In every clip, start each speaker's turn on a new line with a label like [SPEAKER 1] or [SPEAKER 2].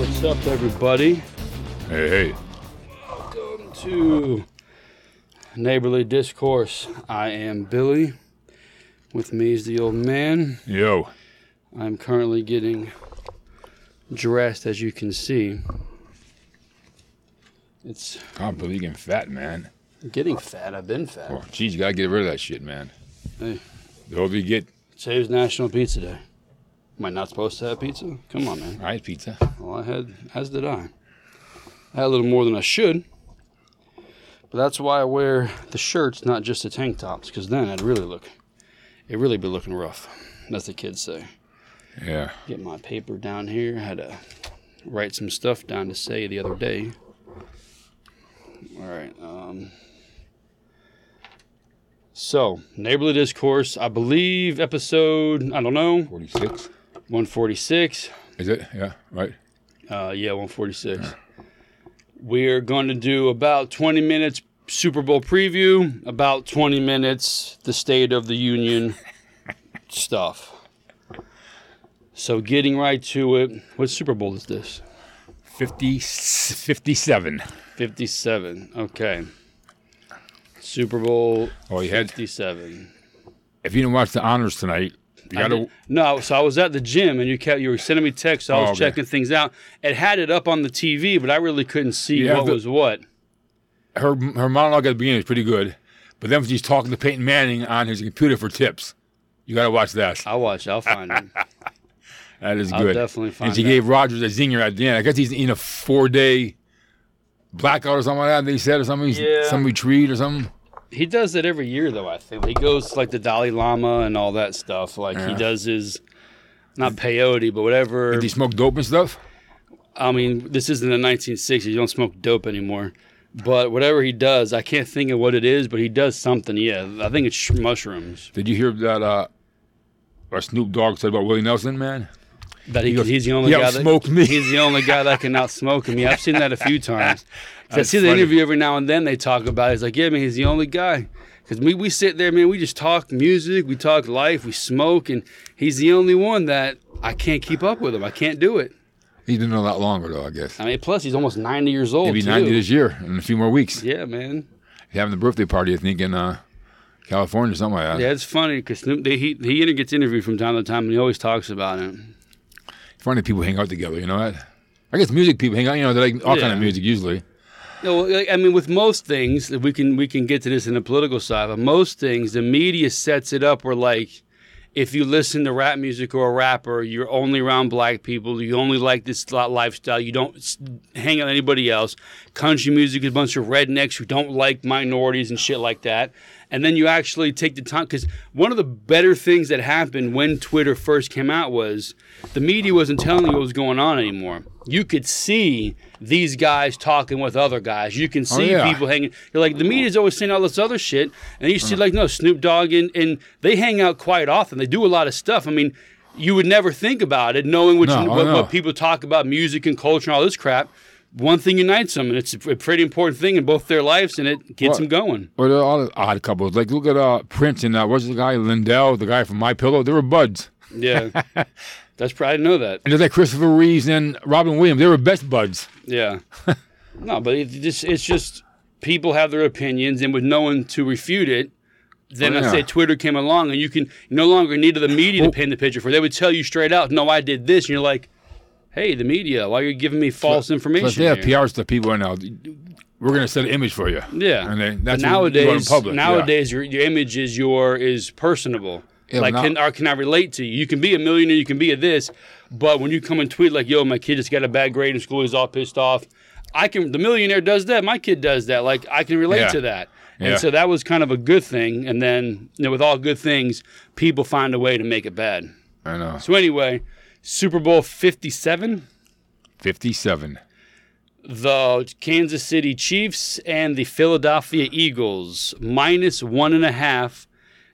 [SPEAKER 1] What's up, everybody?
[SPEAKER 2] Hey, hey.
[SPEAKER 1] Welcome to Neighborly Discourse. I am Billy. With me is the old man.
[SPEAKER 2] Yo.
[SPEAKER 1] I'm currently getting dressed, as you can see. It's
[SPEAKER 2] Can't believe you getting fat, man.
[SPEAKER 1] getting fat. I've been fat.
[SPEAKER 2] Oh, geez, you gotta get rid of that shit, man.
[SPEAKER 1] Hey.
[SPEAKER 2] The older you get,
[SPEAKER 1] Today's National Pizza Day. Am I not supposed to have pizza? Come on, man.
[SPEAKER 2] all right, pizza.
[SPEAKER 1] Well, I had, as did I. I had a little more than I should. But that's why I wear the shirts, not just the tank tops, because then I'd really look, it really be looking rough, as the kids say.
[SPEAKER 2] Yeah.
[SPEAKER 1] Get my paper down here. I had to write some stuff down to say the other day. All right. Um, so, Neighborly Discourse, I believe episode, I don't know,
[SPEAKER 2] 46?
[SPEAKER 1] 146.
[SPEAKER 2] Is it? Yeah, right.
[SPEAKER 1] Uh, yeah, 146. We're going to do about 20 minutes Super Bowl preview, about 20 minutes the State of the Union stuff. So, getting right to it, what Super Bowl is this?
[SPEAKER 2] 50, 57.
[SPEAKER 1] 57. Okay. Super Bowl
[SPEAKER 2] Oh, you had.
[SPEAKER 1] 57.
[SPEAKER 2] If you didn't watch the honors tonight, you
[SPEAKER 1] I
[SPEAKER 2] gotta.
[SPEAKER 1] did- no, so I was at the gym and you kept you were sending me texts. So I was
[SPEAKER 2] Oh, okay.
[SPEAKER 1] checking things out. It had it up on the TV, but I really couldn't see
[SPEAKER 2] You have
[SPEAKER 1] what
[SPEAKER 2] the-
[SPEAKER 1] was what.
[SPEAKER 2] Her, her monologue at the beginning is pretty good, but then when she's talking to Peyton Manning on his computer for tips, you gotta watch that.
[SPEAKER 1] I'll watch. I'll find it.
[SPEAKER 2] That is
[SPEAKER 1] I'll
[SPEAKER 2] good.
[SPEAKER 1] definitely find
[SPEAKER 2] and she
[SPEAKER 1] out.
[SPEAKER 2] gave Rogers a zinger at the end. I guess he's in a four day blackout or something like that. They said or something. He's-
[SPEAKER 1] Yeah.
[SPEAKER 2] Some retreat or something.
[SPEAKER 1] He does it every year, though. I think he goes to, like the Dalai Lama and all that stuff. Like he
[SPEAKER 2] Yeah.
[SPEAKER 1] does his not peyote, but whatever.
[SPEAKER 2] Did he smoke dope and stuff?
[SPEAKER 1] I mean, this isn't the 1960s. You don't smoke dope anymore. But whatever he does, I can't think of what it is, but he does something. Yeah, I think it's sh- mushrooms.
[SPEAKER 2] Did you hear that? Uh, what Snoop Dogg said about Willie Nelson, man.
[SPEAKER 1] That he,
[SPEAKER 2] goes,
[SPEAKER 1] he's the only
[SPEAKER 2] "You
[SPEAKER 1] guy that
[SPEAKER 2] outsmoked me."
[SPEAKER 1] He's the only guy that can outsmoke him. Yeah, I've seen that a few times. 'Cause I
[SPEAKER 2] That's
[SPEAKER 1] see the
[SPEAKER 2] funny.
[SPEAKER 1] interview every now and then. They talk about. It. It's like, yeah, man, he's the only guy. Because we, we sit there, man, we just talk music, we talk life, we smoke, and he's the only one that I can't keep up with him. I can't do it.
[SPEAKER 2] He's been a lot longer though, I guess.
[SPEAKER 1] I mean, plus he's almost ninety years old.
[SPEAKER 2] He'll be
[SPEAKER 1] too.
[SPEAKER 2] 90 this year in a few more weeks.
[SPEAKER 1] Yeah, man.
[SPEAKER 2] He's having the birthday party, I think, in uh, California or something like that.
[SPEAKER 1] Yeah, it's funny because he he inter- gets interviewed from time to time, and he always talks about it.
[SPEAKER 2] Funny people hang out together, you know that? I guess music people hang out, you know, they like all kind
[SPEAKER 1] Yeah.
[SPEAKER 2] of music usually.
[SPEAKER 1] No, well, like, I mean, with most things, we can we can get to this in the political side, but most things, the media sets it up where like, if you listen to rap music or a rapper, you're only around black people. You only like this li- lifestyle. You don't s- hang out with anybody else. Country music is a bunch of rednecks who don't like minorities and shit like that. And then you actually take the time because one of the better things that happened when Twitter first came out was the media wasn't telling you what was going on anymore. You could see these guys talking with other guys. You can see
[SPEAKER 2] yeah.
[SPEAKER 1] people hanging. You're like the media's always saying all this other shit, and you see like no Snoop Dogg and and they hang out quite often. They do a lot of stuff. I mean, you would never think about it, knowing what,
[SPEAKER 2] No,
[SPEAKER 1] you,
[SPEAKER 2] I
[SPEAKER 1] what,
[SPEAKER 2] know.
[SPEAKER 1] what people talk about music and culture and all this crap. One thing unites them, and it's a pretty important thing in both their lives, and it gets
[SPEAKER 2] What?
[SPEAKER 1] them going.
[SPEAKER 2] Or they're all odd couples. Like, look at uh, Prince and uh, what's the guy, Lindell, the guy from My Pillow. They were buds.
[SPEAKER 1] Yeah, that's probably I didn't know that.
[SPEAKER 2] And there's like Christopher Reeves and Robin Williams. They were best buds.
[SPEAKER 1] Yeah. no, but it just, it's just people have their opinions, and with no one to refute it, then
[SPEAKER 2] Oh,
[SPEAKER 1] I
[SPEAKER 2] yeah.
[SPEAKER 1] say Twitter came along, and you can you no longer need the media to paint the picture for. They would tell you straight out, "No, I did this," and you're like, "Hey, the media, why are you giving me false
[SPEAKER 2] Plus,
[SPEAKER 1] information?"
[SPEAKER 2] they have
[SPEAKER 1] here?"
[SPEAKER 2] PR stuff people right now. We're going to set an image for you.
[SPEAKER 1] Yeah.
[SPEAKER 2] And then
[SPEAKER 1] But
[SPEAKER 2] that's what you want in
[SPEAKER 1] nowadays,
[SPEAKER 2] public. yeah.
[SPEAKER 1] nowadays your, your image is your is personable.
[SPEAKER 2] Yeah,
[SPEAKER 1] like,
[SPEAKER 2] but
[SPEAKER 1] can,
[SPEAKER 2] now-
[SPEAKER 1] or can I relate to you? You can be a millionaire, you can be a this, but when you come and tweet like, "Yo, my kid just got a bad grade in school, he's all pissed off," I can. The millionaire does that. My kid does that. Like, I can relate
[SPEAKER 2] Yeah.
[SPEAKER 1] to that.
[SPEAKER 2] Yeah.
[SPEAKER 1] And so that was kind of a good thing. And then, you know, with all good things, people find a way to make it bad.
[SPEAKER 2] I know.
[SPEAKER 1] So anyway, Super Bowl fifty-seven.
[SPEAKER 2] 57.
[SPEAKER 1] the Kansas City Chiefs and the Philadelphia Eagles minus one and a half.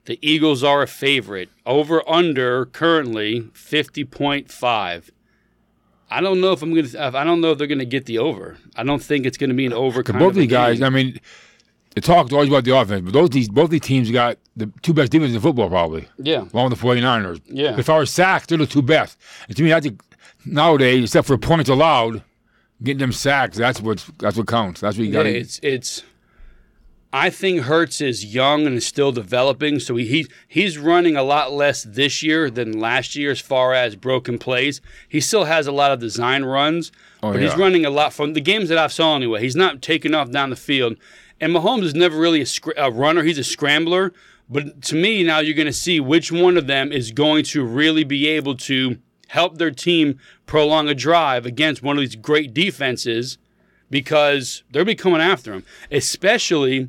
[SPEAKER 1] The Eagles are a favorite. Over under currently fifty point five. I don't know if I'm gonna. I don't know if they're gonna get the over. I don't think it's gonna be an over. Kind
[SPEAKER 2] both
[SPEAKER 1] of a
[SPEAKER 2] these guys,
[SPEAKER 1] game.
[SPEAKER 2] I mean, the talk's always about the offense, but those these both these teams got the two best defenses in football, probably,
[SPEAKER 1] Yeah,
[SPEAKER 2] along with the 49ers.
[SPEAKER 1] Yeah.
[SPEAKER 2] As far as sacks, they're the two best. And to me, I think nowadays, except for points allowed, Getting them sacks, that's what's that's what counts. That's what you
[SPEAKER 1] Yeah,
[SPEAKER 2] got to
[SPEAKER 1] it's it's. I think Hertz is young and is still developing, so he, he he's running a lot less this year than last year as far as broken plays. He still has a lot of design runs,
[SPEAKER 2] Oh,
[SPEAKER 1] but he's
[SPEAKER 2] yeah.
[SPEAKER 1] running a lot from the games that I've saw anyway. He's not taking off down the field, and Mahomes is never really a, scr- a runner. He's a scrambler, but to me now you're going to see which one of them is going to really be able to help their team prolong a drive against one of these great defenses because they'll be coming after him. Especially,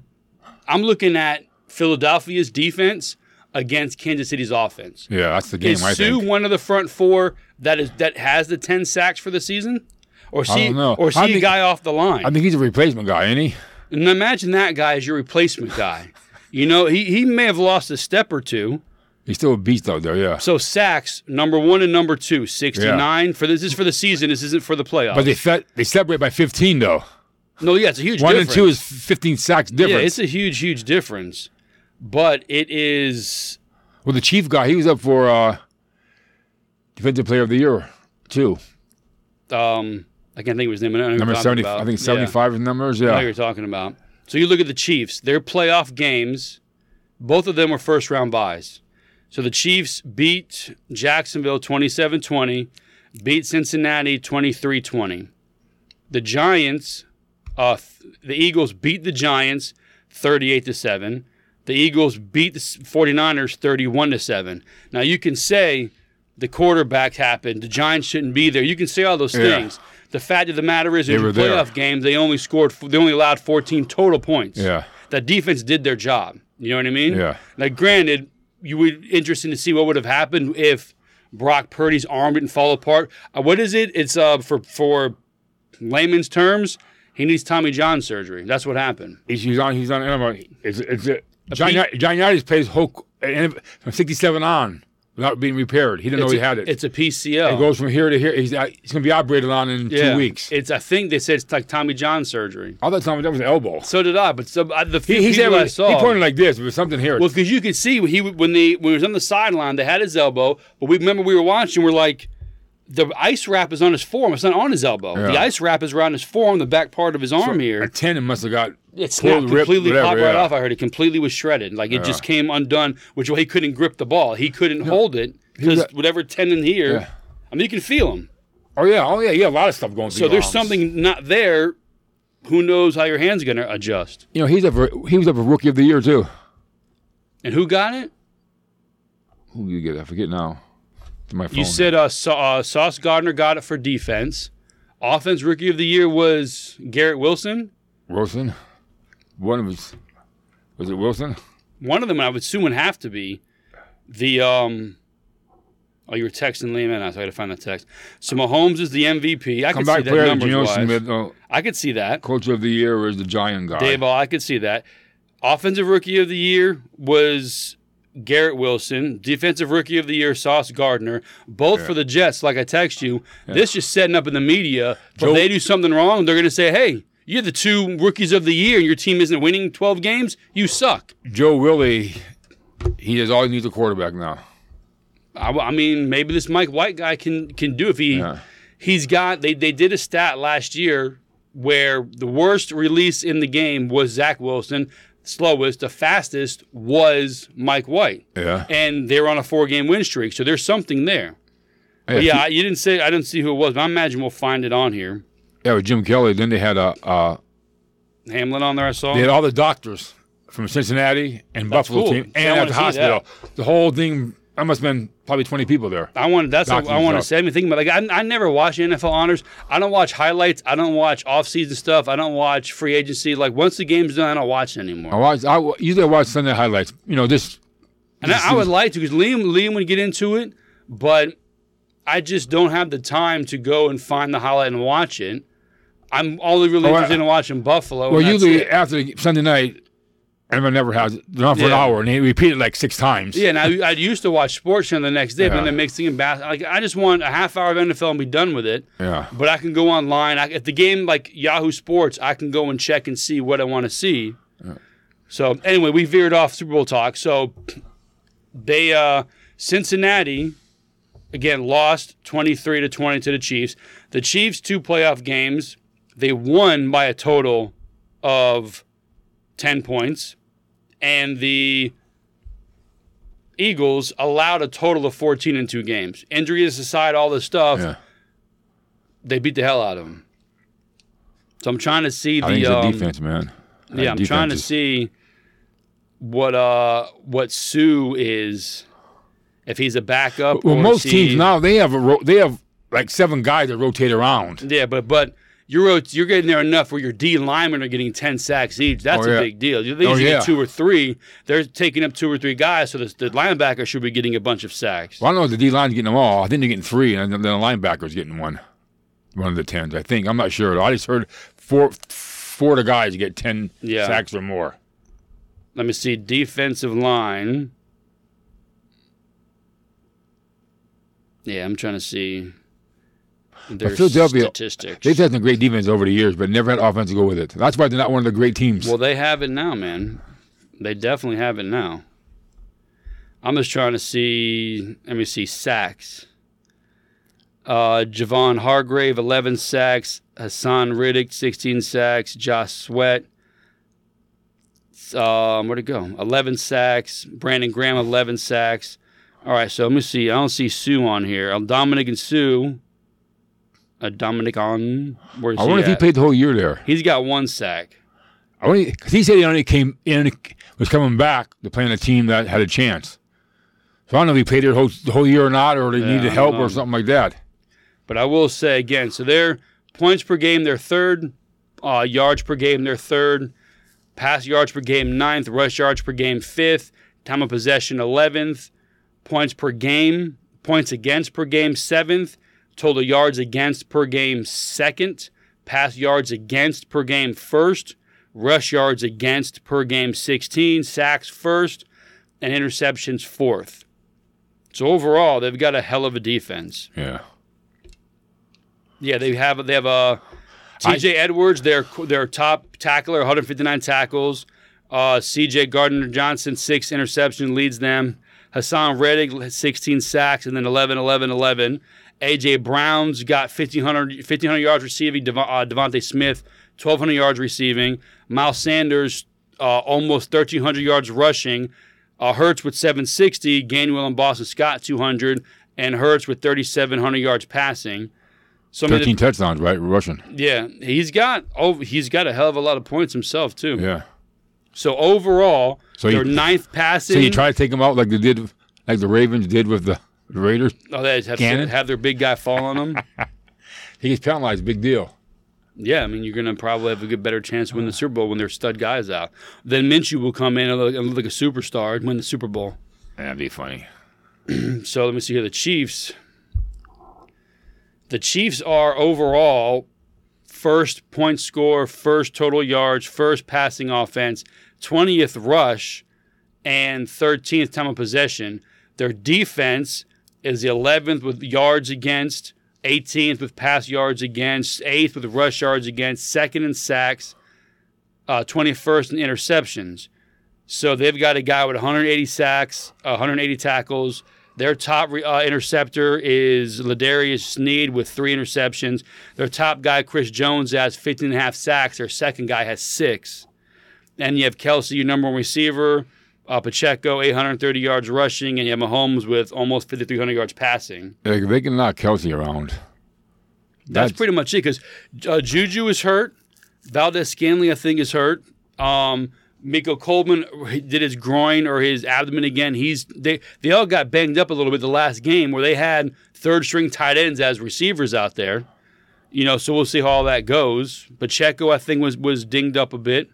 [SPEAKER 1] I'm looking at Philadelphia's defense against Kansas City's offense.
[SPEAKER 2] Yeah, that's the game
[SPEAKER 1] Is
[SPEAKER 2] right there.
[SPEAKER 1] Sue one of the front four that is that has the ten sacks for the season, or see
[SPEAKER 2] don't know.
[SPEAKER 1] or see
[SPEAKER 2] I
[SPEAKER 1] a
[SPEAKER 2] think-
[SPEAKER 1] guy off the line?
[SPEAKER 2] I think he's a replacement guy, ain't he?
[SPEAKER 1] and imagine that guy as your replacement guy. you know, he he may have lost a step or two.
[SPEAKER 2] He's still a beast out there, yeah.
[SPEAKER 1] So sacks number one and number two, 69 for this, this is for the season. This isn't for the playoffs.
[SPEAKER 2] But they set, they separate by 15 though.
[SPEAKER 1] no, yeah, it's a huge
[SPEAKER 2] One
[SPEAKER 1] difference.
[SPEAKER 2] and two is 15 sacks difference.
[SPEAKER 1] Yeah, it's a huge, huge difference. But it is
[SPEAKER 2] well, the chief guy, he was up for uh, defensive player of the year too.
[SPEAKER 1] um I can't think of his name. I know who
[SPEAKER 2] Number
[SPEAKER 1] you're talking
[SPEAKER 2] 70,
[SPEAKER 1] about.
[SPEAKER 2] I think
[SPEAKER 1] Yeah,
[SPEAKER 2] 75 is numbers. Yeah,
[SPEAKER 1] I know who you're talking about. So you look at the Chiefs, their playoff games, both of them were first round buys. So the Chiefs beat Jacksonville 27-20, beat Cincinnati 23-20. The Giants, uh, th- the Eagles beat the Giants 38 to 7. The Eagles beat the 49ers 31 to 7. Now you can say the quarterback happened, the Giants shouldn't be there. You can say all those
[SPEAKER 2] Yeah.
[SPEAKER 1] things. The fact of the matter is in
[SPEAKER 2] were
[SPEAKER 1] the
[SPEAKER 2] there.
[SPEAKER 1] playoff game they only scored f- they only allowed 14 total points.
[SPEAKER 2] yeah,
[SPEAKER 1] That defense did their job. You know what I mean?
[SPEAKER 2] yeah.
[SPEAKER 1] Now, granted, you would interesting to see what would have happened if Brock Purdy's arm didn't fall apart. Uh, what is it? It's uh for for layman's terms, he needs Tommy John surgery. That's what happened.
[SPEAKER 2] He's, he's on. He's on. Animal. It's it's a, John, John Unitas plays Hulk uh, from 67 on without being repaired. He didn't know
[SPEAKER 1] it's
[SPEAKER 2] Oh, he
[SPEAKER 1] a,
[SPEAKER 2] had it.
[SPEAKER 1] It's a PCL.
[SPEAKER 2] It goes from here to here. He's uh, he's gonna be operated on in
[SPEAKER 1] Yeah.
[SPEAKER 2] two weeks.
[SPEAKER 1] It's I think they said it's like Tommy John surgery.
[SPEAKER 2] All that time that was an elbow.
[SPEAKER 1] So did I, but some, uh, the few
[SPEAKER 2] He, he's
[SPEAKER 1] people
[SPEAKER 2] having-
[SPEAKER 1] I saw.
[SPEAKER 2] he pointed like this, but something here.
[SPEAKER 1] Well, because you could see when he when the when he was on the sideline, they had his elbow. But we remember we were watching. We're like, the ice wrap is on his forearm. It's not on his elbow. The
[SPEAKER 2] Yeah.
[SPEAKER 1] ice wrap is around his forearm, the back part of his arm here.
[SPEAKER 2] a tendon must have got
[SPEAKER 1] It
[SPEAKER 2] pulled,
[SPEAKER 1] snapped
[SPEAKER 2] ripped,
[SPEAKER 1] completely,
[SPEAKER 2] whatever,
[SPEAKER 1] popped right
[SPEAKER 2] yeah.
[SPEAKER 1] off. I heard it completely was shredded. Like it just came undone, which way he couldn't grip the ball. He couldn't hold it because
[SPEAKER 2] got-
[SPEAKER 1] whatever tendon here,
[SPEAKER 2] Yeah.
[SPEAKER 1] I mean, you can feel him.
[SPEAKER 2] Oh yeah, oh yeah, yeah. A lot of stuff going.
[SPEAKER 1] So there's something not there. Who knows how your hand's going to adjust?
[SPEAKER 2] You know, he's up. For, he was up for rookie of the year too.
[SPEAKER 1] And who got it?
[SPEAKER 2] Who you get? I forget now. It's my phone.
[SPEAKER 1] You said uh, Sa- uh, Sauce Gardner got it for defense. Offense rookie of the year was Garrett Wilson.
[SPEAKER 2] Wilson. One of his. Was it Wilson?
[SPEAKER 1] One of them, I would assume, would have to be the. Um, oh, you were texting Liam, and I was got to find the text. So Mahomes is the MVP. I could see
[SPEAKER 2] Comeback
[SPEAKER 1] that
[SPEAKER 2] player of the
[SPEAKER 1] numbers
[SPEAKER 2] year.
[SPEAKER 1] wise.
[SPEAKER 2] Smith, oh,
[SPEAKER 1] I could see that.
[SPEAKER 2] coach of the year is the Giant guy.
[SPEAKER 1] Dave, I could see that. Offensive rookie of the year was Garrett Wilson. Defensive rookie of the year, Sauce Gardner. Both for the Jets, like I text you. This just setting up in the media.
[SPEAKER 2] Joe-
[SPEAKER 1] if they do something wrong, they're going to say, hey, you're the two rookies of the year. Your team isn't winning 12 games. You suck.
[SPEAKER 2] Joe Willie. He just always needs a quarterback now.
[SPEAKER 1] I, I mean, maybe this Mike White guy can can do if he
[SPEAKER 2] Yeah.
[SPEAKER 1] he's got. They they did a stat last year where the worst release in the game was Zach Wilson, slowest. The fastest was Mike White,
[SPEAKER 2] Yeah.
[SPEAKER 1] and they're on a four game win streak. So there's something there.
[SPEAKER 2] Yeah.
[SPEAKER 1] yeah, I, you didn't say I didn't see who it was, but I imagine we'll find it on here.
[SPEAKER 2] Yeah, with Jim Kelly. Then they had a. Uh,
[SPEAKER 1] Hamlin on there, I saw.
[SPEAKER 2] they had all the doctors from Cincinnati and Buffalo
[SPEAKER 1] cool.
[SPEAKER 2] team,
[SPEAKER 1] Yeah, I
[SPEAKER 2] and at
[SPEAKER 1] wanna
[SPEAKER 2] the
[SPEAKER 1] see that.
[SPEAKER 2] hospital. The whole thing. I must have been probably twenty people there.
[SPEAKER 1] I wanted that's what I
[SPEAKER 2] Documents
[SPEAKER 1] want to
[SPEAKER 2] up.
[SPEAKER 1] say. I mean, thinking about like I, I never watch NFL honors. I don't watch highlights. I don't watch off-season stuff. I don't watch free agency. Like once the game's done, I don't watch it anymore.
[SPEAKER 2] I watch. I wa- usually I watch Sunday highlights. You know, this
[SPEAKER 1] And I, I would like to because Liam Liam would get into it, but I just don't have the time to go and find the highlight and watch it. I'm only really
[SPEAKER 2] Oh, I-
[SPEAKER 1] interested in watching Buffalo.
[SPEAKER 2] Well,
[SPEAKER 1] and that's
[SPEAKER 2] usually
[SPEAKER 1] it.
[SPEAKER 2] after the- Sunday night, everyone never has it. They're on for an
[SPEAKER 1] Yeah.
[SPEAKER 2] hour, and they repeat it like six times.
[SPEAKER 1] yeah. And I, I used to watch Sports Channel the next day, but
[SPEAKER 2] Yeah.
[SPEAKER 1] then mixing and bass. Like I just want a half hour of NFL and be done with it.
[SPEAKER 2] Yeah.
[SPEAKER 1] But I can go online. I, if the game like Yahoo Sports, I can go and check and see what I want to see. So anyway, we veered off Super Bowl talk. So they uh Cincinnati again lost 23 to 20 to the Chiefs. The Chiefs two playoff games, they won by a total of 10 points and the Eagles allowed a total of 14 in two games. Injuries aside, all this stuff,
[SPEAKER 2] Yeah.
[SPEAKER 1] they beat the hell out of them. So I'm trying to see
[SPEAKER 2] I think
[SPEAKER 1] the
[SPEAKER 2] it's a
[SPEAKER 1] um,
[SPEAKER 2] defense, man. That
[SPEAKER 1] yeah, I'm trying
[SPEAKER 2] defense
[SPEAKER 1] to
[SPEAKER 2] is-
[SPEAKER 1] see what uh what Sue is if he's a backup.
[SPEAKER 2] Well,
[SPEAKER 1] or
[SPEAKER 2] most
[SPEAKER 1] if
[SPEAKER 2] teams
[SPEAKER 1] he-
[SPEAKER 2] now they have a ro- they have like seven guys that rotate around.
[SPEAKER 1] Yeah, but but you're rot- you're getting there enough where your D linemen are getting ten sacks each. That's
[SPEAKER 2] Oh,
[SPEAKER 1] a
[SPEAKER 2] yeah.
[SPEAKER 1] big deal. They usually
[SPEAKER 2] yeah.
[SPEAKER 1] get two or three. They're taking up two or three guys, so the, the linebacker should be getting a bunch of sacks.
[SPEAKER 2] Well, I don't know if the D line's getting them all. I think they're getting three, and then the linebacker's getting one, one of the tens. I think I'm not sure. I just heard four four of the guys get ten
[SPEAKER 1] Yeah.
[SPEAKER 2] sacks or more.
[SPEAKER 1] Let me see defensive line. Yeah, I'm trying to see their
[SPEAKER 2] Philadelphia,
[SPEAKER 1] statistics.
[SPEAKER 2] They've had some great defense over the years, but never had offense to go with it. That's why they're not one of the great teams.
[SPEAKER 1] Well, they have it now, man. They definitely have it now. I'm just trying to see. Let me see sacks. Uh, Javon Hargrave, 11 sacks. Hassan Riddick, 16 sacks. Josh Sweat, um, where'd it go? 11 sacks. Brandon Graham, 11 sacks. All right, so let me see. I don't see Sue on here. Uh, Dominic and Sue. Uh, Dominic on. Where's
[SPEAKER 2] I wonder
[SPEAKER 1] he
[SPEAKER 2] if he
[SPEAKER 1] at?
[SPEAKER 2] played the whole year there.
[SPEAKER 1] He's got one sack.
[SPEAKER 2] I wonder because he said he only came in was coming back to play on a team that had a chance. So I don't know if he played there the whole, the whole year or not, or they
[SPEAKER 1] Yeah, I
[SPEAKER 2] needed
[SPEAKER 1] don't
[SPEAKER 2] help
[SPEAKER 1] know.
[SPEAKER 2] or something like that.
[SPEAKER 1] But I will say again, so their points per game, they're third, uh, yards per game, they're third, pass yards per game, ninth, rush yards per game, fifth, time of possession, 11th, points per game, points against per game, seventh, total yards against per game, second, pass yards against per game, first, rush yards against per game, 16, sacks first, and interceptions fourth. So overall, they've got a hell of a defense.
[SPEAKER 2] Yeah.
[SPEAKER 1] Yeah, they have they have a T.J. Edwards, their their top tackler, 159 tackles. Uh, C.J. Gardner Johnson, six interception leads them. Hassan Reddick, 16 sacks, and then 11, 11, 11. A.J. Brown's got 1,500, 1,500 yards receiving. Dev- uh, Devontae Smith, 1,200 yards receiving. Miles Sanders, uh, almost 1,300 yards rushing. Uh, Hertz with 760. Gainwell and Boston Scott, 200. And Hertz with 3,700 yards passing. So, I mean,
[SPEAKER 2] Thirteen touchdowns, right? Russian.
[SPEAKER 1] yeah, he's got oh, he's got a hell of a lot of points himself too.
[SPEAKER 2] Yeah.
[SPEAKER 1] So overall,
[SPEAKER 2] So
[SPEAKER 1] their
[SPEAKER 2] you-
[SPEAKER 1] ninth passing.
[SPEAKER 2] So you try to take them out like they did, like the Ravens did with the Raiders.
[SPEAKER 1] oh, they have, to
[SPEAKER 2] Gannon?
[SPEAKER 1] have their big guy fall on them.
[SPEAKER 2] He gets penalized. Big deal.
[SPEAKER 1] yeah, I mean you're gonna probably have a good better chance to win the Super Bowl when their stud guy's out. Then Minshew will come in and look, and look like a superstar and win the Super Bowl.
[SPEAKER 2] That'd be funny.
[SPEAKER 1] So let me see here. The Chiefs. The Chiefs are overall first point score, first total yards, first passing offense, 20th rush, and 13th time of possession. Their defense is 11th with yards against, 18th with pass yards against, 8th with rush yards against, 2nd in sacks, uh, 21st in interceptions. So they've got a guy with 180 sacks, 180 tackles. Their top re- uh, interceptor is Ladarius Sneed with three interceptions. Their top guy, Chris Jones, has 15 and a half sacks. Their second guy has six. And you have Kelsey, your number one receiver, uh, Pacheco, 830 yards rushing, and you have Mahomes with almost 5,300 yards passing.
[SPEAKER 2] Like if they can knock Kelsey around.
[SPEAKER 1] That's, pretty much it because uh, Juju is hurt. Valdez Scanley, I think, is hurt. Um, Miko Coleman did his groin or his abdomen again. He's they they all got banged up a little bit the last game where they had third string tight ends as receivers out there. You know, so we'll see how all that goes. Pacheco, I think, was was dinged up a bit.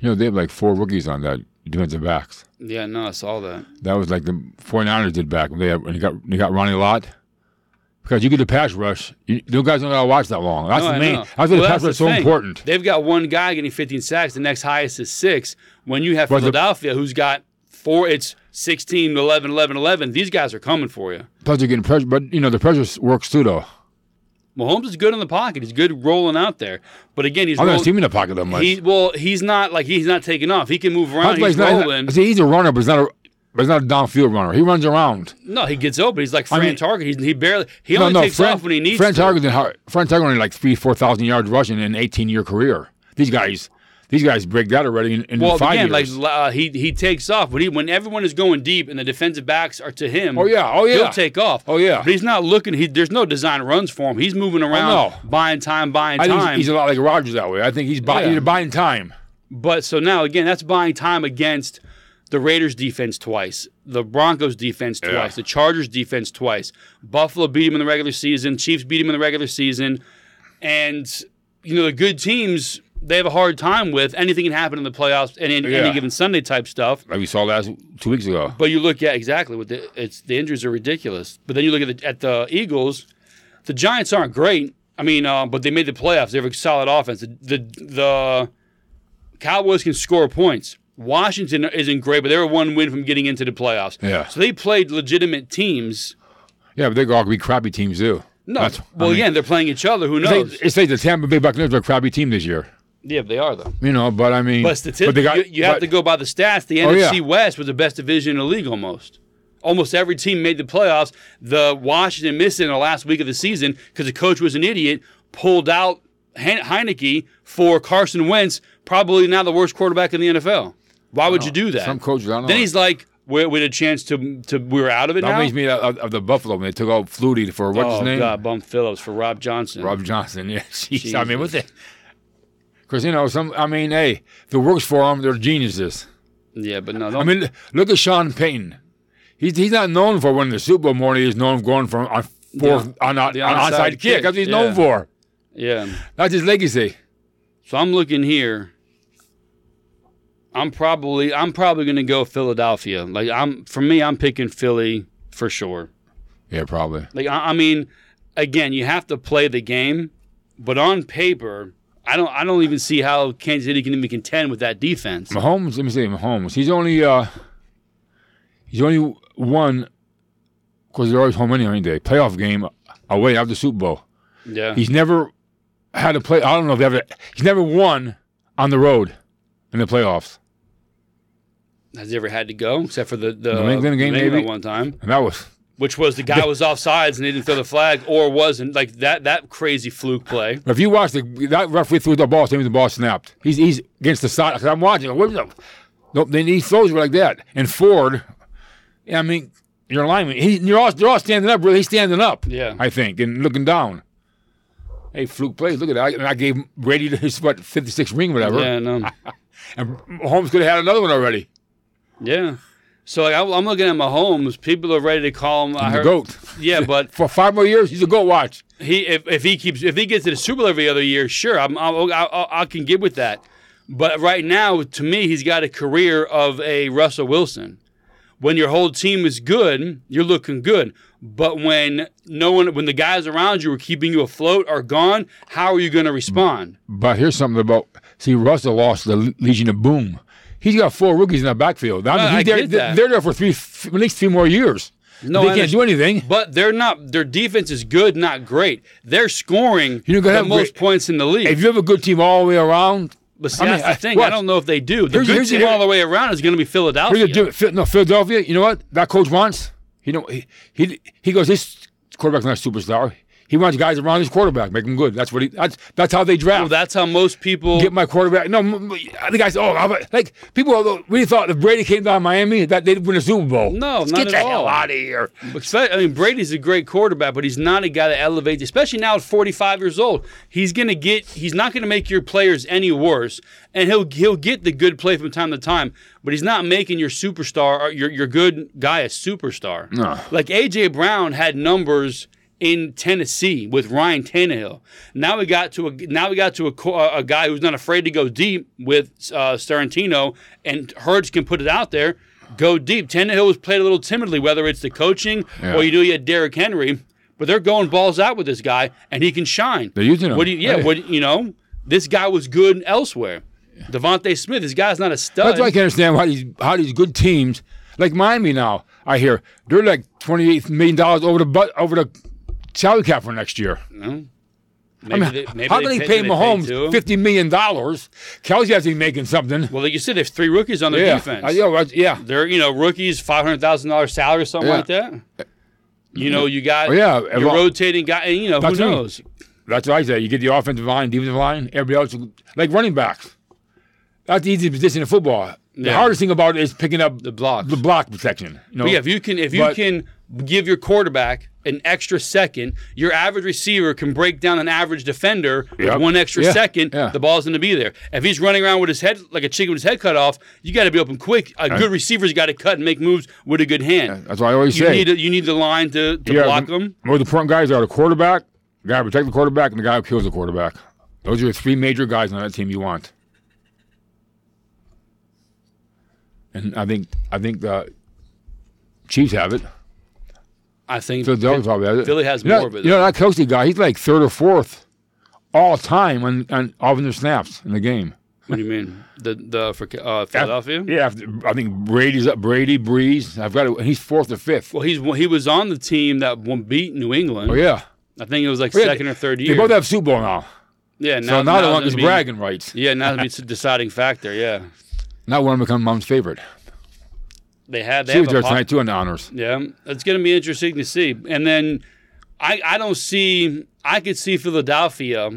[SPEAKER 2] You know they have like four rookies on that defensive backs.
[SPEAKER 1] Yeah, no, I saw that.
[SPEAKER 2] That was like the 49ers did back when they had, when they got they got Ronnie Lott. Because you get the pass rush, you, those guys don't gotta watch that long. That's
[SPEAKER 1] No,
[SPEAKER 2] the
[SPEAKER 1] I
[SPEAKER 2] main.
[SPEAKER 1] know.
[SPEAKER 2] That's why
[SPEAKER 1] Well,
[SPEAKER 2] the pass rush
[SPEAKER 1] that's
[SPEAKER 2] is so
[SPEAKER 1] the thing.
[SPEAKER 2] important.
[SPEAKER 1] They've got one guy getting 15 sacks. The next highest is six. When you have
[SPEAKER 2] Well, the-
[SPEAKER 1] Philadelphia, who's got four, it's 16, 11, 11, 11. These guys are coming for you.
[SPEAKER 2] Plus they're getting pressure, but you know the pressure works too though.
[SPEAKER 1] Mahomes is good in the pocket. He's good rolling out there. But again, he's
[SPEAKER 2] I've never
[SPEAKER 1] roll-
[SPEAKER 2] seen him in the pocket that much.
[SPEAKER 1] he, well, he's not like he's not taking off. He can move around.
[SPEAKER 2] That's why
[SPEAKER 1] He's
[SPEAKER 2] he's not-
[SPEAKER 1] rolling.
[SPEAKER 2] see, he's a runner, but he's not a. But he's not a downfield runner. He runs around.
[SPEAKER 1] No, he gets open. He's like
[SPEAKER 2] I
[SPEAKER 1] Fran
[SPEAKER 2] mean-
[SPEAKER 1] Target. He's, he barely. He
[SPEAKER 2] no,
[SPEAKER 1] only
[SPEAKER 2] no,
[SPEAKER 1] takes
[SPEAKER 2] Fran,
[SPEAKER 1] off when he needs
[SPEAKER 2] Fran
[SPEAKER 1] to.
[SPEAKER 2] Target's in har- Fran Target only like three, four thousand yards rushing in an eighteen-year career. These guys, these guys break that already in, in
[SPEAKER 1] Well,
[SPEAKER 2] five
[SPEAKER 1] again,
[SPEAKER 2] years.
[SPEAKER 1] like uh, he he takes off when he when everyone is going deep and the defensive backs are to him.
[SPEAKER 2] oh yeah, oh
[SPEAKER 1] He'll
[SPEAKER 2] yeah,
[SPEAKER 1] take off.
[SPEAKER 2] oh yeah.
[SPEAKER 1] But he's not looking. He there's no design runs for him. He's moving around,
[SPEAKER 2] no.
[SPEAKER 1] buying time, buying
[SPEAKER 2] I think he's-
[SPEAKER 1] time.
[SPEAKER 2] he's a lot like Rogers that way. I think he's buying,
[SPEAKER 1] Yeah.
[SPEAKER 2] he's buying time.
[SPEAKER 1] but so now again, that's buying time against the Raiders defense twice, the Broncos defense twice, the Chargers defense twice. Buffalo beat him in the regular season. Chiefs beat him in the regular season, and you know the good teams they have a hard time with anything can happen in the playoffs and in
[SPEAKER 2] Yeah.
[SPEAKER 1] any given Sunday type stuff.
[SPEAKER 2] Like we saw last two weeks ago.
[SPEAKER 1] But you look at exactly what the it's the injuries are ridiculous. But then you look at the, at the Eagles, the Giants aren't great. I mean, uh, but they made the playoffs. They have a solid offense. The, the the Cowboys can score points. Washington isn't great, but they were one win from getting into the playoffs.
[SPEAKER 2] Yeah.
[SPEAKER 1] So they played legitimate teams.
[SPEAKER 2] Yeah, but they're all gonna be crappy teams too.
[SPEAKER 1] No.
[SPEAKER 2] That's- I
[SPEAKER 1] well,
[SPEAKER 2] mean,
[SPEAKER 1] again, they're playing each other. Who
[SPEAKER 2] It's
[SPEAKER 1] knows?
[SPEAKER 2] like, it's like the Tampa Bay Buccaneers are a crappy team this year.
[SPEAKER 1] yeah, they are though.
[SPEAKER 2] You know, but I mean,
[SPEAKER 1] But statistically,
[SPEAKER 2] they got-
[SPEAKER 1] you, you have
[SPEAKER 2] but-
[SPEAKER 1] to go by the stats. The
[SPEAKER 2] Oh,
[SPEAKER 1] NFC
[SPEAKER 2] yeah.
[SPEAKER 1] West was the best division in the league almost. Almost every team made the playoffs. The Washington missed it in the last week of the season because the coach was an idiot, pulled out Hen- Heineke for Carson Wentz, probably now the worst quarterback in the NFL. Why would you do that?
[SPEAKER 2] Some coaches, I don't
[SPEAKER 1] then
[SPEAKER 2] know.
[SPEAKER 1] he's like, we we had a chance to, to we were out of it
[SPEAKER 2] That
[SPEAKER 1] now.
[SPEAKER 2] makes me of, of- of the Buffalo when they took out Flutie for what's
[SPEAKER 1] oh
[SPEAKER 2] his name?
[SPEAKER 1] God, bum Phillips for Rob Johnson.
[SPEAKER 2] Rob Johnson. Yeah, jeez. I mean, what's that? Because you know, some. I mean, hey, if it works for them, they're geniuses.
[SPEAKER 1] yeah, but no,
[SPEAKER 2] I
[SPEAKER 1] don't-
[SPEAKER 2] mean, l- look at Sean Payton. He's he's not known for winning the Super Bowl more than he's known for going for on fourth on, a- on
[SPEAKER 1] the
[SPEAKER 2] onside,
[SPEAKER 1] onside
[SPEAKER 2] kick.
[SPEAKER 1] kick,
[SPEAKER 2] That's what he's
[SPEAKER 1] yeah.
[SPEAKER 2] known for.
[SPEAKER 1] yeah.
[SPEAKER 2] That's his legacy.
[SPEAKER 1] So I'm looking here. I'm probably I'm probably gonna go Philadelphia. Like I'm for me, I'm picking Philly for sure.
[SPEAKER 2] Yeah, probably.
[SPEAKER 1] Like I, I mean, again, you have to play the game, but on paper, I don't I don't even see how Kansas City can even contend with that defense.
[SPEAKER 2] Mahomes, let me see, Mahomes. He's only uh he's only won because they're always home anyway, ain't they? Playoff game away after the Super Bowl.
[SPEAKER 1] Yeah.
[SPEAKER 2] He's never had a play. I don't know if they ever. He's never won on the road in the playoffs,
[SPEAKER 1] Has he ever had to go except for the the
[SPEAKER 2] New England game,
[SPEAKER 1] New England
[SPEAKER 2] maybe?
[SPEAKER 1] one time,
[SPEAKER 2] and that was
[SPEAKER 1] which was the guy was offsides and he didn't throw the flag or wasn't like that that crazy fluke play.
[SPEAKER 2] But if you watch the that referee threw the ball, same as the ball snapped. He's he's against the side. i I'm watching. What the? Nope. Then he throws it like that. And Ford, I mean, your lineman. He, you're all they're all standing up. Really, he's standing up.
[SPEAKER 1] Yeah.
[SPEAKER 2] I think and looking down. Hey, fluke plays. Look at that. I, and I gave Brady his what 56 ring, whatever.
[SPEAKER 1] Yeah, no.
[SPEAKER 2] And Holmes could have had another one already.
[SPEAKER 1] Yeah. So like I, I'm looking at Mahomes. People are ready to call him. I
[SPEAKER 2] The
[SPEAKER 1] heard,
[SPEAKER 2] goat.
[SPEAKER 1] Yeah, but
[SPEAKER 2] For five more years, he's a goat. Watch.
[SPEAKER 1] he if, if he keeps if he gets to the Super Bowl every other year, sure, I'm, I'll, I'll, I'll, I can get with that. But right now, to me, he's got a career of a Russell Wilson. When your whole team is good, you're looking good. But when no one, when the guys around you are keeping you afloat are gone, how are you going to respond?
[SPEAKER 2] But here's something about see Russell lost the Le- Legion of Boom. He's got four rookies in that backfield. I mean,
[SPEAKER 1] No,
[SPEAKER 2] he's
[SPEAKER 1] I
[SPEAKER 2] there,
[SPEAKER 1] get that.
[SPEAKER 2] They're there for three, f- at least three more years.
[SPEAKER 1] No,
[SPEAKER 2] they
[SPEAKER 1] I
[SPEAKER 2] can't do anything.
[SPEAKER 1] But they're not. Their defense is good, not great. They're scoring
[SPEAKER 2] You're gonna
[SPEAKER 1] the
[SPEAKER 2] have
[SPEAKER 1] most
[SPEAKER 2] great-
[SPEAKER 1] points in the league.
[SPEAKER 2] If you have a good team all the way around,
[SPEAKER 1] But see,
[SPEAKER 2] I mean,
[SPEAKER 1] that's the
[SPEAKER 2] I-
[SPEAKER 1] thing. I
[SPEAKER 2] watch.
[SPEAKER 1] don't know if they do. The
[SPEAKER 2] Here's-
[SPEAKER 1] good
[SPEAKER 2] here's-
[SPEAKER 1] team all the way around is going to be
[SPEAKER 2] what do
[SPEAKER 1] Philadelphia.
[SPEAKER 2] you do? Phil- No, Philadelphia. You know what that coach wants? He don't. He he, he goes. This quarterback's not a superstar. He wants guys around his quarterback, make him good. That's what he. That's that's how they draft.
[SPEAKER 1] Well, that's how most people.
[SPEAKER 2] Get my quarterback. No, m- m- the guys. Oh, how about- like people. We thought if Brady came down to Miami, that they'd win a Super Bowl.
[SPEAKER 1] No,
[SPEAKER 2] Let's
[SPEAKER 1] not
[SPEAKER 2] get
[SPEAKER 1] at
[SPEAKER 2] the
[SPEAKER 1] all.
[SPEAKER 2] hell out of here.
[SPEAKER 1] Expe- I mean, Brady's a great quarterback, but he's not a guy that elevates. Especially now at 45 years old, he's going to get. He's not going to make your players any worse, and he'll he'll get the good play from time to time. But he's not making your superstar, or your your good guy, a superstar.
[SPEAKER 2] No.
[SPEAKER 1] Like AJ Brown had numbers in Tennessee with Ryan Tannehill. Now we got to a now we got to a, co- a guy who's not afraid to go deep with uh, Starantino, and Hurts can put it out there. Go deep. Tannehill was played a little timidly, whether it's the coaching
[SPEAKER 2] Yeah.
[SPEAKER 1] or you do you had Derrick Henry, but they're going balls out with this guy, and he can shine.
[SPEAKER 2] They're using him.
[SPEAKER 1] What do you, yeah,
[SPEAKER 2] Hey.
[SPEAKER 1] what you know? This guy was good elsewhere. Devontae Smith, this guy's not a stud.
[SPEAKER 2] That's why I can understand why these how these good teams like Miami now. I hear they're like twenty eight million dollars over the butt over the salary cap for next year.
[SPEAKER 1] No. Maybe
[SPEAKER 2] I mean,
[SPEAKER 1] they- maybe
[SPEAKER 2] how
[SPEAKER 1] they
[SPEAKER 2] can he
[SPEAKER 1] pay-
[SPEAKER 2] pay
[SPEAKER 1] do they pay
[SPEAKER 2] Mahomes
[SPEAKER 1] two?
[SPEAKER 2] fifty million dollars? Kelsey has to be making something.
[SPEAKER 1] Well, like you said, they have three rookies on their
[SPEAKER 2] yeah,
[SPEAKER 1] defense.
[SPEAKER 2] I- yeah, right, yeah,
[SPEAKER 1] They're you know rookies, five hundred thousand dollars salary or something
[SPEAKER 2] Yeah.
[SPEAKER 1] like that. You know, you got
[SPEAKER 2] Oh, yeah,
[SPEAKER 1] you're
[SPEAKER 2] and lo-
[SPEAKER 1] rotating guy. And, you know, who
[SPEAKER 2] That's right.
[SPEAKER 1] knows?
[SPEAKER 2] That's what I say. You get the offensive line, defensive line, everybody else, like running backs. That's the easiest position in football. The
[SPEAKER 1] Yeah.
[SPEAKER 2] hardest thing about it is picking up the,
[SPEAKER 1] blocks.
[SPEAKER 2] the block protection. You know,
[SPEAKER 1] But yeah, if you can, if you
[SPEAKER 2] Oh. But-
[SPEAKER 1] can give your quarterback an extra second, your average receiver can break down an average defender
[SPEAKER 2] Yep.
[SPEAKER 1] with one extra
[SPEAKER 2] Yeah,
[SPEAKER 1] second.
[SPEAKER 2] yeah.
[SPEAKER 1] The ball's going to be there. If he's running around with his head like a chicken with his head cut off, you got to be open quick. A good receiver's got to cut and make moves with a good hand.
[SPEAKER 2] that's what I always
[SPEAKER 1] you
[SPEAKER 2] say.
[SPEAKER 1] need a, you need the line to, to
[SPEAKER 2] Yeah,
[SPEAKER 1] block
[SPEAKER 2] the-
[SPEAKER 1] them.
[SPEAKER 2] Well, the important guys are the quarterback, the guy who protects the quarterback, and the guy who kills the quarterback. Those are the three major guys on that team you want. And I think I think the Chiefs have it.
[SPEAKER 1] I think
[SPEAKER 2] Philadelphia probably has it.
[SPEAKER 1] Philly has
[SPEAKER 2] you know,
[SPEAKER 1] more of it,
[SPEAKER 2] You know that Kelsey guy, he's like third or fourth all time on on offensive snaps in the game.
[SPEAKER 1] What do you mean? The the for uh, Philadelphia?
[SPEAKER 2] Yeah, after- I think Brady's up. Brady Breeze. I've got it. He's fourth or fifth.
[SPEAKER 1] Well, he's he was on the team that won, beat New England.
[SPEAKER 2] Oh yeah,
[SPEAKER 1] I think it was like
[SPEAKER 2] yeah,
[SPEAKER 1] second or third
[SPEAKER 2] they
[SPEAKER 1] year.
[SPEAKER 2] both have Super Bowl now.
[SPEAKER 1] yeah,
[SPEAKER 2] So now they want
[SPEAKER 1] it's
[SPEAKER 2] this
[SPEAKER 1] gonna be-
[SPEAKER 2] bragging rights.
[SPEAKER 1] Yeah, now it's a deciding factor. Yeah,
[SPEAKER 2] Now one of them become mom's favorite.
[SPEAKER 1] they had. They
[SPEAKER 2] She
[SPEAKER 1] have a
[SPEAKER 2] was there
[SPEAKER 1] pop-
[SPEAKER 2] tonight too on the honors.
[SPEAKER 1] Yeah, it's going to be interesting to see. And then I I don't see I could see Philadelphia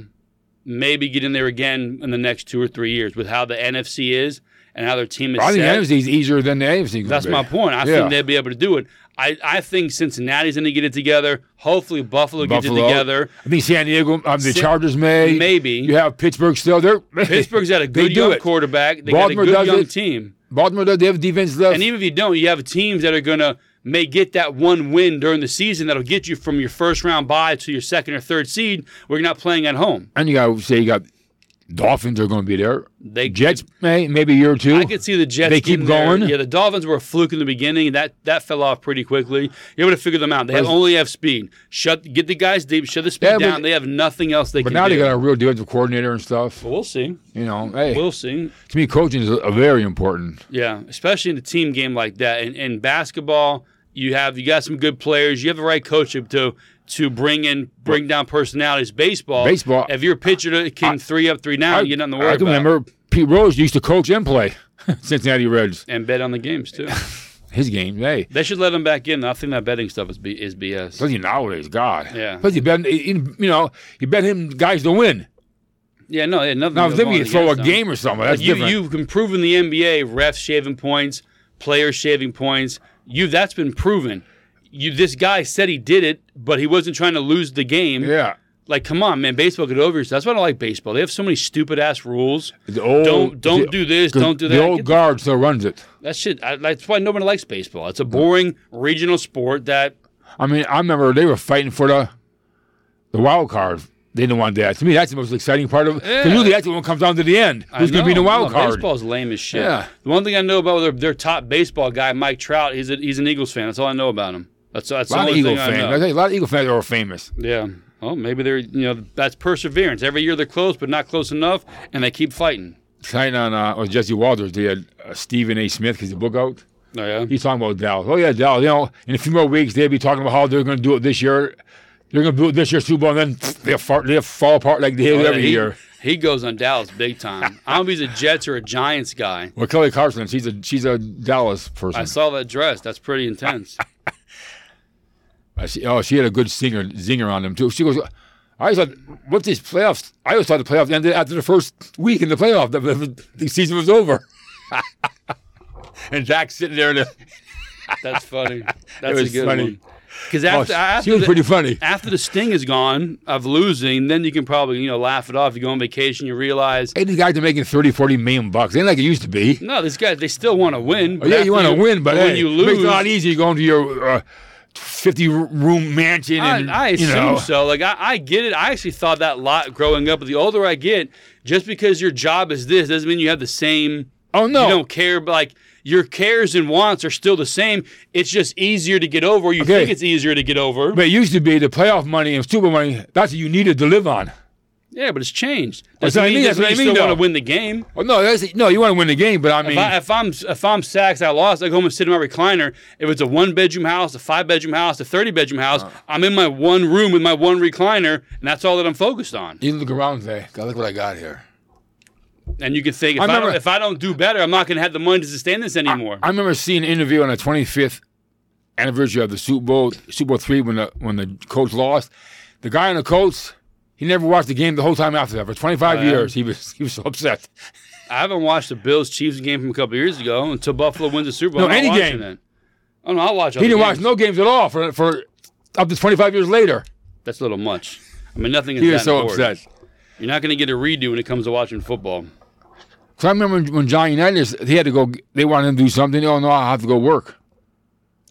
[SPEAKER 1] maybe get in there again in the next two or three years with how the NFC is and how their team is.
[SPEAKER 2] I think
[SPEAKER 1] set.
[SPEAKER 2] the NFC is easier than the AFC. gonna
[SPEAKER 1] That's
[SPEAKER 2] be.
[SPEAKER 1] my point. I
[SPEAKER 2] Yeah.
[SPEAKER 1] think they'll be able to do it. I, I think Cincinnati's going to get it together. Hopefully, Buffalo, gets it
[SPEAKER 2] Buffalo.
[SPEAKER 1] together.
[SPEAKER 2] I think San Diego, um, the
[SPEAKER 1] Sa-
[SPEAKER 2] Chargers may.
[SPEAKER 1] Maybe.
[SPEAKER 2] You have Pittsburgh still. They're,
[SPEAKER 1] Pittsburgh's got a
[SPEAKER 2] They
[SPEAKER 1] good
[SPEAKER 2] do
[SPEAKER 1] young
[SPEAKER 2] it.
[SPEAKER 1] quarterback. They
[SPEAKER 2] Baltimore
[SPEAKER 1] got a
[SPEAKER 2] does
[SPEAKER 1] good young
[SPEAKER 2] it.
[SPEAKER 1] team.
[SPEAKER 2] Baltimore, does- they have defense left.
[SPEAKER 1] And even if you don't, you have teams that are going to may get that one win during the season that'll get you from your first round bye to your second or third seed where you're not playing at home.
[SPEAKER 2] and you got to say you got Dolphins are going to be there.
[SPEAKER 1] They
[SPEAKER 2] Jets may, maybe a year or two.
[SPEAKER 1] I could see the Jets.
[SPEAKER 2] They keep
[SPEAKER 1] getting there.
[SPEAKER 2] going?
[SPEAKER 1] Yeah, the Dolphins were a fluke in the beginning. That that fell off pretty quickly. You able to figure them out. They have, only have speed. Shut get the guys deep. Shut the speed
[SPEAKER 2] Yeah, but-
[SPEAKER 1] down. They have nothing else they
[SPEAKER 2] but
[SPEAKER 1] can
[SPEAKER 2] now
[SPEAKER 1] do.
[SPEAKER 2] they got a real defensive coordinator and stuff.
[SPEAKER 1] We'll see.
[SPEAKER 2] You know, hey,
[SPEAKER 1] We'll see.
[SPEAKER 2] to me, coaching is a, a very important.
[SPEAKER 1] Yeah, especially in a team game like that. And in basketball, you have you got some good players. You have the right coach to to bring in bring down personalities. Baseball,
[SPEAKER 2] Baseball-
[SPEAKER 1] If your pitcher that can three up, three down, you are nothing to worry
[SPEAKER 2] I can
[SPEAKER 1] about.
[SPEAKER 2] remember Pete Rose used to coach and play Cincinnati Reds.
[SPEAKER 1] And bet on the games too.
[SPEAKER 2] His games, hey.
[SPEAKER 1] they should let them back in. I think that betting stuff is B, is BS.
[SPEAKER 2] Especially nowadays, God.
[SPEAKER 1] Yeah.
[SPEAKER 2] Plus, you bet, you know, you bet him guys to win.
[SPEAKER 1] Yeah, no, yeah, nothing.
[SPEAKER 2] Now,
[SPEAKER 1] goes
[SPEAKER 2] if they
[SPEAKER 1] on
[SPEAKER 2] can
[SPEAKER 1] against
[SPEAKER 2] throw a
[SPEAKER 1] them.
[SPEAKER 2] game or something, that's
[SPEAKER 1] you
[SPEAKER 2] different.
[SPEAKER 1] you've been proven the NBA refs shaving points, players shaving points. You that's been proven. You this guy said he did it, but he wasn't trying to lose the game.
[SPEAKER 2] yeah.
[SPEAKER 1] Like, come on, man! Baseball get over yourself. That's why I don't like baseball. They have so many stupid ass rules.
[SPEAKER 2] The old,
[SPEAKER 1] Don't don't
[SPEAKER 2] the-
[SPEAKER 1] do this.
[SPEAKER 2] Oh, the-
[SPEAKER 1] Don't do that.
[SPEAKER 2] The old
[SPEAKER 1] Get-
[SPEAKER 2] guard still runs it.
[SPEAKER 1] that shit. I, that's why nobody likes baseball. It's a boring regional sport. That
[SPEAKER 2] I mean, I remember they were fighting for the the wild card. They didn't want that. To me, that's the most exciting part of it.
[SPEAKER 1] Yeah.
[SPEAKER 2] Usually, that's the one that comes down to the end.
[SPEAKER 1] I
[SPEAKER 2] Who's going to be in the
[SPEAKER 1] know.
[SPEAKER 2] wild
[SPEAKER 1] No,
[SPEAKER 2] card?
[SPEAKER 1] Baseball's lame as shit.
[SPEAKER 2] Yeah.
[SPEAKER 1] The one thing I know about their, their top baseball guy, Mike Trout, he's a, he's an Eagles fan. That's all I know about him. That's that's
[SPEAKER 2] A
[SPEAKER 1] the
[SPEAKER 2] lot of
[SPEAKER 1] only
[SPEAKER 2] Eagle
[SPEAKER 1] thing I know.
[SPEAKER 2] fans. I tell you, a lot of Eagle fans are famous.
[SPEAKER 1] Yeah. Well, maybe they're you know that's perseverance. Every year they're close, but not close enough, and they keep fighting.
[SPEAKER 2] Tonight on uh, was Jesse Walters. They had uh, Stephen A. Smith. He's a book out.
[SPEAKER 1] Oh yeah.
[SPEAKER 2] He's talking about Dallas. Oh yeah, Dallas. You know, in a few more weeks they'll be talking about how they're going to do it this year. They're going to do it this year Super Bowl, and then they'll, fart, they'll fall apart like they do
[SPEAKER 1] Oh, yeah,
[SPEAKER 2] every
[SPEAKER 1] he,
[SPEAKER 2] year.
[SPEAKER 1] He goes on Dallas big time. I don't know if he's a Jets or a Giants guy.
[SPEAKER 2] Well, Kelly Carson, she's a she's a Dallas person.
[SPEAKER 1] I saw that dress. That's pretty intense.
[SPEAKER 2] I see, oh, she had a good singer zinger on them too. She goes, I always thought, what's these playoffs? I always thought the playoffs ended after the first week in the playoff. The, the, the season was over. and Jack's sitting there. In the,
[SPEAKER 1] That's funny.
[SPEAKER 2] It
[SPEAKER 1] That's a
[SPEAKER 2] was
[SPEAKER 1] good
[SPEAKER 2] funny.
[SPEAKER 1] one. Because
[SPEAKER 2] oh,
[SPEAKER 1] after, after
[SPEAKER 2] she was
[SPEAKER 1] the-
[SPEAKER 2] pretty funny.
[SPEAKER 1] after the sting is gone of losing, then you can probably you know laugh it off. You go on vacation, you realize
[SPEAKER 2] Hey, these guys are making 30, 40 million bucks. Ain't like it used to be.
[SPEAKER 1] no, this guy they still want to win.
[SPEAKER 2] Oh, yeah, you want to win, but
[SPEAKER 1] when
[SPEAKER 2] hey,
[SPEAKER 1] you
[SPEAKER 2] it makes it a
[SPEAKER 1] lose,
[SPEAKER 2] lot easier going to your uh, 50 room mansion. And,
[SPEAKER 1] I, I
[SPEAKER 2] you
[SPEAKER 1] assume
[SPEAKER 2] know,
[SPEAKER 1] so. Like I, I get it. I actually thought that a lot growing up. But the older I get, just because your job is this doesn't mean you have the same.
[SPEAKER 2] Oh, no.
[SPEAKER 1] You don't care, but like your cares and wants are still the same. It's just easier to get over. You
[SPEAKER 2] Okay.
[SPEAKER 1] think it's easier to get over.
[SPEAKER 2] But it used to be the playoff money and Super Bowl money, that's what you needed to live on.
[SPEAKER 1] Yeah, but it's changed.
[SPEAKER 2] That's
[SPEAKER 1] Doesn't
[SPEAKER 2] what I mean, that's
[SPEAKER 1] doesn't
[SPEAKER 2] what I
[SPEAKER 1] you
[SPEAKER 2] mean,
[SPEAKER 1] Still want
[SPEAKER 2] though.
[SPEAKER 1] to win the game.
[SPEAKER 2] Well, Oh, no, that's, no, you want to win the game, but I
[SPEAKER 1] If,
[SPEAKER 2] mean,
[SPEAKER 1] I, if I'm if I'm sacked, I lost. I go home and sit in my recliner. If it's a one bedroom house, a five bedroom house, a thirty bedroom house, I'm in my one room with my one recliner, and that's all that I'm focused on.
[SPEAKER 2] you look around and say, God, look what I got here.
[SPEAKER 1] And you can think if
[SPEAKER 2] I
[SPEAKER 1] I, don't,
[SPEAKER 2] remember-
[SPEAKER 1] if I don't do better, I'm not going to have the money to sustain this anymore.
[SPEAKER 2] I remember seeing an interview on the 25th anniversary of the Super Bowl, Super Bowl three, when the when the coach lost. The guy on the Colts, he never watched the game the whole time after that. For 25
[SPEAKER 1] Oh, yeah?
[SPEAKER 2] years, he was he was so upset.
[SPEAKER 1] I haven't watched the Bills Chiefs game from a couple years ago until Buffalo wins the Super Bowl.
[SPEAKER 2] No,
[SPEAKER 1] I'm not
[SPEAKER 2] any
[SPEAKER 1] watching
[SPEAKER 2] game.
[SPEAKER 1] It. Oh no, I'll watch.
[SPEAKER 2] He didn't watch no games at all for for up to 25 years later.
[SPEAKER 1] That's a little much. I mean, nothing is
[SPEAKER 2] He
[SPEAKER 1] that
[SPEAKER 2] was so
[SPEAKER 1] important.
[SPEAKER 2] upset.
[SPEAKER 1] You're not going to get a redo when it comes to watching football.
[SPEAKER 2] So I remember when John Unitas, he had to go. They wanted him to do something. Oh no, I have to go work.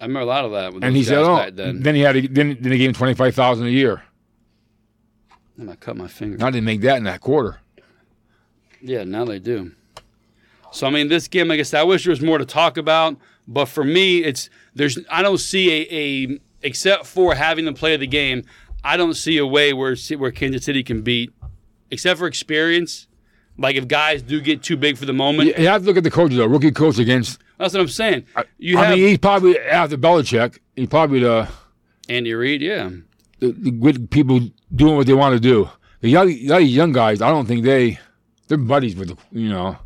[SPEAKER 1] I remember a lot of that. With
[SPEAKER 2] And he
[SPEAKER 1] those
[SPEAKER 2] said,
[SPEAKER 1] guys
[SPEAKER 2] oh.
[SPEAKER 1] back
[SPEAKER 2] Then.
[SPEAKER 1] then.
[SPEAKER 2] he had to, then then they gave him 25,000 a year.
[SPEAKER 1] And I cut my finger.
[SPEAKER 2] And I didn't make that in that quarter.
[SPEAKER 1] Yeah, now they do. So I mean, this game, like I said, I wish there was more to talk about. But for me, it's there's I don't see a, a except for having them play the game, I don't see a way where ci- where Kansas City can beat, except for experience. Like if guys do get too big for the moment,
[SPEAKER 2] You have to look at the coaches though. Rookie coach against
[SPEAKER 1] that's what I'm saying. You
[SPEAKER 2] I
[SPEAKER 1] have
[SPEAKER 2] mean, he's probably after Belichick. He's probably the,
[SPEAKER 1] Andy Reid, yeah.
[SPEAKER 2] the, the good people doing what they want to do. The young, young, young guys, I don't think they they're buddies with the, you know.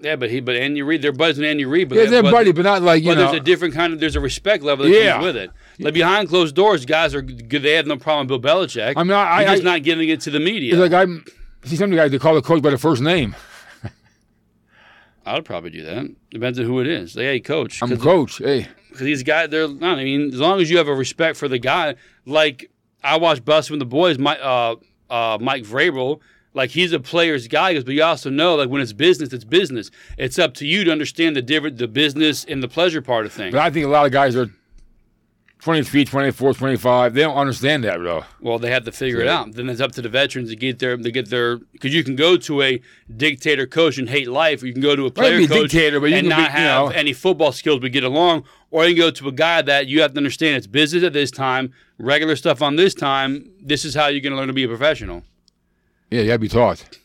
[SPEAKER 1] Yeah, but he, but Andy Reid, they're buds and Andy Reid, but
[SPEAKER 2] Yeah,
[SPEAKER 1] that
[SPEAKER 2] they're
[SPEAKER 1] bud-
[SPEAKER 2] buddies, but not like you
[SPEAKER 1] But
[SPEAKER 2] know.
[SPEAKER 1] there's a different kind of there's a respect level that
[SPEAKER 2] Yeah.
[SPEAKER 1] comes with it. Like behind closed doors, guys are good. They have no problem with Bill Belichick.
[SPEAKER 2] I mean, I-
[SPEAKER 1] You're
[SPEAKER 2] I-
[SPEAKER 1] just not giving it to the media.
[SPEAKER 2] it's like I'm see some of the guys they call the coach by the first name.
[SPEAKER 1] I would probably do that. Depends on who it is. Like, hey, coach,
[SPEAKER 2] I'm coach. Hey,
[SPEAKER 1] because these guys, they're. I mean, as long as you have a respect for the guy, like I watched Busting with the Boys, my, uh, uh, Mike Vrabel. Like he's a player's guy, he goes, but you also know, like when it's business, it's business. It's up to you to understand the different, the business and the pleasure part of things.
[SPEAKER 2] but I think a lot of guys are 23, 24, 25. They don't understand that though.
[SPEAKER 1] Well, they have to figure it
[SPEAKER 2] Yeah.
[SPEAKER 1] out. Then it's up to the veterans to get their to get their because you can go to a dictator coach and hate life, or you can go to a
[SPEAKER 2] Well, you
[SPEAKER 1] player
[SPEAKER 2] can be a
[SPEAKER 1] coach
[SPEAKER 2] dictator, but you
[SPEAKER 1] and
[SPEAKER 2] can be-
[SPEAKER 1] not
[SPEAKER 2] you
[SPEAKER 1] have
[SPEAKER 2] know.
[SPEAKER 1] any football skills but get along, or you can go to a guy that you have to understand it's business at this time, regular stuff on this time. This is how you're going to learn to be a professional,
[SPEAKER 2] Yeah, you got to be taught.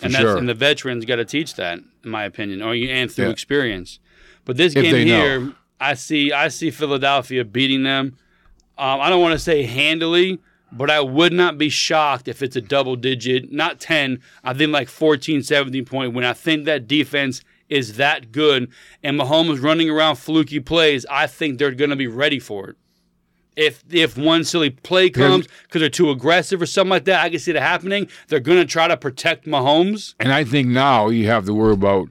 [SPEAKER 1] and
[SPEAKER 2] sure.
[SPEAKER 1] and the veterans got to teach that, in my opinion, or you and through
[SPEAKER 2] Yeah.
[SPEAKER 1] experience. But this
[SPEAKER 2] If
[SPEAKER 1] game
[SPEAKER 2] they know.
[SPEAKER 1] here, I see I see Philadelphia beating them. Um, I don't want to say handily, but I would not be shocked if it's a double digit, not 10, I think like 14, 17 point win. I think that defense is that good. And Mahomes running around fluky plays, I think they're going to be ready for it. If if one silly play comes because they're too aggressive or something like that, I can see that happening. They're going to try to protect Mahomes.
[SPEAKER 2] And I think now you have to worry about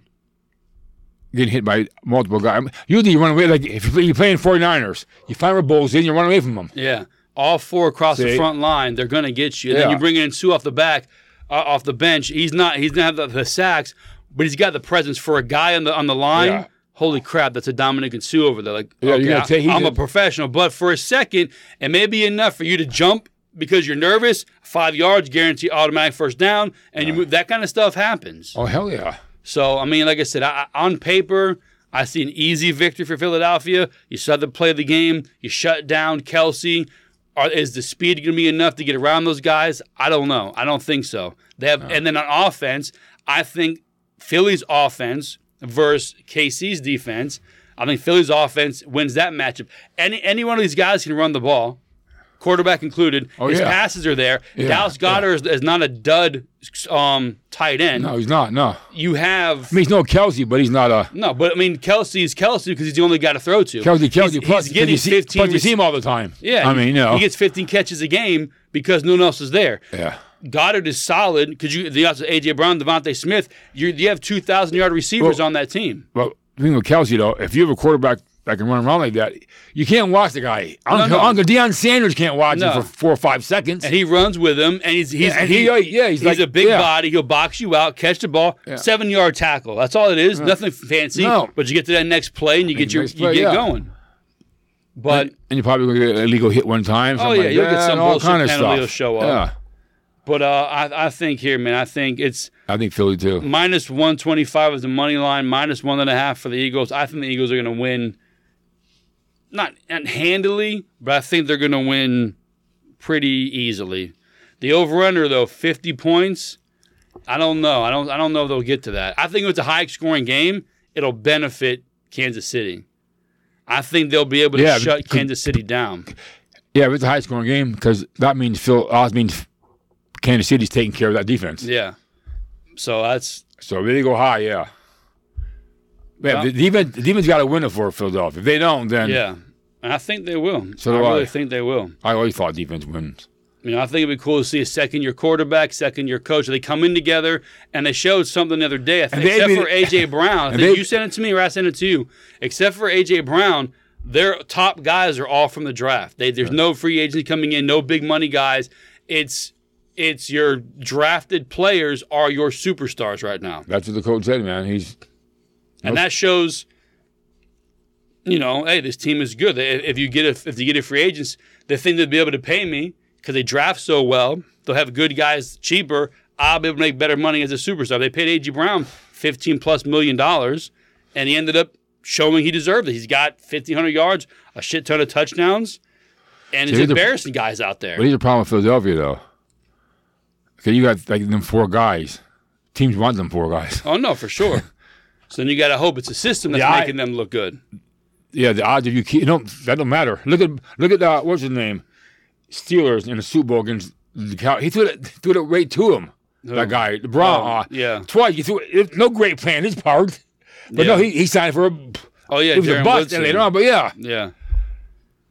[SPEAKER 2] getting hit by multiple guys. I mean, usually you run away, like if you're playing 49ers, you find where Bulls in, you run away from them.
[SPEAKER 1] Yeah, all four across the
[SPEAKER 2] See?
[SPEAKER 1] front line, they're going to get you. And Then
[SPEAKER 2] Yeah.
[SPEAKER 1] you bring in Sue off the back, uh, off the bench. He's not. He's not have the, the sacks, but he's got the presence for a guy on the on the line.
[SPEAKER 2] Yeah.
[SPEAKER 1] Holy crap, that's a Dominic and Sue over there. Like,
[SPEAKER 2] Yeah, you're
[SPEAKER 1] okay,
[SPEAKER 2] gonna
[SPEAKER 1] I-
[SPEAKER 2] take- he's
[SPEAKER 1] I'm a,
[SPEAKER 2] a-
[SPEAKER 1] professional, but for a second, it may be enough for you to jump because you're nervous. Five yards, guarantee automatic first down, and you move. That kind of stuff happens.
[SPEAKER 2] Oh, hell yeah.
[SPEAKER 1] So I mean, like I said, I, I- on paper, I see an easy victory for Philadelphia. You start to play the game. You shut down Kelsey. Are, is the speed going to be enough to get around those guys? I don't know. I don't think so. They have, and then on offense, I think Philly's offense versus KC's defense. I think Philly's offense wins that matchup. Any any one of these guys can run the ball, quarterback included. His
[SPEAKER 2] Oh, yeah.
[SPEAKER 1] passes are there. Dallas Goddard is, is not a dud um, tight end.
[SPEAKER 2] No, he's not. No. I
[SPEAKER 1] You have
[SPEAKER 2] mean, he's no Kelsey, but he's not a.
[SPEAKER 1] no, but I mean, Kelsey is Kelsey because he's the only guy to throw to.
[SPEAKER 2] Kelsey, Kelsey,
[SPEAKER 1] he's
[SPEAKER 2] plus,
[SPEAKER 1] getting
[SPEAKER 2] you see,
[SPEAKER 1] 15
[SPEAKER 2] plus you
[SPEAKER 1] rec-
[SPEAKER 2] see him all the time.
[SPEAKER 1] Yeah,
[SPEAKER 2] I
[SPEAKER 1] he-
[SPEAKER 2] mean, you know.
[SPEAKER 1] he gets 15 catches a game because no one else is there.
[SPEAKER 2] yeah.
[SPEAKER 1] Goddard is solid because you the also AJ Brown, Devontae Smith. You you have 2,000 yard receivers on that team.
[SPEAKER 2] Well, the thing with Kelsey, though, if you have a quarterback that can run around like that, you can't watch the guy. Uncle,
[SPEAKER 1] no.
[SPEAKER 2] Uncle Deion Sanders can't watch
[SPEAKER 1] No.
[SPEAKER 2] him for four or five seconds.
[SPEAKER 1] And he runs with him, and he's he's
[SPEAKER 2] Yeah, and he- uh, yeah, he's like-
[SPEAKER 1] a big
[SPEAKER 2] yeah.
[SPEAKER 1] body. He'll box you out, catch the ball, seven yard tackle. That's all it is. Nothing fancy.
[SPEAKER 2] No.
[SPEAKER 1] But you get to that next play and you get your
[SPEAKER 2] next
[SPEAKER 1] you
[SPEAKER 2] play,
[SPEAKER 1] get
[SPEAKER 2] yeah.
[SPEAKER 1] going. But
[SPEAKER 2] and you're probably going to get an illegal hit one time.
[SPEAKER 1] Oh,
[SPEAKER 2] something
[SPEAKER 1] yeah,
[SPEAKER 2] like
[SPEAKER 1] you'll
[SPEAKER 2] that,
[SPEAKER 1] get some
[SPEAKER 2] and all
[SPEAKER 1] bullshit
[SPEAKER 2] kind of
[SPEAKER 1] penalty
[SPEAKER 2] stuff.
[SPEAKER 1] will show up. but uh, I I think here, man, I think it's.
[SPEAKER 2] Yeah, I think Philly too.
[SPEAKER 1] minus 125 is the money line, minus one and a half for the Eagles. I think the Eagles are going to win, not not handily, but I think they're going to win pretty easily. The The over under though, fifty points. I don't know. I don't. I don't know if they'll get to that. I think if it's a high scoring game, it'll benefit Kansas City. I think they'll be able to
[SPEAKER 2] Yeah,
[SPEAKER 1] shut
[SPEAKER 2] could-
[SPEAKER 1] Kansas City down.
[SPEAKER 2] Yeah, if it's a high scoring game because that means Phil Oz means Kansas City's taking care of that defense.
[SPEAKER 1] Yeah. So that's
[SPEAKER 2] So if they go high, yeah. Yeah,
[SPEAKER 1] Well-
[SPEAKER 2] the defense, the defense got to win it for Philadelphia. If they don't, then
[SPEAKER 1] yeah. And I think they will.
[SPEAKER 2] So
[SPEAKER 1] I
[SPEAKER 2] do
[SPEAKER 1] really
[SPEAKER 2] I.
[SPEAKER 1] think they will.
[SPEAKER 2] I always thought defense wins.
[SPEAKER 1] You know, I think it'd be cool to see a second year quarterback, second year coach. They come in together and they showed something the other day. I think,
[SPEAKER 2] they'd
[SPEAKER 1] except
[SPEAKER 2] be-
[SPEAKER 1] for AJ Brown, I
[SPEAKER 2] and
[SPEAKER 1] think
[SPEAKER 2] they'd-
[SPEAKER 1] you sent it to me or I sent it to you. Except for AJ Brown, their top guys are all from the draft. They, there's no free agency coming in, no big money guys. It's it's your drafted players are your superstars right now,
[SPEAKER 2] That's what the coach said, man. He's
[SPEAKER 1] and that shows. You know, hey, this team is good. They- If you get a if you get a free agents, they think they'll be able to pay me because they draft so well. They'll have good guys cheaper. I'll be able to make better money as a superstar. They paid A.G. Brown fifteen plus million dollars, and he ended up showing he deserved it. He's got fifteen hundred yards, a shit ton of touchdowns, and it's
[SPEAKER 2] Dude, the-
[SPEAKER 1] embarrassing guys out there.
[SPEAKER 2] But here's the problem with Philadelphia, though. Okay, you got like them four guys. Teams want them four guys.
[SPEAKER 1] Oh no, for sure. so then you got to hope it's a system that's
[SPEAKER 2] Yeah, I-
[SPEAKER 1] making them look good.
[SPEAKER 2] Yeah, the odds of you keep no, that don't matter. Look at look at uh, what's his name, Steelers in the Super Bowl against the Cow. He threw it threw it right to him. That guy, LeBron.
[SPEAKER 1] Oh,
[SPEAKER 2] uh,
[SPEAKER 1] yeah.
[SPEAKER 2] twice. He threw it, no great plan his part, but no,
[SPEAKER 1] Yeah.
[SPEAKER 2] he, he signed for a.
[SPEAKER 1] Oh yeah,
[SPEAKER 2] It was
[SPEAKER 1] Darren
[SPEAKER 2] a bust
[SPEAKER 1] Woodson.
[SPEAKER 2] later on, but yeah,
[SPEAKER 1] Yeah.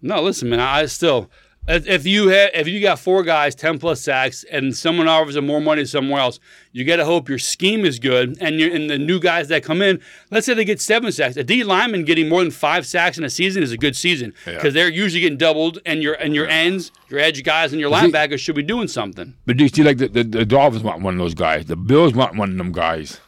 [SPEAKER 1] No, listen, man. I still, if if you had, if you got four guys, ten plus sacks, and someone offers them more money somewhere else, you got to hope your scheme is good, and you and the new guys that come in. Let's say they get seven sacks. A D lineman getting more than five sacks in a season is a good season
[SPEAKER 2] Yeah.
[SPEAKER 1] because they're usually getting doubled, and your and your ends, your edge guys, and your
[SPEAKER 2] he-
[SPEAKER 1] linebackers should be doing something.
[SPEAKER 2] but do you see like the, the the Dolphins want one of those guys, the Bills want one of them guys,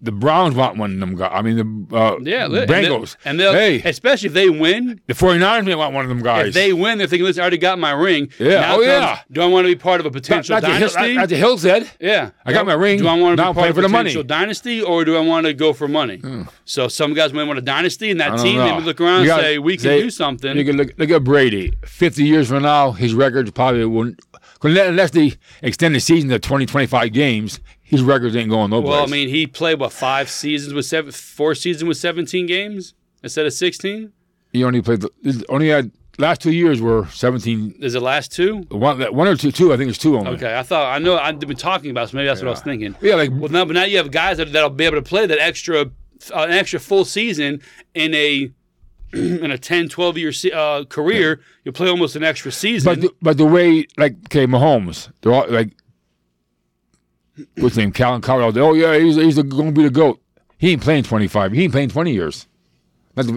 [SPEAKER 2] the Browns want one of them guys. I mean the uh,
[SPEAKER 1] Yeah, li- and they-
[SPEAKER 2] Bengals
[SPEAKER 1] and they'll,
[SPEAKER 2] hey,
[SPEAKER 1] especially if they win,
[SPEAKER 2] The 49ers may want one of them guys.
[SPEAKER 1] if they win, they're thinking, "Listen, I already got my ring.
[SPEAKER 2] Yeah.
[SPEAKER 1] Now
[SPEAKER 2] Oh,
[SPEAKER 1] comes,
[SPEAKER 2] yeah.
[SPEAKER 1] Do I want to be part of a potential
[SPEAKER 2] Not- not the Hill-
[SPEAKER 1] dynasty?
[SPEAKER 2] not- not the Hill said.
[SPEAKER 1] Yeah,
[SPEAKER 2] I got my ring.
[SPEAKER 1] Do I want to
[SPEAKER 2] Now
[SPEAKER 1] be part
[SPEAKER 2] play
[SPEAKER 1] of
[SPEAKER 2] for the money. Hmm.
[SPEAKER 1] potential dynasty, or do I want to go for money? So some guys may want a dynasty, and
[SPEAKER 2] I
[SPEAKER 1] that
[SPEAKER 2] don't
[SPEAKER 1] team
[SPEAKER 2] know.
[SPEAKER 1] maybe look around
[SPEAKER 2] You
[SPEAKER 1] and
[SPEAKER 2] gotta-
[SPEAKER 1] say we can
[SPEAKER 2] they-
[SPEAKER 1] do something.
[SPEAKER 2] You can look, look at Brady. 50 years from now, his records probably won't. Unless they extend the season to 20, 25 games, his records ain't going nowhere.
[SPEAKER 1] well, I mean, he played what five seasons with seven, four seasons with seventeen games instead of sixteen.
[SPEAKER 2] he only played, the, only had, last two years were 17,
[SPEAKER 1] Is it last two?
[SPEAKER 2] one, one or two, two, I think it's two only.
[SPEAKER 1] Okay, I thought I know I've been talking about, so maybe that's what I was thinking.
[SPEAKER 2] Yeah, like,
[SPEAKER 1] Well, now, but now you have guys that, that'll be able to play that extra, uh, an extra full season in a in a 10, 12 year se- uh, career. You play almost an extra season.
[SPEAKER 2] but the, but the way, like, okay, Mahomes, they're all, like, what's his name, Colin Cowell, oh, yeah, he's, he's going to be the GOAT. He ain't playing 25, he ain't playing 20 years. Like,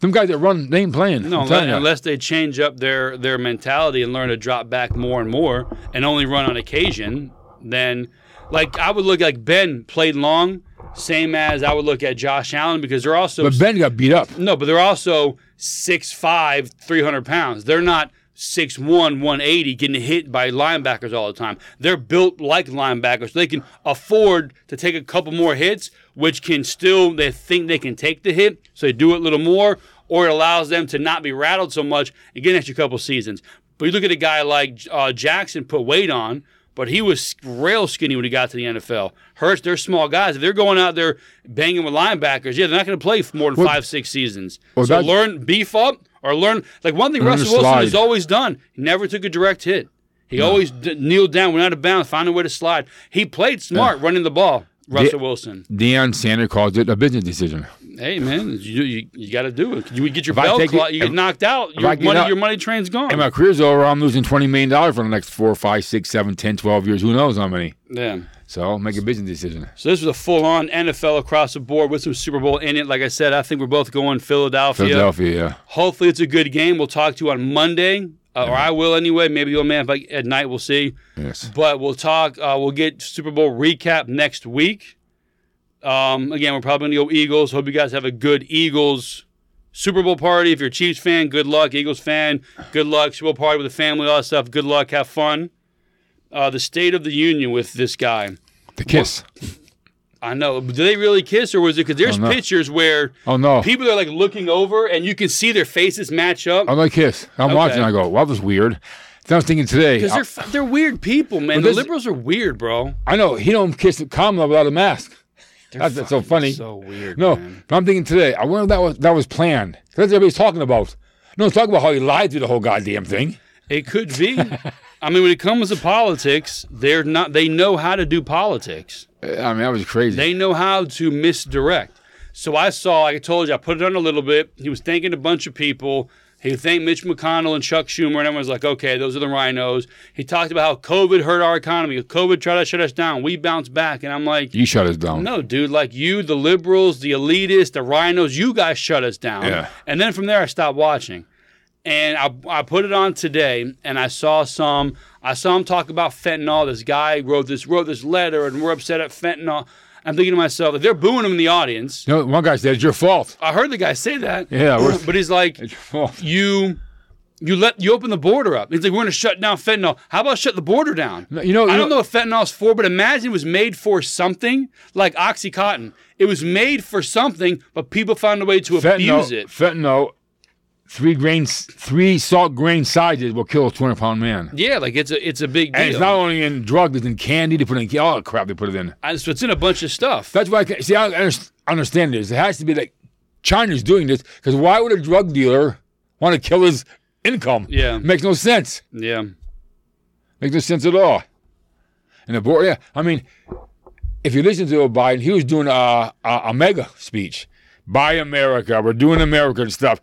[SPEAKER 2] them guys that run, they ain't playing.
[SPEAKER 1] No,
[SPEAKER 2] I'm
[SPEAKER 1] unless,
[SPEAKER 2] telling you.
[SPEAKER 1] unless they change up their their mentality and learn to drop back more and more and only run on occasion, then like I would look like Ben played long, same as I would look at Josh Allen because they're also
[SPEAKER 2] But Ben got beat up.
[SPEAKER 1] no, but they're also 6'5", 300 pounds. They're not 6'1", 180 getting hit by linebackers all the time. They're built like linebackers. They can afford to take a couple more hits, which can still they think they can take the hit, so they do it a little more, or it allows them to not be rattled so much and get an extra couple seasons. But you look at a guy like uh, Jackson put weight on, but he was real skinny when he got to the NFL. Hurts, they're small guys. If they're going out there banging with linebackers, yeah, they're not going to play for more than five, six seasons. so
[SPEAKER 2] that-
[SPEAKER 1] learn, beef up, or learn. Like one thing
[SPEAKER 2] Learn to
[SPEAKER 1] Russell Wilson has
[SPEAKER 2] slide.
[SPEAKER 1] always done, he never took a direct hit. He always d- kneeled down, went out of bounds, found a way to slide. He played smart running the ball, Russell Wilson.
[SPEAKER 2] Deion Sanders calls it a business decision.
[SPEAKER 1] Hey, man, you, you, you got to do it. You would get your
[SPEAKER 2] I
[SPEAKER 1] bell
[SPEAKER 2] take it-
[SPEAKER 1] clock, you get
[SPEAKER 2] if-
[SPEAKER 1] knocked out, your
[SPEAKER 2] I get
[SPEAKER 1] money,
[SPEAKER 2] out-
[SPEAKER 1] your money train's gone.
[SPEAKER 2] And my career's over. I'm losing $20 million for the next four, five, six, seven, 10, 12 years. Who knows how many?
[SPEAKER 1] yeah.
[SPEAKER 2] So make a business decision.
[SPEAKER 1] So this was a full-on NFL across the board with some Super Bowl in it. Like I said, I think we're both going Philadelphia.
[SPEAKER 2] Philadelphia, yeah.
[SPEAKER 1] Hopefully, it's a good game. We'll talk to you on Monday, uh, or I will anyway. Maybe the old man if I, at night. We'll see.
[SPEAKER 2] Yes.
[SPEAKER 1] But we'll talk. Uh, we'll get Super Bowl recap next week. Um, again, we're probably going to go Eagles. Hope you guys have a good Eagles Super Bowl party. If you're a Chiefs fan, good luck. Eagles fan, good luck. Super Bowl party with the family, all that stuff. Good luck. Have fun. Uh, the State of the Union with this guy.
[SPEAKER 2] The kiss.
[SPEAKER 1] I know. but Do they really kiss, or was it because there's
[SPEAKER 2] Oh, no.
[SPEAKER 1] pictures where
[SPEAKER 2] Oh, no.
[SPEAKER 1] people are like looking over and you can see their faces match up?
[SPEAKER 2] Oh, no kiss. I'm watching. I go, well, that was weird. I was thinking today.
[SPEAKER 1] Because
[SPEAKER 2] I-
[SPEAKER 1] they're f- they're weird people, man.
[SPEAKER 2] Well,
[SPEAKER 1] The
[SPEAKER 2] this-
[SPEAKER 1] liberals are weird, bro.
[SPEAKER 2] I know he don't kiss Kamala without a mask. That's, that's so
[SPEAKER 1] fucking
[SPEAKER 2] funny.
[SPEAKER 1] So weird.
[SPEAKER 2] no,
[SPEAKER 1] man.
[SPEAKER 2] but I'm thinking today. I wonder if that was that was planned. 'Cause That's what everybody's talking about. No one's talking about how he lied through the whole goddamn thing.
[SPEAKER 1] it could be. I mean, when it comes to politics, they're not. They know how to do politics.
[SPEAKER 2] Uh, I mean, that was crazy.
[SPEAKER 1] They know how to misdirect. So I saw, like I told you, I put it on a little bit. He was thanking a bunch of people. He thanked Mitch McConnell and Chuck Schumer, and everyone's like, okay, those are the rhinos. He talked about how COVID hurt our economy. COVID tried to shut us down. We bounced back. And I'm like,
[SPEAKER 2] you shut us down.
[SPEAKER 1] no, dude, like you, the liberals, the elitists, the rhinos, you guys shut us down.
[SPEAKER 2] Yeah.
[SPEAKER 1] And then from there, I stopped watching. And I, I put it on today, and I saw some. I saw him talk about fentanyl. This guy wrote this wrote this letter, and we're upset at fentanyl. I'm thinking to myself, if they're booing him in the audience,
[SPEAKER 2] You know, one guy said it's your fault.
[SPEAKER 1] I heard the guy say that.
[SPEAKER 2] Yeah, we're-
[SPEAKER 1] but he's like,
[SPEAKER 2] It's your fault.
[SPEAKER 1] you, you let you open the border up. He's like, we're going to shut down fentanyl. How about shut the border down?
[SPEAKER 2] You know,
[SPEAKER 1] I
[SPEAKER 2] you
[SPEAKER 1] don't know what fentanyl's for, but imagine it was made for something like OxyContin. It was made for something, but people found a way to abuse
[SPEAKER 2] fentanyl,
[SPEAKER 1] it.
[SPEAKER 2] fentanyl, three grains, three salt grain sizes will kill a 200 pound man.
[SPEAKER 1] Yeah, like it's a it's a big deal.
[SPEAKER 2] And it's not only in drugs, it's in candy. They put it in all the crap they put it in.
[SPEAKER 1] I- so it's in a bunch of stuff.
[SPEAKER 2] That's why I can, see, I underst- understand this. It has to be like China's doing this because why would a drug dealer want to kill his income?
[SPEAKER 1] Yeah.
[SPEAKER 2] Makes no sense.
[SPEAKER 1] yeah,
[SPEAKER 2] Makes no sense at all. And the board, yeah. I mean, if you listen to Joe Biden, he was doing a, a, a mega speech. Buy America. We're doing America and stuff.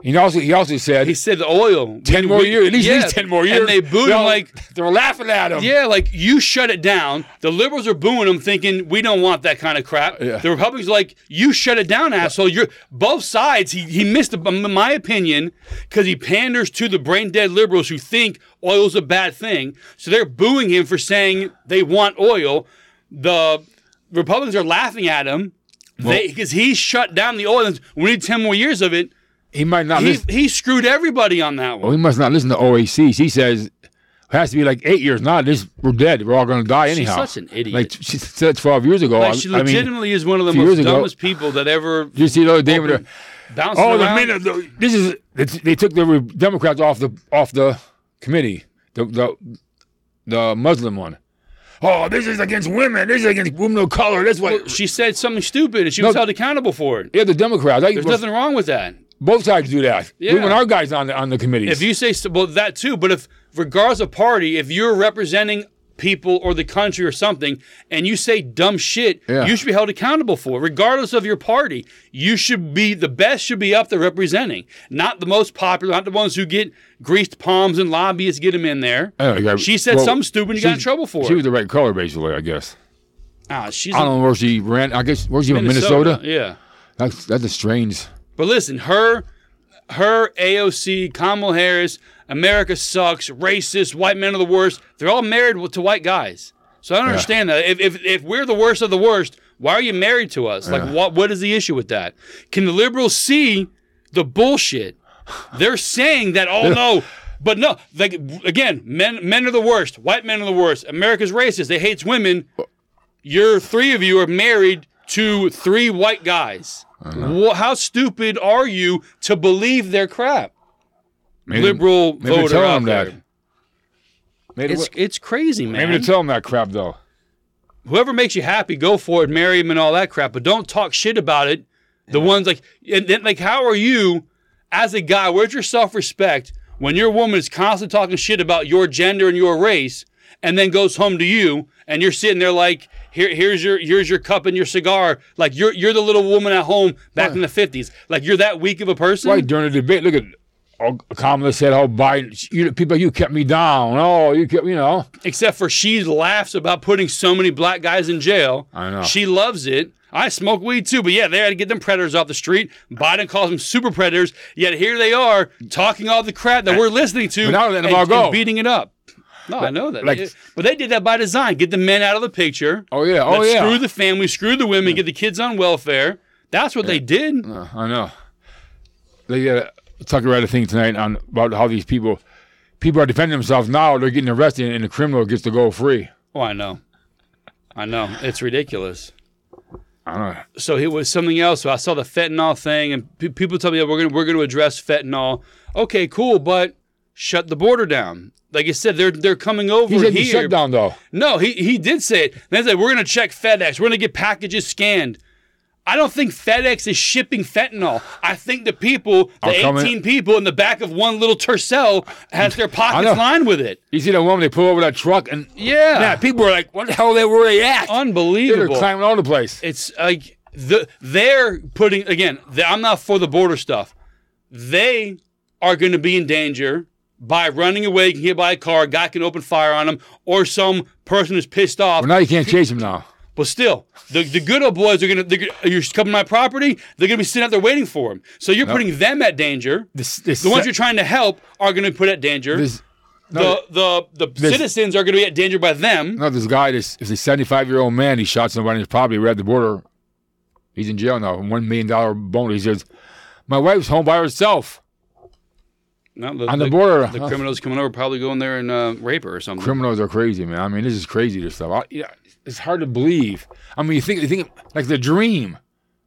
[SPEAKER 2] He also he also said
[SPEAKER 1] he said the oil.
[SPEAKER 2] ten more years, at least,
[SPEAKER 1] yeah.
[SPEAKER 2] at least ten more years.
[SPEAKER 1] And they booed
[SPEAKER 2] They're
[SPEAKER 1] him
[SPEAKER 2] all-
[SPEAKER 1] like,
[SPEAKER 2] they were laughing at him.
[SPEAKER 1] yeah, like you shut it down. The liberals are booing him, thinking we don't want that kind of crap.
[SPEAKER 2] Yeah.
[SPEAKER 1] The Republicans are like, you shut it down, asshole. You're both sides. He he missed, a, in my opinion, because he panders to the brain dead liberals who think oil's a bad thing. So they're booing him for saying they want oil. The Republicans are laughing at him because he shut down the oil. We need ten more years of it.
[SPEAKER 2] He might not
[SPEAKER 1] He,
[SPEAKER 2] listen.
[SPEAKER 1] he screwed everybody on that one.
[SPEAKER 2] Well, Oh, he must not listen to OACs. He says it has to be like eight years. Not this. We're dead. We're all going to die anyhow.
[SPEAKER 1] such an idiot.
[SPEAKER 2] Like she said twelve years ago.
[SPEAKER 1] Like,
[SPEAKER 2] Oh, I-
[SPEAKER 1] she
[SPEAKER 2] I, mean,
[SPEAKER 1] legitimately is one of the
[SPEAKER 2] few
[SPEAKER 1] most
[SPEAKER 2] years ago-
[SPEAKER 1] dumbest people that ever
[SPEAKER 2] you see the other day with her.
[SPEAKER 1] bouncing
[SPEAKER 2] Oh, the
[SPEAKER 1] around.
[SPEAKER 2] minute the, this is it's- they took the re- Democrats off the off the committee, the the the Muslim one. Oh, this is against women. This is against women of color. That's why.
[SPEAKER 1] she said something stupid and she was held accountable for it.
[SPEAKER 2] Yeah, the Democrats. I,
[SPEAKER 1] There's nothing wrong with that.
[SPEAKER 2] both sides do that.
[SPEAKER 1] Yeah.
[SPEAKER 2] We want our guys on the on the committees.
[SPEAKER 1] If you say so- well that too, but if regardless of party, if you're representing people or the country or something, and you say dumb shit,
[SPEAKER 2] Yeah.
[SPEAKER 1] you should be held accountable for, it. regardless of your party. You should be the best should be up there representing, not the most popular, not the ones who get greased palms and lobbyists get them in there.
[SPEAKER 2] Oh, yeah.
[SPEAKER 1] she said
[SPEAKER 2] Well,
[SPEAKER 1] something stupid and you got in
[SPEAKER 2] she's-
[SPEAKER 1] trouble for
[SPEAKER 2] she
[SPEAKER 1] it.
[SPEAKER 2] was the right color, basically. I guess.
[SPEAKER 1] Ah, she's
[SPEAKER 2] I don't know where she ran. I guess where's she from?
[SPEAKER 1] in
[SPEAKER 2] Minnesota.
[SPEAKER 1] Yeah.
[SPEAKER 2] That's that's a strange.
[SPEAKER 1] But listen, her, her AOC, Kamala Harris, America sucks, racist, white men are the worst. They're all married to white guys. So I don't understand that. If, if, if we're the worst of the worst, why are you married to us? Like, what what is the issue with that? Can the liberals see the bullshit? They're saying that. Oh no. But no, like again, men men are the worst. White men are the worst. America's racist. They hates women your three of you are married to three white guys. Wha how stupid are you to believe their crap?
[SPEAKER 2] Maybe,
[SPEAKER 1] Liberal
[SPEAKER 2] maybe they're
[SPEAKER 1] voter
[SPEAKER 2] telling
[SPEAKER 1] out
[SPEAKER 2] them that.
[SPEAKER 1] there.
[SPEAKER 2] Maybe,
[SPEAKER 1] It's it's crazy,
[SPEAKER 2] maybe
[SPEAKER 1] man.
[SPEAKER 2] to tell them that crap though.
[SPEAKER 1] Whoever makes you happy, go for it, marry him, and all that crap. But don't talk shit about it. The ones like and then like, how are you as a guy? Where's your self respect when your woman is constantly talking shit about your gender and your race, and then goes home to you, and you're sitting there like, here, here's your here's your cup and your cigar. Like you're you're the little woman at home back in the fifties. Like you're that weak of a person.
[SPEAKER 2] Right during the debate, look at oh, Kamala said how Biden, you, people, you kept me down. Oh, you kept, you know.
[SPEAKER 1] except for she laughs about putting so many black guys in jail.
[SPEAKER 2] I know.
[SPEAKER 1] She loves it. I smoke weed too, but yeah, they had to get them predators off the street. Biden calls them super predators, yet here they are talking all the crap that we're listening to
[SPEAKER 2] But now let them
[SPEAKER 1] and,
[SPEAKER 2] all go.
[SPEAKER 1] and beating it up. No, I know that.
[SPEAKER 2] like-
[SPEAKER 1] They- but they did that by design. Get the men out of the picture.
[SPEAKER 2] Oh yeah, oh
[SPEAKER 1] Let's
[SPEAKER 2] yeah.
[SPEAKER 1] Screw the family, screw the women, get the kids on welfare. That's what they did.
[SPEAKER 2] Uh, I know. They uh, Tucker read a thing tonight on about how these people, people are defending themselves now. They're getting arrested, and the criminal gets to go free.
[SPEAKER 1] Oh, I know. I know. It's ridiculous.
[SPEAKER 2] I don't know.
[SPEAKER 1] so it was something else. So I saw the fentanyl thing, and pe- people tell me that we're gonna we're gonna address fentanyl. Okay, cool, but shut the border down. Like I said, they're they're coming over
[SPEAKER 2] He said the
[SPEAKER 1] here.
[SPEAKER 2] shutdown though.
[SPEAKER 1] No, he, he did say it. Then said we're gonna check FedEx. We're gonna get packages scanned. I don't think FedEx is shipping fentanyl. I think the people, the
[SPEAKER 2] I'll come in-
[SPEAKER 1] 18 people in the back of one little Tercel, has their pockets
[SPEAKER 2] know.
[SPEAKER 1] lined with it.
[SPEAKER 2] You see that woman? They pull over that truck and
[SPEAKER 1] Yeah.
[SPEAKER 2] yeah, people are like, "What the hell? They were they at? They're
[SPEAKER 1] Unbelievable.
[SPEAKER 2] climbing all over the place."
[SPEAKER 1] it's like the they're putting again. The, I'm not for the border stuff. They are going to be in danger by running away, can get by a car, a guy can open fire on them, or some person is pissed off.
[SPEAKER 2] Well, now you can't chase them now.
[SPEAKER 1] But still, the, the good old boys are gonna. They're, gonna- you're coming to my property. They're gonna be sitting out there waiting for him. So you're putting them at danger.
[SPEAKER 2] This, this
[SPEAKER 1] The ones you're trying to help are gonna be put at danger.
[SPEAKER 2] this, no,
[SPEAKER 1] the the, the citizens are gonna be at danger by them.
[SPEAKER 2] no, this guy this is a 75 year old man. He shot somebody in his property. We're at the border. He's in jail now. One million dollar bonus. He says, "My wife's home by herself
[SPEAKER 1] No,
[SPEAKER 2] on the, border."
[SPEAKER 1] The
[SPEAKER 2] Huh.
[SPEAKER 1] criminals coming over probably go in there and uh, rape her or something.
[SPEAKER 2] criminals are crazy, man. I mean, this is crazy. This stuff. I, yeah, it's hard to believe. I mean, you think you think like the dream.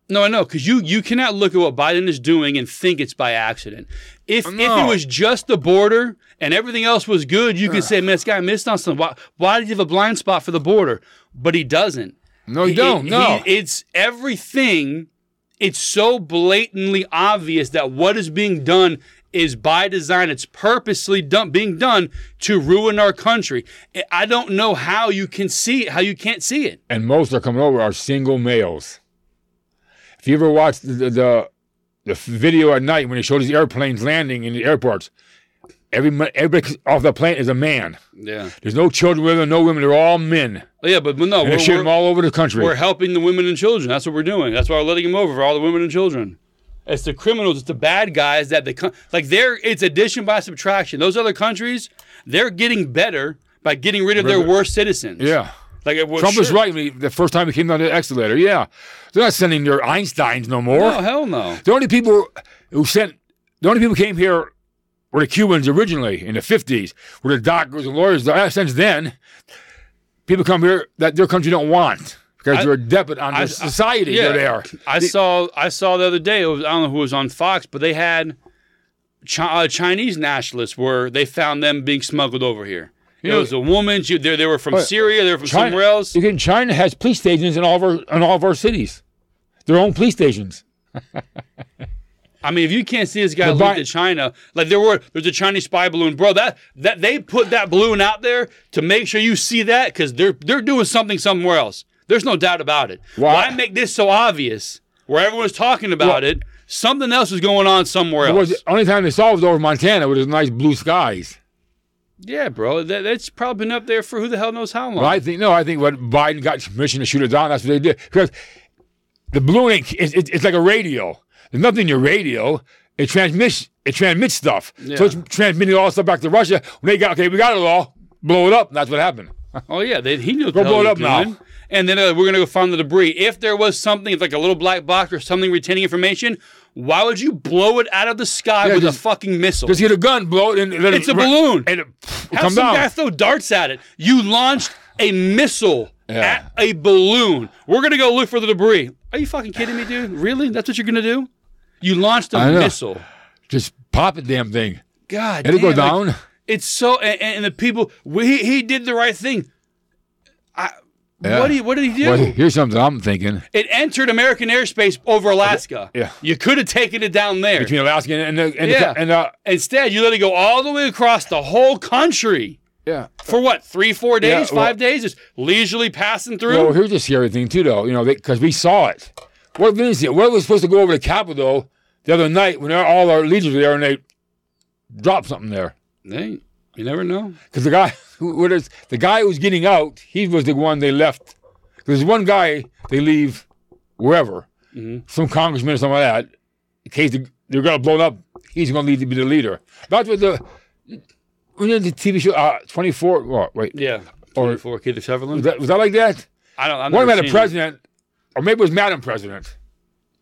[SPEAKER 1] No, I know, because you you cannot look at what Biden is doing and think it's by accident. If if it
[SPEAKER 2] Oh, No.
[SPEAKER 1] was just the border and everything else was good, you could say, man, this guy missed on something. Why, why did he have a blind spot for the border? But he doesn't.
[SPEAKER 2] No, you
[SPEAKER 1] He-
[SPEAKER 2] don't.
[SPEAKER 1] he-
[SPEAKER 2] No,
[SPEAKER 1] it's everything. It's so blatantly obvious that what is being done is by design. It's purposely done, being done to ruin our country. I- I don't know how you can see how you can't see it.
[SPEAKER 2] and most are coming over are single males. If you ever watched the the, the video at night when they show these airplanes landing in the airports, every ma- everybody off the plane is a man.
[SPEAKER 1] Yeah,
[SPEAKER 2] There's no children with them, no women. They're all men.
[SPEAKER 1] yeah, but, but no, we're-
[SPEAKER 2] And they shoot
[SPEAKER 1] we're,
[SPEAKER 2] them all over the country.
[SPEAKER 1] We're helping the women and children. That's what we're doing. That's why we're letting them over for all the women and children. It's the criminals. It's the bad guys that the co- like. They're it's addition by subtraction. Those other countries, they're getting better by getting rid of their worst citizens.
[SPEAKER 2] yeah.
[SPEAKER 1] like it was
[SPEAKER 2] Trump
[SPEAKER 1] Oh,
[SPEAKER 2] was
[SPEAKER 1] sure-
[SPEAKER 2] right. when he- The first time he came down the escalator, yeah, they're not sending their Einsteins no more.
[SPEAKER 1] Oh hell no.
[SPEAKER 2] The only people who sent, the only people who came here were the Cubans originally in the 50s, were the doctors and lawyers. Uh, Since then, people come here that their country don't want because they're a debit on their society.
[SPEAKER 1] yeah.
[SPEAKER 2] They're there.
[SPEAKER 1] I saw I saw the other day. It was, I don't know who was on Fox, but they had chi- uh, Chinese nationalists where they found them being smuggled over here. It
[SPEAKER 2] Yeah.
[SPEAKER 1] was a woman. She, they, they were from Syria. They were from
[SPEAKER 2] China,
[SPEAKER 1] somewhere else.
[SPEAKER 2] Again, China has police stations in all of our, in all of our cities, their own police stations.
[SPEAKER 1] I mean, if you can't see this guy
[SPEAKER 2] The
[SPEAKER 1] leak
[SPEAKER 2] bi-
[SPEAKER 1] to China, like there were, there's a Chinese spy balloon, bro. That that they put that balloon out there to make sure you see that because they're they're doing something somewhere else. There's no doubt about it. Why,
[SPEAKER 2] Why-
[SPEAKER 1] make this so obvious? Where everyone's talking about it, something else is going on somewhere
[SPEAKER 2] It
[SPEAKER 1] else.
[SPEAKER 2] was the only time they saw was over Montana with those nice blue skies.
[SPEAKER 1] yeah, bro, that, that's probably been up there for who the hell knows how long.
[SPEAKER 2] But I think no. I think what Biden got permission to shoot it down. That's what they did because the balloon ain't, it's, it's, it's like a radio. There's nothing in your radio. It transmits it transmits stuff. So it's transmitting all stuff back to Russia. When they got okay, we got it all. Blow it up. And that's what happened.
[SPEAKER 1] Oh yeah, they, he knew.
[SPEAKER 2] Go blow it up now.
[SPEAKER 1] doing. And then uh, we're gonna go find the debris. If there was something, if like a little black box or something retaining information, why would you blow it out of the sky with a
[SPEAKER 2] just-
[SPEAKER 1] fucking missile?
[SPEAKER 2] Just get a gun, blow it, and let
[SPEAKER 1] It's
[SPEAKER 2] it
[SPEAKER 1] a balloon.
[SPEAKER 2] And it pff,
[SPEAKER 1] Have
[SPEAKER 2] come
[SPEAKER 1] some
[SPEAKER 2] down.
[SPEAKER 1] guy throw darts at it. You launched a missile
[SPEAKER 2] Yeah.
[SPEAKER 1] at a balloon. We're gonna go look for the debris. Are you fucking kidding me, dude? Really? That's what you're gonna do? You launched a
[SPEAKER 2] I know.
[SPEAKER 1] missile.
[SPEAKER 2] Just pop the damn thing.
[SPEAKER 1] God,
[SPEAKER 2] Let it go
[SPEAKER 1] damn, like,
[SPEAKER 2] down.
[SPEAKER 1] it's so, and, and the people. We, he, he did the right thing. I,
[SPEAKER 2] Yeah.
[SPEAKER 1] What did he, What did he do?
[SPEAKER 2] well, here's something I'm thinking
[SPEAKER 1] It entered American airspace over Alaska.
[SPEAKER 2] Yeah.
[SPEAKER 1] You could have taken it down there.
[SPEAKER 2] between Alaska and and the, and,
[SPEAKER 1] Yeah.
[SPEAKER 2] the, and uh,
[SPEAKER 1] Instead, you let it go all the way across the whole country
[SPEAKER 2] yeah.
[SPEAKER 1] for what? Three, four days,
[SPEAKER 2] Yeah, well-
[SPEAKER 1] five days, just leisurely passing through.
[SPEAKER 2] Well, here's the scary thing too, though. You know, because we saw it. What did see? What was supposed to go over the Capitol the other night when they're- all our leaders were there and they dropped something there?
[SPEAKER 1] Hey, you never know.
[SPEAKER 2] Because the guy, who, what is the guy who's getting out? He was the one they left. There's one guy they leave wherever,
[SPEAKER 1] Mm-hmm.
[SPEAKER 2] some congressman or something like that, in case they- they're gonna blown up. He's gonna need to be the leader. That's what the. We did the TV show uh, 24. Oh, wait,
[SPEAKER 1] Yeah.
[SPEAKER 2] Or-
[SPEAKER 1] 24 Keith Sutherland.
[SPEAKER 2] was that, was that like that?
[SPEAKER 1] I don't. I've
[SPEAKER 2] One
[SPEAKER 1] never
[SPEAKER 2] about the
[SPEAKER 1] seen
[SPEAKER 2] president, or maybe it was Madam President.
[SPEAKER 1] it.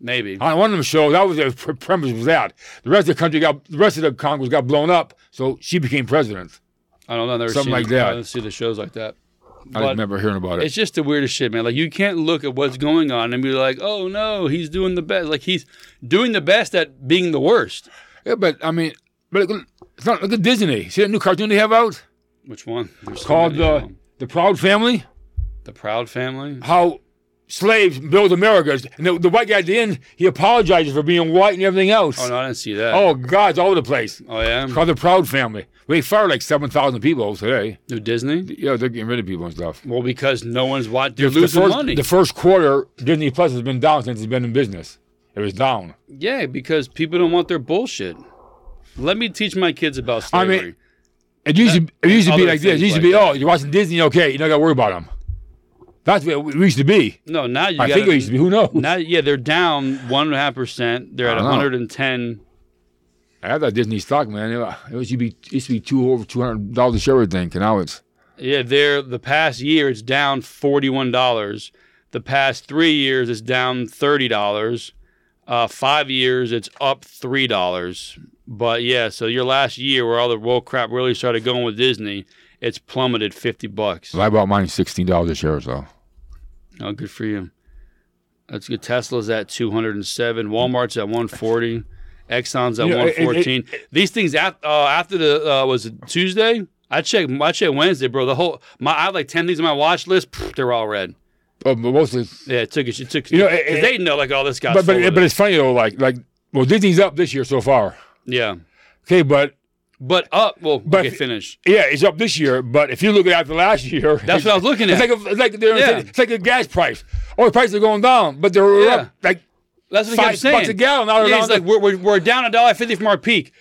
[SPEAKER 1] Maybe.
[SPEAKER 2] on one of them shows, that was the pre- premise was that the rest of the country got the rest of the Congress got blown up, so she became president.
[SPEAKER 1] I don't know. I've never
[SPEAKER 2] Something
[SPEAKER 1] seen
[SPEAKER 2] like
[SPEAKER 1] it.
[SPEAKER 2] that.
[SPEAKER 1] I don't see the shows like that.
[SPEAKER 2] I
[SPEAKER 1] But-
[SPEAKER 2] just remember hearing about
[SPEAKER 1] It's
[SPEAKER 2] it.
[SPEAKER 1] just the weirdest shit, man. Like you can't look at what's going on and be like, "Oh no, he's doing the best." Like he's doing the best at being the worst.
[SPEAKER 2] Yeah, but I mean, but It's not look at Disney. See that new cartoon they have out
[SPEAKER 1] Which one? There's so
[SPEAKER 2] called
[SPEAKER 1] many of
[SPEAKER 2] the
[SPEAKER 1] 'em.
[SPEAKER 2] the Proud Family.
[SPEAKER 1] The Proud Family.
[SPEAKER 2] How slaves built America, and the, the white guy at the end he apologizes for being white and everything else.
[SPEAKER 1] Oh no, I didn't see that.
[SPEAKER 2] Oh, God, it's all over the place.
[SPEAKER 1] Oh yeah.
[SPEAKER 2] Called the Proud Family. We fired like seven thousand people today.
[SPEAKER 1] New Disney.
[SPEAKER 2] Yeah, they're getting rid of people and stuff.
[SPEAKER 1] Well, because no one's watching. They're losing
[SPEAKER 2] the first,
[SPEAKER 1] money.
[SPEAKER 2] The first quarter, Disney Plus has been down since it's been in business. It was down.
[SPEAKER 1] yeah, because people don't want their bullshit. Let me teach my kids about
[SPEAKER 2] I mean,
[SPEAKER 1] slavery.
[SPEAKER 2] It used to, it used to be
[SPEAKER 1] other
[SPEAKER 2] like this. It
[SPEAKER 1] things
[SPEAKER 2] used to
[SPEAKER 1] like
[SPEAKER 2] be, oh, you're watching Disney, okay, you don't got to worry about them. That's what we used to be.
[SPEAKER 1] no, now you.
[SPEAKER 2] I
[SPEAKER 1] gotta,
[SPEAKER 2] think it used to be. Who knows?
[SPEAKER 1] Now, yeah, they're down one and a half percent. They're at
[SPEAKER 2] I know.
[SPEAKER 1] 110.
[SPEAKER 2] I had that Disney stock, man. It wa- It used to be, it used to be two over two hundred dollars a share, I think, and now it's
[SPEAKER 1] Yeah, they're the past year it's down forty-one dollars. The past three years it's down thirty dollars. Uh, five years it's up three dollars. But yeah, so your last year where all the world crap really started going with Disney, it's plummeted fifty bucks.
[SPEAKER 2] I bought mine sixteen dollars a share, so
[SPEAKER 1] Oh, good for you. That's good. Tesla's at two hundred and seven. Walmart's at one forty. Exxon's at
[SPEAKER 2] You know,
[SPEAKER 1] one
[SPEAKER 2] it- it-
[SPEAKER 1] fourteen. These things at, uh, after the uh, was it Tuesday? I checked. I checked Wednesday, bro. The whole my I have like ten things on my watch list. pfft, they're all red.
[SPEAKER 2] but, but mostly.
[SPEAKER 1] Yeah, it took it. It took
[SPEAKER 2] You know, it-
[SPEAKER 1] 'cause they know like all this guy.
[SPEAKER 2] But but, but it's funny though, like like well, Disney's up this year so far.
[SPEAKER 1] yeah,
[SPEAKER 2] Okay, but
[SPEAKER 1] but up. Well,
[SPEAKER 2] But-
[SPEAKER 1] okay, finish.
[SPEAKER 2] yeah, it's up this year. But if you look at it after last year,
[SPEAKER 1] That's what I was looking
[SPEAKER 2] It's
[SPEAKER 1] at.
[SPEAKER 2] like a, it's like they're,
[SPEAKER 1] Yeah.
[SPEAKER 2] it's like a gas price. Oh, the prices are going down, but they're
[SPEAKER 1] Yeah.
[SPEAKER 2] up like
[SPEAKER 1] That's what I
[SPEAKER 2] five
[SPEAKER 1] kept saying.
[SPEAKER 2] bucks a gallon. Now they're
[SPEAKER 1] Yeah,
[SPEAKER 2] down
[SPEAKER 1] he's
[SPEAKER 2] to-
[SPEAKER 1] like we're, we're, we're down a dollar fifty from our peak.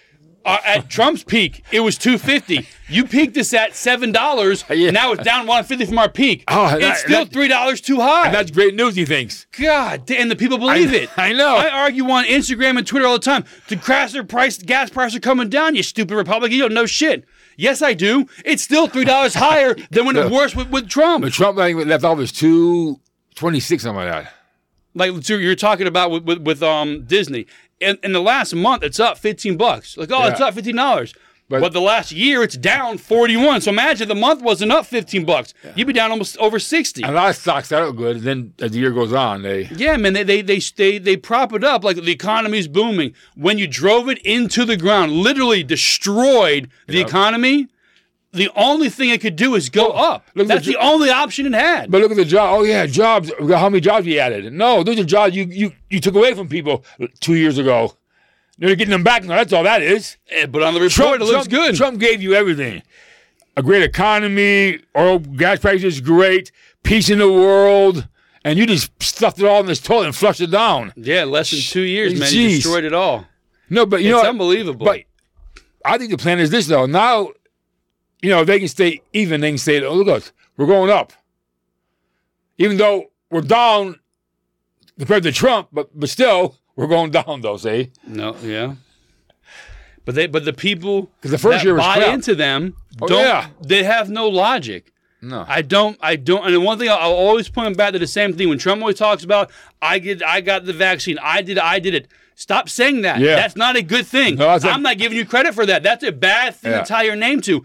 [SPEAKER 1] Uh, at Trump's peak, it was two fifty. You peaked us at seven dollars.
[SPEAKER 2] Yeah.
[SPEAKER 1] Now it's down one fifty from our peak.
[SPEAKER 2] Oh, that-
[SPEAKER 1] it's still
[SPEAKER 2] that-
[SPEAKER 1] three dollars too high.
[SPEAKER 2] that's great news. He thinks.
[SPEAKER 1] God damn, and the people believe it.
[SPEAKER 2] I know.
[SPEAKER 1] I argue on Instagram and Twitter all the time. The gas price, gas price are coming down. You stupid Republican, you don't know shit. Yes, I do. It's still three dollars higher than when it worse with, with Trump.
[SPEAKER 2] But Trump I think, left office two twenty six something like that.
[SPEAKER 1] like so you're talking about with, with, with um Disney. In, in the last month, it's up 15 bucks. Like, oh, it's
[SPEAKER 2] Yeah.
[SPEAKER 1] up 15 dollars. But,
[SPEAKER 2] But-
[SPEAKER 1] the last year, it's down 41. So imagine the month wasn't up 15 bucks. You'd be down almost over 60.
[SPEAKER 2] A lot of stocks that are good. Then as the year goes on, they
[SPEAKER 1] Yeah, man, they, they they they they prop it up like the economy's booming. When you drove it into the ground, literally destroyed the economy. The only thing it could do is go up.
[SPEAKER 2] Oh, look at
[SPEAKER 1] That's
[SPEAKER 2] the
[SPEAKER 1] the only option it had.
[SPEAKER 2] But look at the job. Oh yeah, jobs. Look at How many jobs we added? No, those are jobs you you you took away from people two years ago. They're getting them back now. That's all that is.
[SPEAKER 1] Eh, but on the report, it looks
[SPEAKER 2] Trump-
[SPEAKER 1] good.
[SPEAKER 2] Trump gave you everything. A great economy, oil, gas prices great, peace in the world, and you just stuffed it all in this toilet and flushed it down.
[SPEAKER 1] yeah, less than two years, man. You
[SPEAKER 2] Jeez.
[SPEAKER 1] destroyed it all.
[SPEAKER 2] No, but you
[SPEAKER 1] It's
[SPEAKER 2] know,
[SPEAKER 1] unbelievable.
[SPEAKER 2] but I think the plan is this though. Now, you know, they can stay even. They can stay. Oh, look, us, we're going up, even though we're down compared to Trump, but but still we're going down though. See,
[SPEAKER 1] No, yeah. But they, but the people
[SPEAKER 2] 'Cause the first
[SPEAKER 1] that
[SPEAKER 2] year was
[SPEAKER 1] buy
[SPEAKER 2] crap.
[SPEAKER 1] into them
[SPEAKER 2] Oh,
[SPEAKER 1] don't.
[SPEAKER 2] yeah.
[SPEAKER 1] They have no logic.
[SPEAKER 2] No.
[SPEAKER 1] I don't. I don't. And the one thing I'll, I'll always point back to the same thing when Trump always talks about, I get, I got the vaccine. I did. I did it. Stop saying that.
[SPEAKER 2] Yeah.
[SPEAKER 1] That's not a good thing.
[SPEAKER 2] No, that's a-
[SPEAKER 1] I'm not giving you credit for that. That's a bad thing
[SPEAKER 2] Yeah.
[SPEAKER 1] to tie your name to.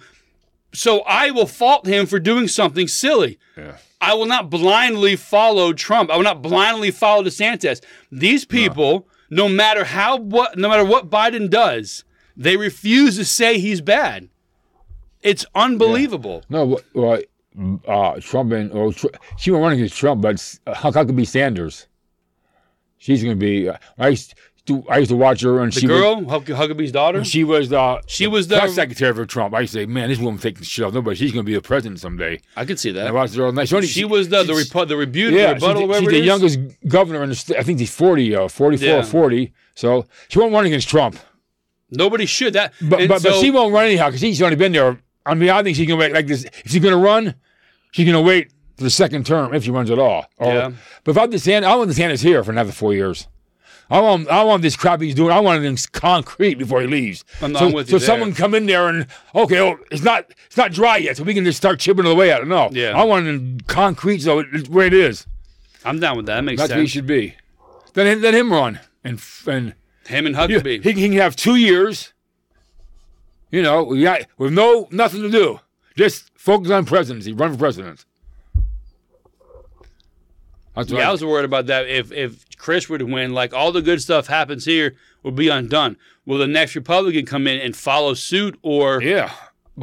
[SPEAKER 1] So I will fault him for doing something silly.
[SPEAKER 2] yeah.
[SPEAKER 1] I will not blindly follow Trump. I will not blindly follow DeSantis. These people, no matter how what no matter what Biden does, they refuse to say he's bad. It's unbelievable.
[SPEAKER 2] No, wh- well, uh, Trump and well, Tr- she won't run against Trump, but s- uh, how how could be Sanders? She's going to be. Uh, I used to I used to watch her, and
[SPEAKER 1] The
[SPEAKER 2] she
[SPEAKER 1] girl, Huck- Huckabee's daughter,
[SPEAKER 2] was, she was uh,
[SPEAKER 1] she was the.
[SPEAKER 2] press secretary for Trump. I used to say, man, this woman taking the shit off nobody. She's going to be the president someday.
[SPEAKER 1] I could see
[SPEAKER 2] I
[SPEAKER 1] that.
[SPEAKER 2] watched her all night. She, only-
[SPEAKER 1] She was the the,
[SPEAKER 2] she's-
[SPEAKER 1] repu- the rebuke,
[SPEAKER 2] yeah,
[SPEAKER 1] the rebuttal,
[SPEAKER 2] she's, the-
[SPEAKER 1] whatever
[SPEAKER 2] she's
[SPEAKER 1] it
[SPEAKER 2] the
[SPEAKER 1] is.
[SPEAKER 2] youngest governor in the state. I think he's 40, uh, 44
[SPEAKER 1] Yeah.
[SPEAKER 2] 40. So she won't run against Trump.
[SPEAKER 1] Nobody should that.
[SPEAKER 2] But
[SPEAKER 1] and
[SPEAKER 2] but,
[SPEAKER 1] so,
[SPEAKER 2] but she won't run anyhow because she's only been there. I mean, I think she's gonna wait like this. If she's gonna run, she's gonna wait for the second term if she runs at all. Or-
[SPEAKER 1] Yeah.
[SPEAKER 2] But if I DeSantis, I want DeSantis here for another four years. I want I want this crap he's doing. I want things concrete before he leaves.
[SPEAKER 1] I'm-
[SPEAKER 2] so
[SPEAKER 1] I'm with
[SPEAKER 2] so
[SPEAKER 1] you there.
[SPEAKER 2] someone come in there and okay, oh, it's not it's not dry yet, so we can just start chipping away at it. No,
[SPEAKER 1] Yeah.
[SPEAKER 2] I want it in concrete so it, it's where it is.
[SPEAKER 1] I'm down with that. That makes
[SPEAKER 2] That's what he
[SPEAKER 1] sense.
[SPEAKER 2] should be. Then let him run and f- and.
[SPEAKER 1] Him and
[SPEAKER 2] Yeah,
[SPEAKER 1] Huckabee.
[SPEAKER 2] he, he can have two years. You know, we got, with no nothing to do, just focus on presidency, run for president. That's
[SPEAKER 1] Yeah,
[SPEAKER 2] right.
[SPEAKER 1] I was worried about that. If if Chris would win, like all the good stuff happens here would be undone. Will the next Republican come in and follow suit, or
[SPEAKER 2] yeah.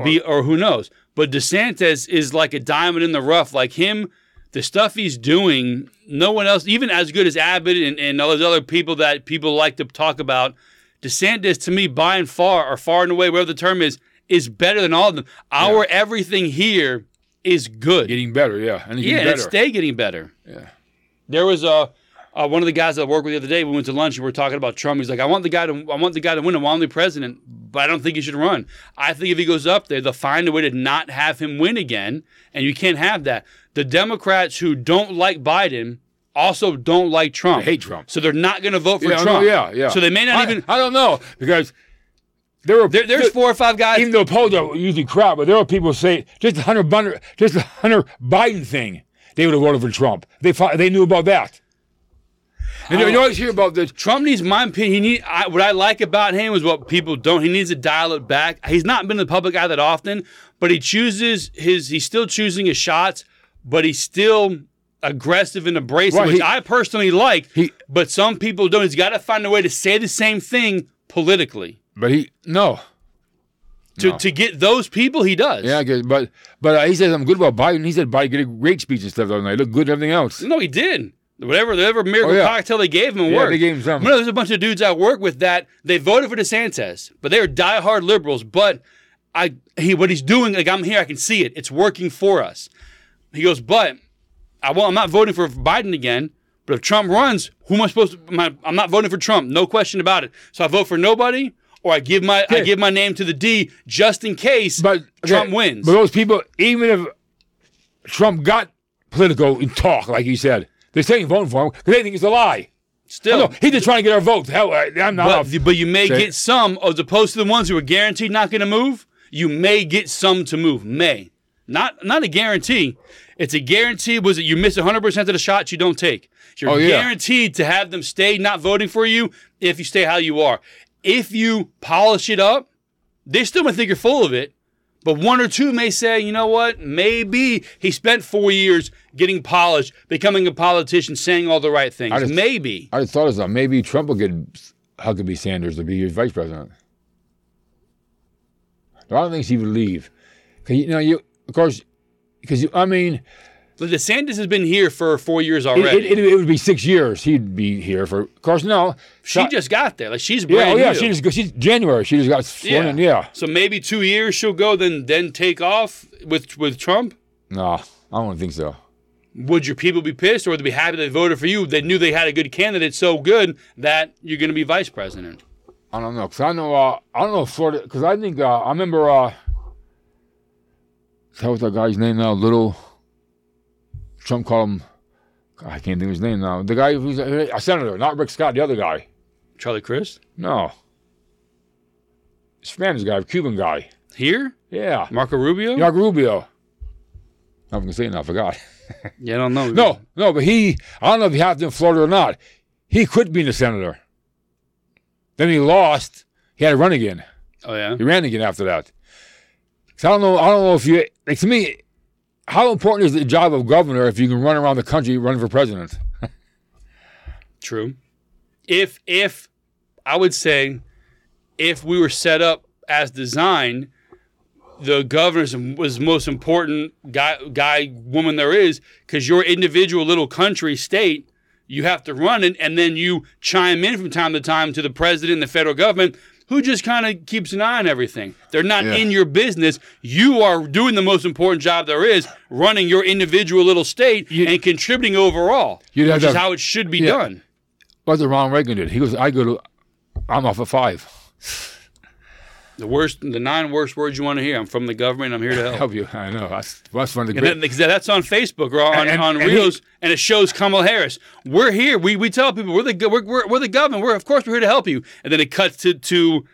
[SPEAKER 1] be, or who knows? But DeSantis is like a diamond in the rough. Like him, the stuff he's doing, no one else, even as good as Abbott and, and all those other people that people like to talk about. DeSantis, to me, by and far, or far and away, whatever the term is, is better than all of them. Our everything here is good.
[SPEAKER 2] Getting better, yeah. And it's
[SPEAKER 1] Yeah,
[SPEAKER 2] getting
[SPEAKER 1] and
[SPEAKER 2] better.
[SPEAKER 1] it's stay getting better.
[SPEAKER 2] Yeah.
[SPEAKER 1] There was a. Uh, one of the guys that I worked with the other day, we went to lunch and we were talking about Trump. He's like, I want the guy to, I want the guy to win. I want him to be president, but I don't think he should run. I think if he goes up there, they'll find a way to not have him win again, and you can't have that. The Democrats who don't like Biden also don't like Trump.
[SPEAKER 2] They hate Trump.
[SPEAKER 1] so they're not going to vote for
[SPEAKER 2] yeah, I know,
[SPEAKER 1] Trump.
[SPEAKER 2] yeah, yeah.
[SPEAKER 1] So they may not
[SPEAKER 2] I,
[SPEAKER 1] even.
[SPEAKER 2] I don't know because there were
[SPEAKER 1] There, there's four or five guys.
[SPEAKER 2] even though polls are usually crowd, but there are people who say just the Hunter Biden, just the Hunter Biden thing, they would have voted for Trump. They fi- they knew about that. And you, you always hear about this.
[SPEAKER 1] Trump needs my opinion. He need I, what I like about him is what people don't. He needs to dial it back. He's not been in the public eye that often, but he chooses his. He's still choosing his shots, but he's still aggressive and abrasive,
[SPEAKER 2] Right,
[SPEAKER 1] which
[SPEAKER 2] he-
[SPEAKER 1] I personally like.
[SPEAKER 2] he-
[SPEAKER 1] but some people don't. He's got to find a way to say the same thing politically
[SPEAKER 2] But he no,
[SPEAKER 1] to to get those people. He does.
[SPEAKER 2] yeah, I guess, but but uh, he said something good about Biden. He said Biden did a great speech and stuff the other night. Looked good and everything else.
[SPEAKER 1] No, he did. Whatever, whatever miracle
[SPEAKER 2] Oh, yeah.
[SPEAKER 1] cocktail they gave him
[SPEAKER 2] Yeah,
[SPEAKER 1] worked.
[SPEAKER 2] they gave him something.
[SPEAKER 1] You know, there's a bunch of dudes I work with that they voted for DeSantis, but they are diehard liberals. But I, he, what he's doing, like I'm here, I can see it. It's working for us. He goes, but I won't, I'm not voting for Biden again. But if Trump runs, who am I supposed to? My, I'm not voting for Trump. No question about it. So I vote for nobody, or I give my I
[SPEAKER 2] Yeah.
[SPEAKER 1] give my name to the D just in case
[SPEAKER 2] But
[SPEAKER 1] Trump
[SPEAKER 2] okay,
[SPEAKER 1] wins.
[SPEAKER 2] But oh, those people, even if Trump got political and talk like he said, they're saying voting for him because they think it's a lie.
[SPEAKER 1] Still,
[SPEAKER 2] No, he's just trying to get our votes. Hell, I- I'm not.
[SPEAKER 1] But, but you may
[SPEAKER 2] Say-
[SPEAKER 1] get some, as opposed to the ones who are guaranteed not going to move. You may get some to move. May not not a guarantee. It's a guarantee. Was it you miss 100 percent of the shots you don't take? You're
[SPEAKER 2] Oh, yeah.
[SPEAKER 1] guaranteed to have them stay not voting for you if you stay how you are. If you polish it up, they still may think you're full of it. But one or two may say, you know what? Maybe he spent four years getting polished, becoming a politician, saying all the right things.
[SPEAKER 2] I just-
[SPEAKER 1] maybe.
[SPEAKER 2] I just thought of something. Maybe Trump will get Huckabee Sanders to be his vice president. No, I don't think he would leave. 'Cause, you know, you of course, because I mean,
[SPEAKER 1] Look, DeSantis has been here for four years
[SPEAKER 2] it,
[SPEAKER 1] already.
[SPEAKER 2] it, it, it would be six years he'd be here for. Of course, no.
[SPEAKER 1] she
[SPEAKER 2] So-
[SPEAKER 1] just got there. Like she's
[SPEAKER 2] yeah,
[SPEAKER 1] brand
[SPEAKER 2] oh yeah,
[SPEAKER 1] new.
[SPEAKER 2] she just she's January. She just got sworn in. Yeah,
[SPEAKER 1] So maybe two years she'll go, then then take off with with Trump.
[SPEAKER 2] no, I don't think so.
[SPEAKER 1] Would your people be pissed, or would they be happy they voted for you? They knew they had a good candidate, so good that you're going to be vice president.
[SPEAKER 2] I don't know because I know uh, I don't know Florida because I think uh, I remember. Uh, that was that guy's name now. Little Trump called him. God, I can't think of his name now. The guy who's a senator, not Rick Scott, the other guy.
[SPEAKER 1] Charlie Chris
[SPEAKER 2] No, Spanish guy, Cuban guy.
[SPEAKER 1] here,
[SPEAKER 2] Yeah,
[SPEAKER 1] Marco Rubio.
[SPEAKER 2] Mark Rubio. I'm gonna say it now. I forgot.
[SPEAKER 1] Yeah, I don't know.
[SPEAKER 2] No, no, but he. I don't know if he happened in Florida or not. He quit being a senator. Then he lost. He had to run again.
[SPEAKER 1] Oh yeah.
[SPEAKER 2] He ran again after that. 'Cause I don't know. I don't know if you like to me. How important is the job of governor if you can run around the country running for president?
[SPEAKER 1] True. If if I would say if we were set up as designed, the governor's was the most important guy guy woman there is because your individual little country state you have to run it and then you chime in from time to time to the president and the federal government who just kind of keeps an eye on everything they're not
[SPEAKER 2] Yeah.
[SPEAKER 1] in your business you are doing the most important job there is running your individual little state and contributing overall
[SPEAKER 2] You'd have
[SPEAKER 1] which
[SPEAKER 2] to
[SPEAKER 1] is
[SPEAKER 2] have-
[SPEAKER 1] how it should be
[SPEAKER 2] Yeah.
[SPEAKER 1] done
[SPEAKER 2] That's what Ron Reagan did. He goes, "I go to, I'm off at five.
[SPEAKER 1] The worst, the nine worst words you want to hear. I'm from the government. I'm here to help.
[SPEAKER 2] Help you." I know that's that's one of the
[SPEAKER 1] And then,
[SPEAKER 2] great.
[SPEAKER 1] because that's on Facebook or on,
[SPEAKER 2] And-
[SPEAKER 1] on
[SPEAKER 2] and he-
[SPEAKER 1] Reels, and it shows Kamala Harris. We're here. We, we tell people we're the go- we're, we're, we're the government. We're of course we're here to help you. And then it cuts to to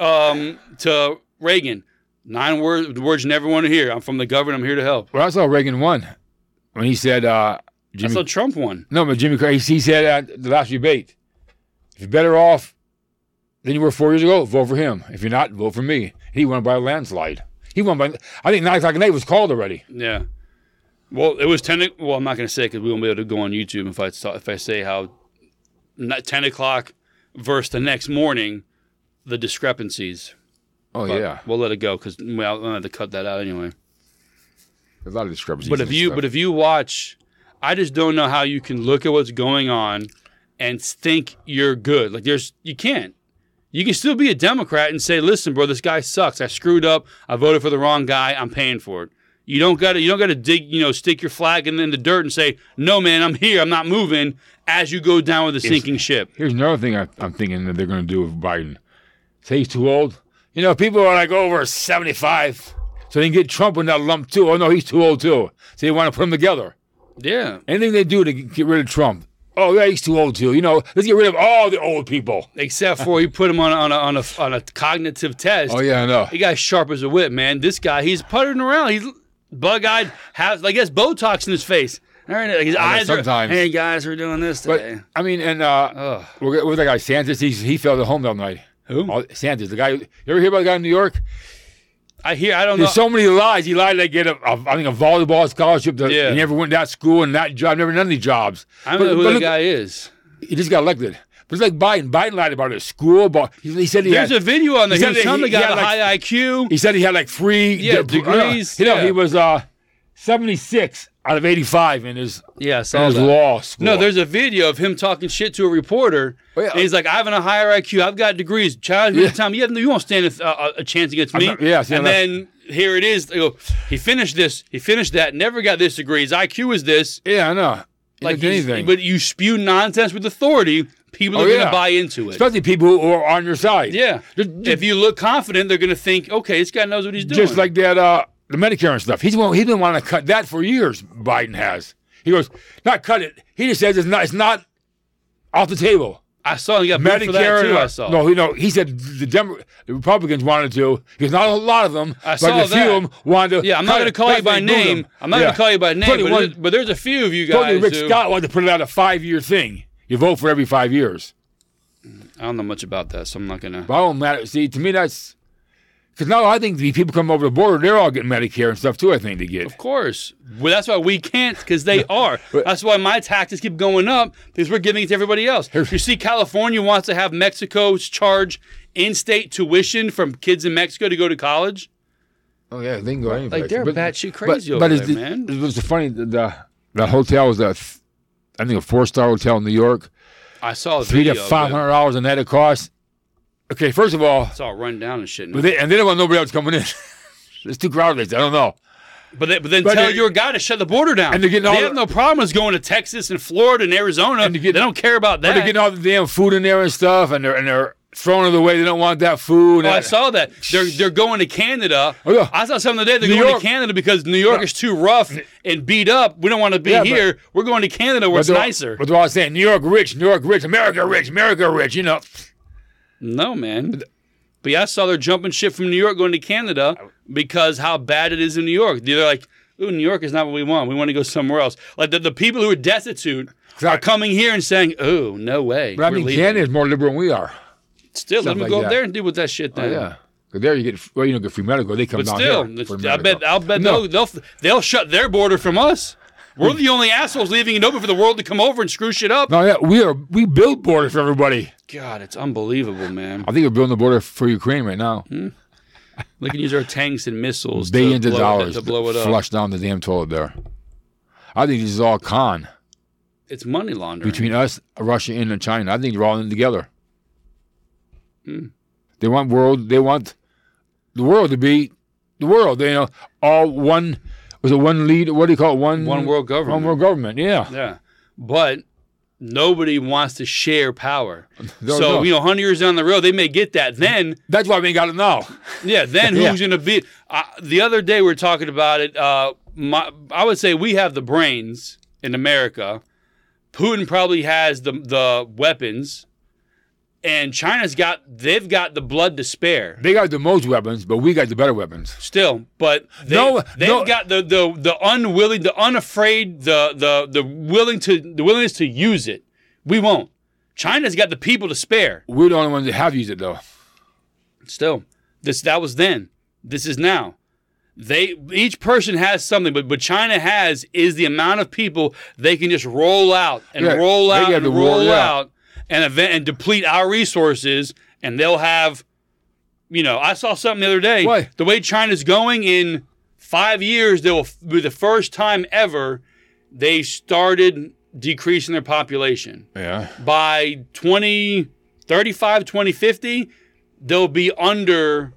[SPEAKER 1] um, to Reagan. Nine words words you never want to hear. I'm from the government. I'm here to help.
[SPEAKER 2] Well, I saw Reagan won when he said, uh,
[SPEAKER 1] I
[SPEAKER 2] "Jimmy."
[SPEAKER 1] saw Trump one.
[SPEAKER 2] no, but Jimmy. Carter- He, he said at the last debate, "If you're better off than you were four years ago, vote for him. If you're not, vote for me." He won by a landslide. He won by. I think nine o'clock at night was called already.
[SPEAKER 1] Yeah. Well, it was ten. o- Well, I'm not going to say because we won't be able to go on YouTube if I talk, if I say how not ten o'clock versus the next morning, the discrepancies.
[SPEAKER 2] Oh
[SPEAKER 1] But
[SPEAKER 2] yeah,
[SPEAKER 1] we'll let it go because well, I'll have to cut that out anyway.
[SPEAKER 2] there's a lot of discrepancies.
[SPEAKER 1] But if you but if you watch, I just don't know how you can look at what's going on and think you're good. Like there's you can't. You can still be a Democrat and say, "Listen, bro, this guy sucks. I screwed up. I voted for the wrong guy. I'm paying for it." You don't got to you don't got to dig, you know, stick your flag in, in the dirt and say, "No, man, I'm here. I'm not moving." As you go down with the sinking ship.
[SPEAKER 2] Here's another thing I, I'm thinking that they're going to do with Biden. Say he's too old. You know, people are like over 75. So they can get Trump in that lump too. Oh, no, he's too old too. So they want to put them together.
[SPEAKER 1] Yeah,
[SPEAKER 2] Anything they do to get rid of Trump. Oh, yeah, he's too old too. You know, let's get rid of all the old people.
[SPEAKER 1] except for you put him on a, on a, on a on a cognitive test.
[SPEAKER 2] Oh, yeah, I know.
[SPEAKER 1] The guy's sharp as a whip, man. This guy, he's puttering around. He's bug-eyed, has I guess Botox in his face. All right, like his eyes are.
[SPEAKER 2] sometimes.
[SPEAKER 1] Hey guys, we're doing this
[SPEAKER 2] But,
[SPEAKER 1] today.
[SPEAKER 2] I mean, and uh,
[SPEAKER 1] Ugh.
[SPEAKER 2] we're with that guy, Sanders. He's, he failed at home that night.
[SPEAKER 1] Who?
[SPEAKER 2] Oh, Sanders, the guy. You ever hear about the guy in New York?
[SPEAKER 1] I hear. I don't know.
[SPEAKER 2] There's so many lies. He lied to get a, a I think a volleyball scholarship. To,
[SPEAKER 1] Yeah.
[SPEAKER 2] He never went to that school and that job. Never done any jobs.
[SPEAKER 1] I don't know who
[SPEAKER 2] but
[SPEAKER 1] that
[SPEAKER 2] look-
[SPEAKER 1] guy is.
[SPEAKER 2] He just got elected. But it's like Biden. Biden lied about his school. About he, he said he
[SPEAKER 1] There's
[SPEAKER 2] had,
[SPEAKER 1] a video on there.
[SPEAKER 2] He
[SPEAKER 1] He was
[SPEAKER 2] said
[SPEAKER 1] telling
[SPEAKER 2] he-
[SPEAKER 1] the guy
[SPEAKER 2] he
[SPEAKER 1] with
[SPEAKER 2] had,
[SPEAKER 1] a
[SPEAKER 2] like-
[SPEAKER 1] high IQ.
[SPEAKER 2] he said he had like three
[SPEAKER 1] Yeah,
[SPEAKER 2] de-
[SPEAKER 1] degrees,
[SPEAKER 2] You know,
[SPEAKER 1] yeah.
[SPEAKER 2] he was uh, 76 out of 85 in his
[SPEAKER 1] Yeah, I
[SPEAKER 2] in
[SPEAKER 1] saw
[SPEAKER 2] his
[SPEAKER 1] that.
[SPEAKER 2] law school.
[SPEAKER 1] No, there's a video of him talking shit to a reporter.
[SPEAKER 2] Oh, yeah.
[SPEAKER 1] And he's like, I have a higher IQ. I've got degrees. Challenge me
[SPEAKER 2] Yeah.
[SPEAKER 1] to time. You, have, you won't stand a, uh, a, a chance against me.
[SPEAKER 2] not- yeah, I see
[SPEAKER 1] and
[SPEAKER 2] that.
[SPEAKER 1] then here it is. They go, he finished this. He finished that. Never got this degree. His IQ is this.
[SPEAKER 2] yeah, I know. He
[SPEAKER 1] like
[SPEAKER 2] didn't do
[SPEAKER 1] he's-
[SPEAKER 2] anything,
[SPEAKER 1] But you spew nonsense with authority, people
[SPEAKER 2] Oh,
[SPEAKER 1] are going
[SPEAKER 2] yeah.
[SPEAKER 1] to buy into it.
[SPEAKER 2] especially people who are on your side.
[SPEAKER 1] yeah.
[SPEAKER 2] Just,
[SPEAKER 1] if you look confident, they're going to think, okay, this guy knows what he's doing.
[SPEAKER 2] just like that uh, the Medicare and stuff. He's wa- he's been wanting to cut that for years. Biden has. He goes not cut it. He just says it's not it's not off the table.
[SPEAKER 1] I saw he got booed for that
[SPEAKER 2] Medicare.
[SPEAKER 1] too.
[SPEAKER 2] uh,
[SPEAKER 1] I saw.
[SPEAKER 2] No, you know he said the, Demo- the Republicans wanted to because not a lot of them,
[SPEAKER 1] I
[SPEAKER 2] but
[SPEAKER 1] saw
[SPEAKER 2] a few
[SPEAKER 1] that.
[SPEAKER 2] of them wanted to.
[SPEAKER 1] yeah, I'm not
[SPEAKER 2] cut
[SPEAKER 1] going to
[SPEAKER 2] it.
[SPEAKER 1] call you
[SPEAKER 2] That's
[SPEAKER 1] by
[SPEAKER 2] why they booed him.
[SPEAKER 1] name. I'm not going
[SPEAKER 2] Yeah.
[SPEAKER 1] to call you by name,
[SPEAKER 2] Totally
[SPEAKER 1] but,
[SPEAKER 2] one-
[SPEAKER 1] there's, but there's a few of you guys.
[SPEAKER 2] Totally, Rick
[SPEAKER 1] who-
[SPEAKER 2] Scott wanted to put it out a five-year thing. You vote for every five years.
[SPEAKER 1] I don't know much about that, so I'm not going to.
[SPEAKER 2] But I don't matter. See, to me, that's because now I think the people come over the border, they're all getting Medicare and stuff too. I think they get.
[SPEAKER 1] Of course. Well, that's why we can't, because they are. That's why my taxes keep going up, because we're giving it to everybody else. You see, California wants to have Mexico's charge in-state tuition from kids in Mexico to go to college.
[SPEAKER 2] Oh yeah, they can go anywhere.
[SPEAKER 1] Like they're batshit crazy over
[SPEAKER 2] it's
[SPEAKER 1] there,
[SPEAKER 2] the-
[SPEAKER 1] man.
[SPEAKER 2] It was funny. The, the the hotel was a, th- I think a four star hotel in New York.
[SPEAKER 1] I saw a
[SPEAKER 2] Three
[SPEAKER 1] video.
[SPEAKER 2] to
[SPEAKER 1] of it.
[SPEAKER 2] five hundred dollars, and that it cost. Okay, first of all,
[SPEAKER 1] It's all run down and shit. now.
[SPEAKER 2] but they, and they don't want nobody else coming in. it's too crowded. I don't know.
[SPEAKER 1] But, they, but then
[SPEAKER 2] But
[SPEAKER 1] tell
[SPEAKER 2] they-
[SPEAKER 1] your guy to shut the border down.
[SPEAKER 2] And they're getting
[SPEAKER 1] they
[SPEAKER 2] all
[SPEAKER 1] have
[SPEAKER 2] the-
[SPEAKER 1] no problems going to Texas and Florida and Arizona.
[SPEAKER 2] And
[SPEAKER 1] And
[SPEAKER 2] they're getting-
[SPEAKER 1] they don't care about
[SPEAKER 2] But
[SPEAKER 1] that.
[SPEAKER 2] they're getting all the damn food in there and stuff, and they're and they're throwing it away. They don't want that food.
[SPEAKER 1] Oh, I
[SPEAKER 2] and-
[SPEAKER 1] saw that. They're they're going to Canada.
[SPEAKER 2] Oh, yeah.
[SPEAKER 1] I saw something today. They're
[SPEAKER 2] New
[SPEAKER 1] going
[SPEAKER 2] York-
[SPEAKER 1] to Canada because New York is too rough and beat up. We don't want to be
[SPEAKER 2] Yeah, but-
[SPEAKER 1] here. We're going to Canada where it's
[SPEAKER 2] they're-
[SPEAKER 1] nicer.
[SPEAKER 2] But they're all saying New York rich, New York rich, America rich, America rich. You know,
[SPEAKER 1] No, man. But yeah, I saw they're jumping ship from New York going to Canada because how bad it is in New York. They're like, ooh, New York is not what we want. We want to go somewhere else. Like the, the people who are destitute are
[SPEAKER 2] Exactly.
[SPEAKER 1] coming here and saying, oh, no way.
[SPEAKER 2] but I
[SPEAKER 1] We're
[SPEAKER 2] mean,
[SPEAKER 1] leaving."
[SPEAKER 2] Canada is more liberal than we are.
[SPEAKER 1] Still, let them
[SPEAKER 2] Something like
[SPEAKER 1] go up
[SPEAKER 2] that. Oh,
[SPEAKER 1] there and deal with that shit then.
[SPEAKER 2] Yeah. 'Cause there you get well, you don't get free medical. They come
[SPEAKER 1] But
[SPEAKER 2] down
[SPEAKER 1] still,
[SPEAKER 2] here.
[SPEAKER 1] it's-
[SPEAKER 2] for
[SPEAKER 1] I
[SPEAKER 2] medical.
[SPEAKER 1] bet I'll bet
[SPEAKER 2] No. Hmm.
[SPEAKER 1] they'll, they'll they'll shut their border from us. We're the only assholes leaving it open for the world to come over and screw shit up.
[SPEAKER 2] No, yeah, we are we build borders for everybody.
[SPEAKER 1] God, it's unbelievable, man.
[SPEAKER 2] I think we're building the border for Ukraine right now.
[SPEAKER 1] We can use our tanks and missiles
[SPEAKER 2] Billions
[SPEAKER 1] Mm. to
[SPEAKER 2] of
[SPEAKER 1] blow,
[SPEAKER 2] dollars
[SPEAKER 1] to blow it up.
[SPEAKER 2] flush down the damn toilet there. I think this is all con
[SPEAKER 1] It's money laundering.
[SPEAKER 2] between us, Russia, and China. I think they're all in together.
[SPEAKER 1] Mm.
[SPEAKER 2] They want world. They want the world to be the world. They know all one. Was it one lead? What do you call it? One
[SPEAKER 1] one world government.
[SPEAKER 2] Mm-hmm. One world government. Yeah.
[SPEAKER 1] Yeah, but nobody wants to share power.
[SPEAKER 2] No,
[SPEAKER 1] so
[SPEAKER 2] no.
[SPEAKER 1] you know, hundred years down the road, they may get that. Then
[SPEAKER 2] That's why we ain't got it now.
[SPEAKER 1] Yeah, then who's
[SPEAKER 2] Yeah.
[SPEAKER 1] going to be? Uh, the other day we were talking about it. Uh, my, I would say we have the brains in America. Putin probably has the the weapons, and China's got they've got the blood to spare
[SPEAKER 2] They got the most weapons, but we got the better weapons.
[SPEAKER 1] still. But they,
[SPEAKER 2] No,
[SPEAKER 1] they've
[SPEAKER 2] no.
[SPEAKER 1] got the, the the unwilling, the unafraid, the the the willing to the willingness to use it. We won't. China's got the people to spare.
[SPEAKER 2] We're the only ones that have used it though.
[SPEAKER 1] Still, this that was then. This is now. They each person has something, but what China has is the amount of people they can just roll out and
[SPEAKER 2] Yeah,
[SPEAKER 1] roll
[SPEAKER 2] they
[SPEAKER 1] out
[SPEAKER 2] have
[SPEAKER 1] and
[SPEAKER 2] to
[SPEAKER 1] roll
[SPEAKER 2] roll out.
[SPEAKER 1] out and event and deplete our resources, and they'll have, you know, I saw something the other day.
[SPEAKER 2] Why?
[SPEAKER 1] The way China's going in five years, they will be the first time ever they started decreasing their population
[SPEAKER 2] Yeah.
[SPEAKER 1] by 20 35 2050 they'll be under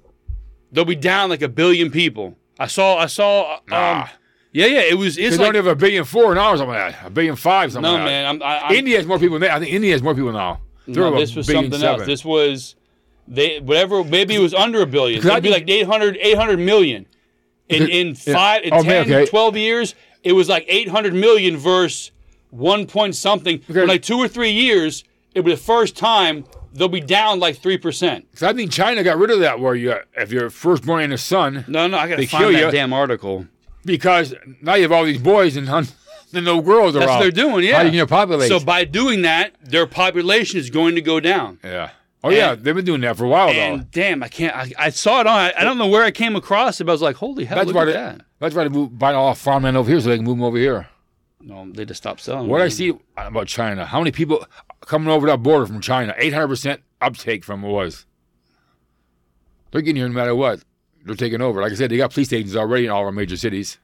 [SPEAKER 1] they'll be down like a billion people i saw i saw um,
[SPEAKER 2] Nah.
[SPEAKER 1] yeah yeah it was
[SPEAKER 2] They
[SPEAKER 1] it's
[SPEAKER 2] don't
[SPEAKER 1] like
[SPEAKER 2] have a billion four now or something like that. A billion five, something
[SPEAKER 1] no
[SPEAKER 2] like
[SPEAKER 1] man i'm, I,
[SPEAKER 2] that.
[SPEAKER 1] I'm
[SPEAKER 2] India has more people than that. I think India has more people now. They're
[SPEAKER 1] no,
[SPEAKER 2] about
[SPEAKER 1] this was
[SPEAKER 2] billion
[SPEAKER 1] something
[SPEAKER 2] seven.
[SPEAKER 1] else this was they whatever maybe it was under a billion
[SPEAKER 2] Because I
[SPEAKER 1] it'd be
[SPEAKER 2] think-
[SPEAKER 1] like 800 800 million in in
[SPEAKER 2] Yeah.
[SPEAKER 1] five in
[SPEAKER 2] Oh,
[SPEAKER 1] 10
[SPEAKER 2] man, okay.
[SPEAKER 1] 12 years it was like 800 million versus one point something
[SPEAKER 2] Okay.
[SPEAKER 1] in like two or three years it was the first time they'll be down like three percent
[SPEAKER 2] So I think China got rid of that where you if you're firstborn in the sun
[SPEAKER 1] No, no, I gotta
[SPEAKER 2] They
[SPEAKER 1] find
[SPEAKER 2] kill
[SPEAKER 1] that
[SPEAKER 2] you.
[SPEAKER 1] damn article.
[SPEAKER 2] because now you have all these boys and none, and no girls
[SPEAKER 1] That's
[SPEAKER 2] around.
[SPEAKER 1] what they're doing,
[SPEAKER 2] How
[SPEAKER 1] yeah.
[SPEAKER 2] do you get a population?
[SPEAKER 1] so by doing that, their population is going to go down.
[SPEAKER 2] yeah. Oh yeah, they've been doing that for a while
[SPEAKER 1] And
[SPEAKER 2] though.
[SPEAKER 1] damn, I can't. I, I saw it on. I, I don't know where I came across it, but I was like, holy hell,
[SPEAKER 2] That's
[SPEAKER 1] look
[SPEAKER 2] why
[SPEAKER 1] at
[SPEAKER 2] they,
[SPEAKER 1] that.
[SPEAKER 2] that's why they move, buy all farmland over here so they can move them over here.
[SPEAKER 1] No, they just stopped selling.
[SPEAKER 2] What
[SPEAKER 1] them.
[SPEAKER 2] I see about China, how many people coming over that border from China? Eight hundred percent uptake from what was. They're getting here no matter what. They're taking over. Like I said, they got police stations already in all our major cities.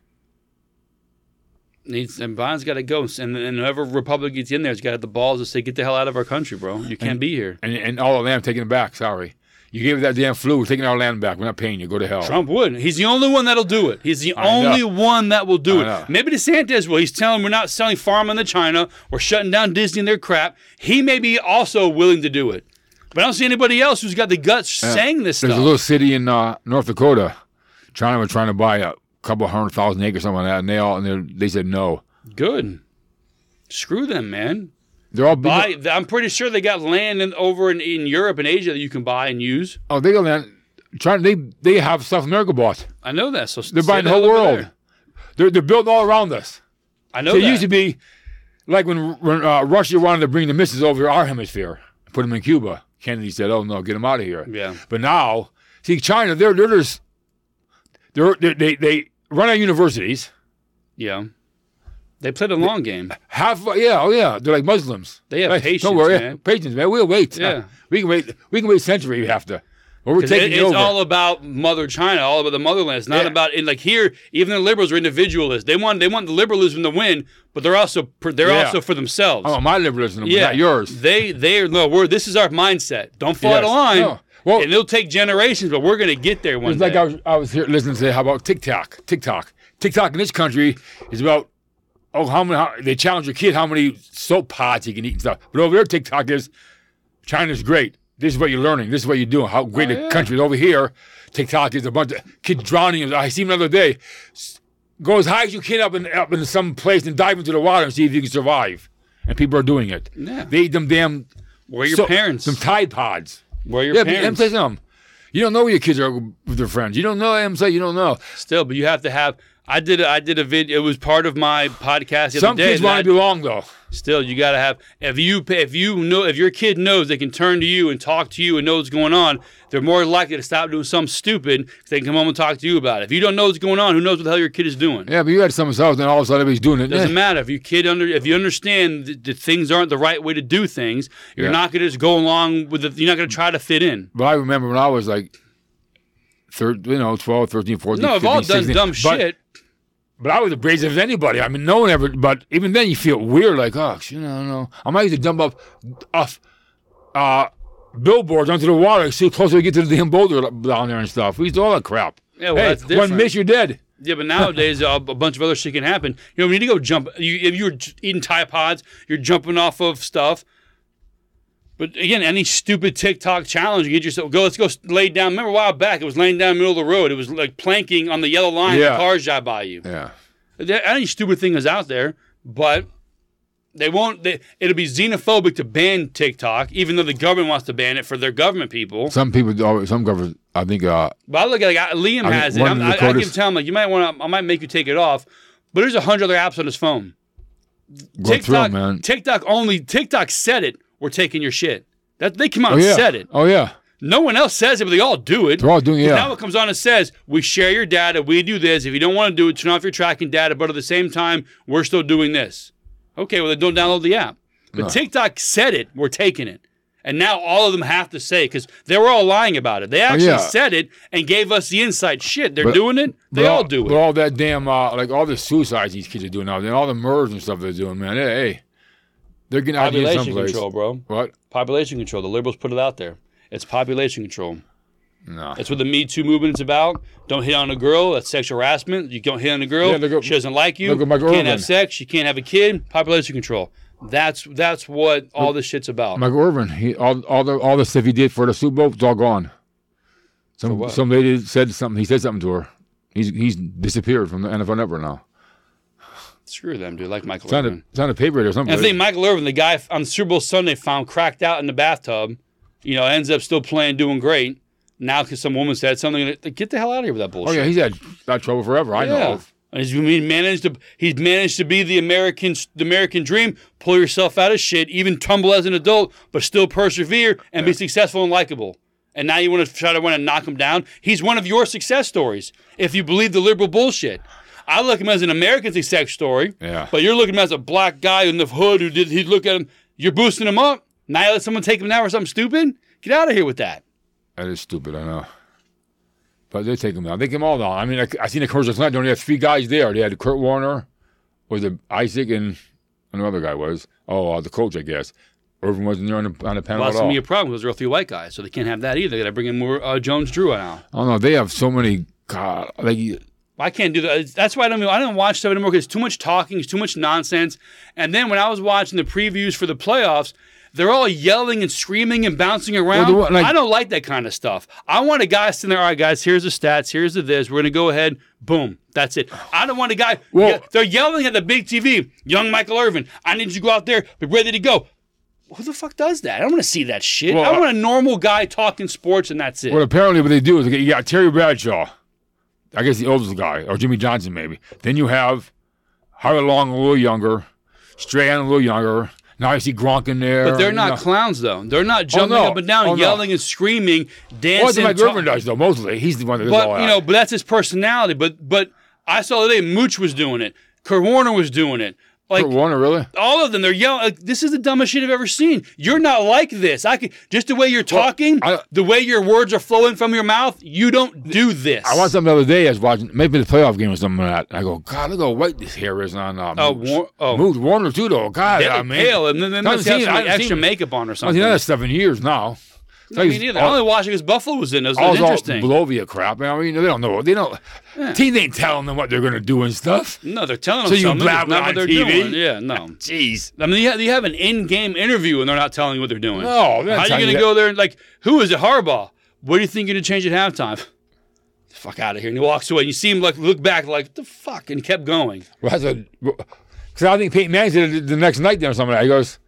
[SPEAKER 1] needs and Biden's got to go, and, and whoever Republic gets in there has got to have the balls to say, get the hell out of our country, bro. You can't be here.
[SPEAKER 2] And, and all the land taking it back. Sorry, you gave us that damn flu. We're taking our land back. We're not paying you. Go to hell.
[SPEAKER 1] Trump would. not He's the only one that'll do it. He's the
[SPEAKER 2] know.
[SPEAKER 1] only one that will do
[SPEAKER 2] I
[SPEAKER 1] it.
[SPEAKER 2] know.
[SPEAKER 1] Maybe DeSantis will. He's telling we're not selling farmland to China. We're shutting down Disney and their crap. He may be also willing to do it. But I don't see anybody else who's got the guts saying this
[SPEAKER 2] There's
[SPEAKER 1] stuff.
[SPEAKER 2] a little city in uh, North Dakota. China was trying to buy a couple hundred thousand acres, something like that, and they all and they, they said no.
[SPEAKER 1] Good. Screw them, man.
[SPEAKER 2] They're all
[SPEAKER 1] Buy, I'm pretty sure they got land in, over in, in Europe and Asia that you can buy and use.
[SPEAKER 2] Oh, they got land. China, they they have South America bought.
[SPEAKER 1] I know that. So
[SPEAKER 2] They're buying the whole world. They're they're building all around us.
[SPEAKER 1] I know
[SPEAKER 2] It
[SPEAKER 1] that.
[SPEAKER 2] used to be like when, when uh, Russia wanted to bring the missiles over to our hemisphere, put them in Cuba. Kennedy said, "Oh no, get them out of here."
[SPEAKER 1] Yeah.
[SPEAKER 2] But now, see, China, they're they're just they're, they they they run our universities.
[SPEAKER 1] yeah. They played a long game.
[SPEAKER 2] Half, yeah, oh yeah, they're like Muslims.
[SPEAKER 1] They have
[SPEAKER 2] Like,
[SPEAKER 1] patience,
[SPEAKER 2] Don't worry,
[SPEAKER 1] man.
[SPEAKER 2] patience, man. We'll wait.
[SPEAKER 1] Yeah.
[SPEAKER 2] we can wait. We can wait a century. if We have to. Or we're
[SPEAKER 1] 'Cause
[SPEAKER 2] taking
[SPEAKER 1] It,
[SPEAKER 2] it
[SPEAKER 1] it's
[SPEAKER 2] over.
[SPEAKER 1] all about Mother China, all about the motherland. It's not
[SPEAKER 2] Yeah.
[SPEAKER 1] about and like here, even the liberals are individualists. They want they want the liberalism to win, but they're also per- they're
[SPEAKER 2] Yeah.
[SPEAKER 1] also for themselves.
[SPEAKER 2] oh, my liberalism, but
[SPEAKER 1] yeah,
[SPEAKER 2] not yours.
[SPEAKER 1] They they are no. We're this is our mindset. Don't fall out of
[SPEAKER 2] Yes.
[SPEAKER 1] line.
[SPEAKER 2] No. Well-
[SPEAKER 1] and it'll take generations, but we're gonna get there one
[SPEAKER 2] It's
[SPEAKER 1] day.
[SPEAKER 2] like I was, I was here listening to how about TikTok, TikTok, TikTok in this country is about oh how many how, they challenge your kid how many soap pods he can eat and stuff. But over there, TikTok is China's great. This is what you're learning. This is what you're doing. How great
[SPEAKER 1] Oh, yeah.
[SPEAKER 2] the country is over here. TikTok is a bunch of kids drowning. I seen another day. S- Go as high as you can up in up in some place and dive into the water and see if you can survive. And people are doing it.
[SPEAKER 1] Yeah.
[SPEAKER 2] They eat them damn
[SPEAKER 1] where are your
[SPEAKER 2] so-
[SPEAKER 1] parents?
[SPEAKER 2] some Tide Pods.
[SPEAKER 1] where are your
[SPEAKER 2] Yeah, but I'm
[SPEAKER 1] parents?
[SPEAKER 2] saying something. um, You don't know where your kids are with their friends. You don't know. I'm saying you don't know.
[SPEAKER 1] Still, but you have to have. I did. A, I did a video. It was part of my podcast. The
[SPEAKER 2] Some
[SPEAKER 1] other day
[SPEAKER 2] kids
[SPEAKER 1] that I
[SPEAKER 2] want to belong though.
[SPEAKER 1] Still, you got to have if you if you know if your kid knows they can turn to you and talk to you and know what's going on, they're more likely to stop doing something stupid. 'cause They can come home and talk to you about it. If you don't know what's going on, who knows what the hell your kid is doing?
[SPEAKER 2] Yeah, but you had someone's house, and all of a sudden everybody's doing it.
[SPEAKER 1] Doesn't
[SPEAKER 2] Yeah.
[SPEAKER 1] matter if your kid under if you understand that, that things aren't the right way to do things, you're
[SPEAKER 2] Yeah.
[SPEAKER 1] not going to just go along with it. You're not going to try to fit in.
[SPEAKER 2] But I remember when I was like, third, you know, 12, 13, 14,
[SPEAKER 1] No, I've all
[SPEAKER 2] 15,
[SPEAKER 1] done
[SPEAKER 2] 16.
[SPEAKER 1] dumb
[SPEAKER 2] But-
[SPEAKER 1] shit.
[SPEAKER 2] But I was abrasive as anybody. I mean, no one ever. But even then, you feel weird, like, oh, you know, no. I might have to dump up off uh, billboards onto the water, see how close we get to the damn boulder down there and stuff. We used to do all that crap.
[SPEAKER 1] Yeah, well,
[SPEAKER 2] hey,
[SPEAKER 1] that's
[SPEAKER 2] one
[SPEAKER 1] different.
[SPEAKER 2] miss, you're dead.
[SPEAKER 1] Yeah, but nowadays a, a bunch of other shit can happen. You know, when you need to go jump. You, if you're j- eating Tide Pods, you're jumping off of stuff. But again, any stupid TikTok challenge, you get yourself go. Let's go s- lay down. Remember a while back, it was laying down in the middle of the road. It was like planking on the yellow line.
[SPEAKER 2] Yeah.
[SPEAKER 1] The cars drive by you.
[SPEAKER 2] Yeah.
[SPEAKER 1] There- Any stupid thing is out there, but they won't. They, it'll be xenophobic to ban TikTok, even though the government wants to ban it for their government people.
[SPEAKER 2] Some people, do always- some governments, I think, uh,
[SPEAKER 1] But I look at like I, Liam
[SPEAKER 2] I mean,
[SPEAKER 1] has it.
[SPEAKER 2] one
[SPEAKER 1] I'm,
[SPEAKER 2] of the
[SPEAKER 1] I, I
[SPEAKER 2] quarters-
[SPEAKER 1] keep telling him like you might want to. I might make you take it off. But there's a hundred other apps on his phone.
[SPEAKER 2] go through
[SPEAKER 1] TikTok,
[SPEAKER 2] it, man.
[SPEAKER 1] TikTok only. TikTok said it. We're taking your shit. That they come out
[SPEAKER 2] Oh
[SPEAKER 1] and
[SPEAKER 2] yeah.
[SPEAKER 1] said it.
[SPEAKER 2] Oh yeah.
[SPEAKER 1] No one else says it, but they all do it.
[SPEAKER 2] They're all doing-
[SPEAKER 1] 'Cause
[SPEAKER 2] yeah.
[SPEAKER 1] Now it comes on and says, we share your data, we do this. If you don't want to do it, turn off your tracking data, but at the same time, we're still doing this. Okay, well, then don't download the app. But TikTok said it, we're taking it. And now all of them have to say, because they were all lying about it. They actually
[SPEAKER 2] Oh, yeah.
[SPEAKER 1] said it and gave us the inside shit. They're
[SPEAKER 2] But-
[SPEAKER 1] doing it, they
[SPEAKER 2] But
[SPEAKER 1] all, do it.
[SPEAKER 2] But all that damn, uh, like all the suicides these kids are doing now, and all the murders and stuff they're doing, man. Hey, hey they're getting out of here
[SPEAKER 1] population
[SPEAKER 2] someplace.
[SPEAKER 1] control, bro.
[SPEAKER 2] What?
[SPEAKER 1] Population control. The liberals put it out there. It's population control.
[SPEAKER 2] No.
[SPEAKER 1] That's what the Me Too movement's about. Don't hit on a girl. That's sexual harassment. You don't hit on a girl.
[SPEAKER 2] Yeah, look at-
[SPEAKER 1] she doesn't like you.
[SPEAKER 2] look at Mike
[SPEAKER 1] can't
[SPEAKER 2] Irvin.
[SPEAKER 1] have sex. You can't have a kid. Population control. That's that's what all this shit's about.
[SPEAKER 2] Mike Irvin, he, all, all the all the stuff he did for the Super Bowl, it's all gone. Some
[SPEAKER 1] what?
[SPEAKER 2] some lady said something. He said something to her. He's he's disappeared from the NFL Network now.
[SPEAKER 1] Screw them, dude. Like Michael
[SPEAKER 2] It's on
[SPEAKER 1] Irvin.
[SPEAKER 2] a it's on a paper or something.
[SPEAKER 1] And I think Michael Irvin, the guy on Super Bowl Sunday, found cracked out in the bathtub. You know, ends up still playing, doing great. Now, because some woman said something, like, get the hell out of here with that bullshit.
[SPEAKER 2] oh yeah, he's had that trouble forever. I know. of.
[SPEAKER 1] And He's he managed to he's managed to be the American the American dream. Pull yourself out of shit, even tumble as an adult, but still persevere and be successful and likable. And now you want to try to want to knock him down. He's one of your success stories if you believe the liberal bullshit. I look at him as an American success story,
[SPEAKER 2] Yeah.
[SPEAKER 1] but you're looking at him as a black guy in the hood who did he look at him. You're boosting him up. Now you let someone take him down or something stupid. Get out of here with that.
[SPEAKER 2] That is stupid. I know. But they take him down. They take him all down. I mean, I, I seen a commercial tonight. They only had three guys there. They had Kurt Warner, was it Isaac, and another guy was. Oh, uh, the coach, I guess. Irvin wasn't there on the, on the panel
[SPEAKER 1] Well, that's
[SPEAKER 2] at all.
[SPEAKER 1] gonna be a problem because there are three white guys, so they can't have that either. They got to bring in more uh, Jones Drew now.
[SPEAKER 2] I don't know. Oh, They have so many. God, like
[SPEAKER 1] I can't do that. That's why I don't. I don't watch stuff anymore because it's too much talking, it's too much nonsense. And then when I was watching the previews for the playoffs, they're all yelling and screaming and bouncing around.
[SPEAKER 2] the one- like-
[SPEAKER 1] I don't like that kind of stuff. I want a guy sitting there. All right, guys, here's the stats. Here's the this. We're gonna go ahead. Boom. That's it. I don't want a guy.
[SPEAKER 2] Well-
[SPEAKER 1] yeah, they're yelling at the big TV. Young Michael Irvin. I need you to go out there. Be ready to go. Who the fuck does that? I don't want to see that shit.
[SPEAKER 2] Well,
[SPEAKER 1] I
[SPEAKER 2] I-
[SPEAKER 1] want a normal guy talking sports, and that's it.
[SPEAKER 2] Well, apparently what they do is they get- you got Terry Bradshaw, I guess the oldest guy, or Jimmy Johnson maybe. Then you have Howard Long, a little younger, Strahan, a little younger. Now you see Gronk in there.
[SPEAKER 1] But they're not
[SPEAKER 2] you know.
[SPEAKER 1] clowns, though. They're not jumping
[SPEAKER 2] no.
[SPEAKER 1] up and down,
[SPEAKER 2] Oh, no.
[SPEAKER 1] yelling and screaming,
[SPEAKER 2] Well, that's
[SPEAKER 1] dancing.
[SPEAKER 2] what Mike
[SPEAKER 1] ta-
[SPEAKER 2] Irvin does though. Mostly, he's the one that's all
[SPEAKER 1] but you
[SPEAKER 2] out.
[SPEAKER 1] know, but that's his personality. But but I saw today Mooch was doing it. Kurt Warner was doing it. Like
[SPEAKER 2] Kurt Warner, really?
[SPEAKER 1] all of them, they're yelling. Like, this is the dumbest shit I've ever seen. You're not like this. I could just the way you're talking,
[SPEAKER 2] I-
[SPEAKER 1] the way your words are flowing from your mouth. You don't do this.
[SPEAKER 2] I watched something the other day. I was watching maybe the playoff game or something like that. And I go, God, look how white this hair is on. Uh,
[SPEAKER 1] Oh,
[SPEAKER 2] Mooch.
[SPEAKER 1] War- oh.
[SPEAKER 2] Mooch, Warner too though. God,
[SPEAKER 1] They
[SPEAKER 2] I
[SPEAKER 1] look
[SPEAKER 2] mean,
[SPEAKER 1] pale, and then they
[SPEAKER 2] I
[SPEAKER 1] must
[SPEAKER 2] haven't
[SPEAKER 1] have
[SPEAKER 2] seen-
[SPEAKER 1] some
[SPEAKER 2] I
[SPEAKER 1] like,
[SPEAKER 2] haven't
[SPEAKER 1] extra
[SPEAKER 2] seen-
[SPEAKER 1] makeup on or
[SPEAKER 2] I
[SPEAKER 1] something.
[SPEAKER 2] haven't seen that stuff in years now. It's like-
[SPEAKER 1] Me neither. I only watched it because Buffalo was in. It was, it
[SPEAKER 2] all
[SPEAKER 1] was
[SPEAKER 2] it's all
[SPEAKER 1] interesting.
[SPEAKER 2] Bolovia crap. I mean, they don't know. They don't. Team ain't telling them what they're gonna do and stuff.
[SPEAKER 1] no, they're telling them
[SPEAKER 2] So you
[SPEAKER 1] something.
[SPEAKER 2] blab
[SPEAKER 1] It's not
[SPEAKER 2] on
[SPEAKER 1] what they're
[SPEAKER 2] TV?
[SPEAKER 1] doing. Yeah, no.
[SPEAKER 2] Jeez.
[SPEAKER 1] I mean, you have, you have an in-game interview and they're not telling you what they're doing.
[SPEAKER 2] No, they're not
[SPEAKER 1] how are you
[SPEAKER 2] telling
[SPEAKER 1] going
[SPEAKER 2] you
[SPEAKER 1] to
[SPEAKER 2] that.
[SPEAKER 1] go there and like, who is it, Harbaugh? What do you think you're going to change at halftime? The fuck out of here! And he walks away. And you see him like look back, like the fuck, and kept going.
[SPEAKER 2] Well, that's a. Because I think Peyton Manning said it the next night there or something. He goes,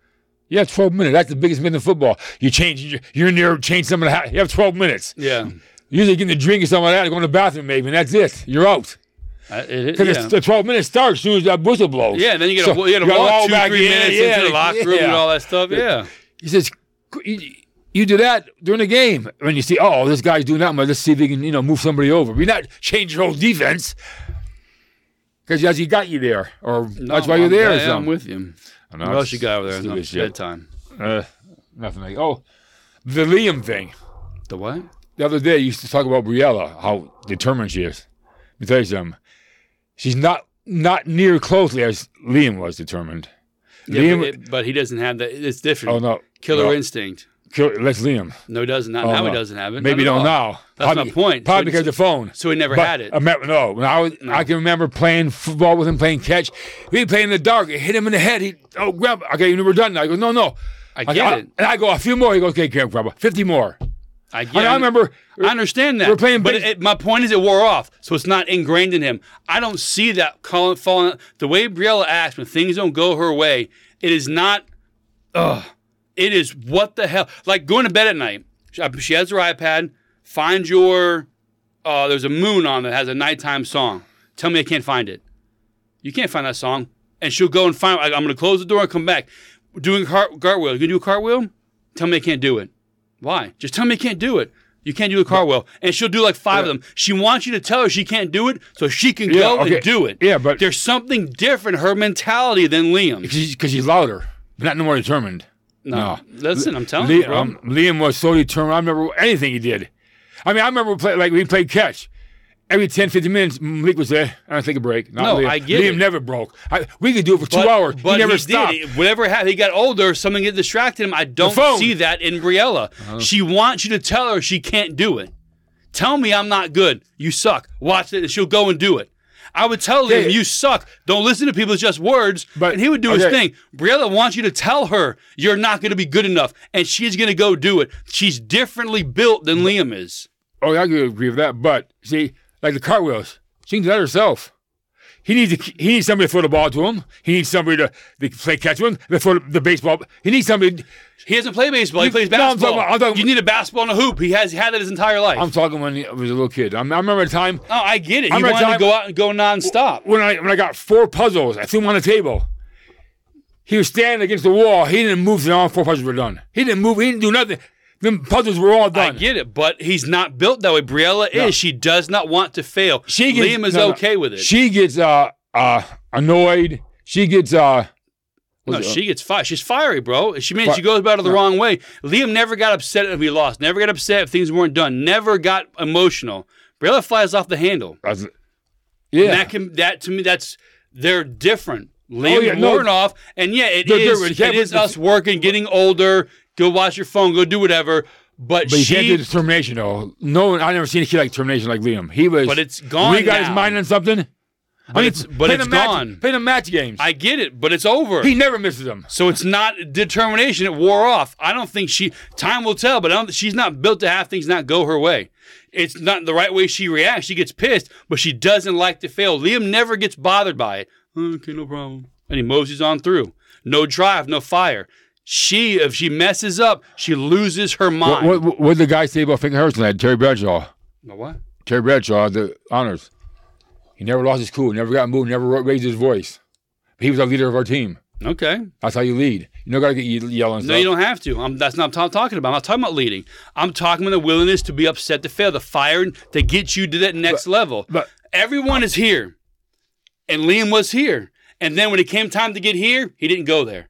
[SPEAKER 2] "You have 12 minutes. That's the biggest minute in football. You change. You're in there. Change something. You have 12 minutes.
[SPEAKER 1] Yeah,
[SPEAKER 2] Usually getting a drink or something like that. Go in the bathroom maybe, and that's it. You're out.
[SPEAKER 1] I, Uh, it,
[SPEAKER 2] Because
[SPEAKER 1] yeah.
[SPEAKER 2] the 12 minutes starts as soon as that whistle blows.
[SPEAKER 1] yeah. And then you got to
[SPEAKER 2] So
[SPEAKER 1] you got to
[SPEAKER 2] gotta
[SPEAKER 1] walk
[SPEAKER 2] roll
[SPEAKER 1] two,
[SPEAKER 2] back
[SPEAKER 1] three
[SPEAKER 2] in,
[SPEAKER 1] minutes into the
[SPEAKER 2] yeah,
[SPEAKER 1] locker room and
[SPEAKER 2] yeah.
[SPEAKER 1] all that stuff. Yeah,
[SPEAKER 2] He says, you, you do that during the game. When you see, oh, this guy's doing that much, let's see if he can, you know, move somebody over. We're not change your whole defense because that's he got you there, or that's why you're there.
[SPEAKER 1] I'm,
[SPEAKER 2] or
[SPEAKER 1] yeah, I'm
[SPEAKER 2] something.
[SPEAKER 1] with you.
[SPEAKER 2] I know,
[SPEAKER 1] What
[SPEAKER 2] it's
[SPEAKER 1] else you got over there?
[SPEAKER 2] stupid
[SPEAKER 1] No, it's
[SPEAKER 2] shit.
[SPEAKER 1] bedtime.
[SPEAKER 2] Uh, nothing like oh, the Liam thing.
[SPEAKER 1] The what?
[SPEAKER 2] The other day, you used to talk about Briella, how determined she is. Let me tell you something. She's not not near closely as Liam was determined.
[SPEAKER 1] Yeah,
[SPEAKER 2] Liam,
[SPEAKER 1] but, it- but he doesn't have that. It's different.
[SPEAKER 2] oh no,
[SPEAKER 1] Killer
[SPEAKER 2] no,
[SPEAKER 1] instinct.
[SPEAKER 2] kill, let's Liam.
[SPEAKER 1] No, he doesn't. Not
[SPEAKER 2] Oh,
[SPEAKER 1] now. He
[SPEAKER 2] no.
[SPEAKER 1] doesn't have it.
[SPEAKER 2] Maybe
[SPEAKER 1] Not at
[SPEAKER 2] don't
[SPEAKER 1] all.
[SPEAKER 2] now.
[SPEAKER 1] That's my point. So
[SPEAKER 2] Probably
[SPEAKER 1] it-
[SPEAKER 2] because the phone.
[SPEAKER 1] So he never
[SPEAKER 2] But
[SPEAKER 1] had it.
[SPEAKER 2] I remember- no, when I was, I can remember playing football with him, playing catch. We played in the dark. It hit him in the head. He oh grab. Okay, you know, we're done. now. I go no no.
[SPEAKER 1] I
[SPEAKER 2] go,
[SPEAKER 1] get
[SPEAKER 2] "Ah,"
[SPEAKER 1] it.
[SPEAKER 2] And I go a few more. He goes okay, grab, grab fifty more.
[SPEAKER 1] I get.
[SPEAKER 2] And I
[SPEAKER 1] it.
[SPEAKER 2] remember.
[SPEAKER 1] I understand that.
[SPEAKER 2] We're playing
[SPEAKER 1] but
[SPEAKER 2] base-
[SPEAKER 1] it, my point is, it wore off, so it's not ingrained in him. I don't see that calling, falling. The way Briella acts when things don't go her way, it is not. Ugh, it is what the hell? Like going to bed at night. She, uh, she has her iPad. Find your. Uh, there's a moon on that has a nighttime song. Tell me I can't find it. You can't find that song, and she'll go and find. Like, I'm gonna close the door and come back. Doing cart- cartwheel. You gonna do a cartwheel? Tell me I can't do it. Why? Just tell me you can't do it. You can't do the Carwell, and she'll do like five of them. She wants you to tell her she can't do it, so she can
[SPEAKER 2] Yeah,
[SPEAKER 1] go
[SPEAKER 2] okay.
[SPEAKER 1] and do it.
[SPEAKER 2] Yeah, but-
[SPEAKER 1] there's something different her mentality than Liam.
[SPEAKER 2] because he's louder, but not no more determined. No.
[SPEAKER 1] listen, I'm telling you,
[SPEAKER 2] Liam,
[SPEAKER 1] bro.
[SPEAKER 2] um, Liam was so determined. I remember anything he did. I mean, I remember play, like we played catch. Every 10, 15 minutes, Malik would say, "I'm gonna take a break." Not
[SPEAKER 1] No,
[SPEAKER 2] Liam.
[SPEAKER 1] I get
[SPEAKER 2] Liam
[SPEAKER 1] it.
[SPEAKER 2] never broke. I, we could do it for two hours.
[SPEAKER 1] But
[SPEAKER 2] he never
[SPEAKER 1] did.
[SPEAKER 2] stopped.
[SPEAKER 1] Whatever happened, he got older. Something that distracted him. I don't
[SPEAKER 2] phone. Uh-huh.
[SPEAKER 1] see that in Briella. She wants you to tell her she can't do it. Tell me I'm not good. You suck. Watch it, and she'll go and do it. I would tell him
[SPEAKER 2] yeah.
[SPEAKER 1] you suck. Don't listen to people. It's just words.
[SPEAKER 2] But-
[SPEAKER 1] and he would do his
[SPEAKER 2] okay.
[SPEAKER 1] thing. Briella wants you to tell her you're not going to be good enough, and she's going to go do it. She's differently built than Liam is.
[SPEAKER 2] Oh, I could agree with that. But see, like the cartwheels, she can do that herself. He needs to, he needs somebody to throw the ball to him. He needs somebody to, to play catch with him. To throw the baseball. He needs somebody.
[SPEAKER 1] He doesn't play baseball. he
[SPEAKER 2] You-
[SPEAKER 1] plays
[SPEAKER 2] no, I'm talking
[SPEAKER 1] basketball.
[SPEAKER 2] about- I'm talking-
[SPEAKER 1] you need a basketball and a hoop. He has had it his entire life.
[SPEAKER 2] I'm talking when I was a little kid. I, I remember a time
[SPEAKER 1] Oh, I get it.
[SPEAKER 2] I'm
[SPEAKER 1] You
[SPEAKER 2] gonna
[SPEAKER 1] wanted to
[SPEAKER 2] tell-
[SPEAKER 1] go out and go nonstop.
[SPEAKER 2] when I when I got four puzzles, I threw them on the table. He was standing against the wall. He didn't move till all four puzzles were done. He didn't move. He didn't do nothing. The puzzles were all
[SPEAKER 1] I
[SPEAKER 2] done.
[SPEAKER 1] get it, but he's not built that way. Briella
[SPEAKER 2] No.
[SPEAKER 1] is. She does not want to fail.
[SPEAKER 2] She gets-
[SPEAKER 1] Liam is
[SPEAKER 2] no, no.
[SPEAKER 1] okay with it. She,
[SPEAKER 2] She gets uh, uh, annoyed. She gets uh,
[SPEAKER 1] no, she gets fired. She's fiery, bro. She means
[SPEAKER 2] Fi-
[SPEAKER 1] she goes about it the wrong way. Liam never got upset if we lost. Never got upset if things weren't done. Never got emotional. Briella flies off the handle.
[SPEAKER 2] I was- yeah. Oh,
[SPEAKER 1] And that can that to me that's they're different. Liam
[SPEAKER 2] yeah, no.
[SPEAKER 1] Warnoff, and yeah, it
[SPEAKER 2] They're
[SPEAKER 1] is-
[SPEAKER 2] different. You can't-
[SPEAKER 1] it is us working, getting older. Go watch your phone. Go do whatever. But,
[SPEAKER 2] But you
[SPEAKER 1] she
[SPEAKER 2] can't do determination though. No, one- I never seen a kid like determination like Liam. He was.
[SPEAKER 1] But it's gone
[SPEAKER 2] He got his
[SPEAKER 1] now.
[SPEAKER 2] mind on something. But
[SPEAKER 1] it's- but it's gone.
[SPEAKER 2] Playing the match games.
[SPEAKER 1] I get it, but it's over.
[SPEAKER 2] he never misses them.
[SPEAKER 1] So it's not determination. It wore off. I don't think she. Time will tell, but I don't, she's not built to have things not go her way. It's not the right way she reacts. She gets pissed, but she doesn't like to fail. Liam never gets bothered by it. Okay, no problem. And he moseys on through. No drive, no fire. She, if she messes up, she loses her mind.
[SPEAKER 2] What, what, what did the guy say about Finkelhurst lad? Terry Bradshaw.
[SPEAKER 1] The what?
[SPEAKER 2] Terry Bradshaw had the honors. He never lost his cool. Never got moved. Never ra- raised his voice. He was our leader of our team.
[SPEAKER 1] Okay.
[SPEAKER 2] That's how you lead. You don't got to get ye- yelling.
[SPEAKER 1] No, you don't have to. I'm, that's not what I'm talking about. I'm not talking about leading. I'm talking about the willingness to be upset, to fail, the fire to get you to that next level.
[SPEAKER 2] but-
[SPEAKER 1] everyone is here, and Liam was here. And then when it came time to get here, he didn't go there.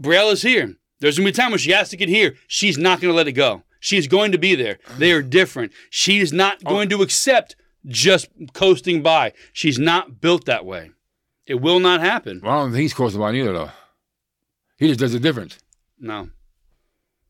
[SPEAKER 1] Briella's here. There's gonna be a time when she has to get here. She's not gonna let it go. She is going to be there. They are different. She is not going to accept just coasting by. She's not built that way. It will not happen.
[SPEAKER 2] Well, I don't think he's close to mine either though. He just does it different.
[SPEAKER 1] No.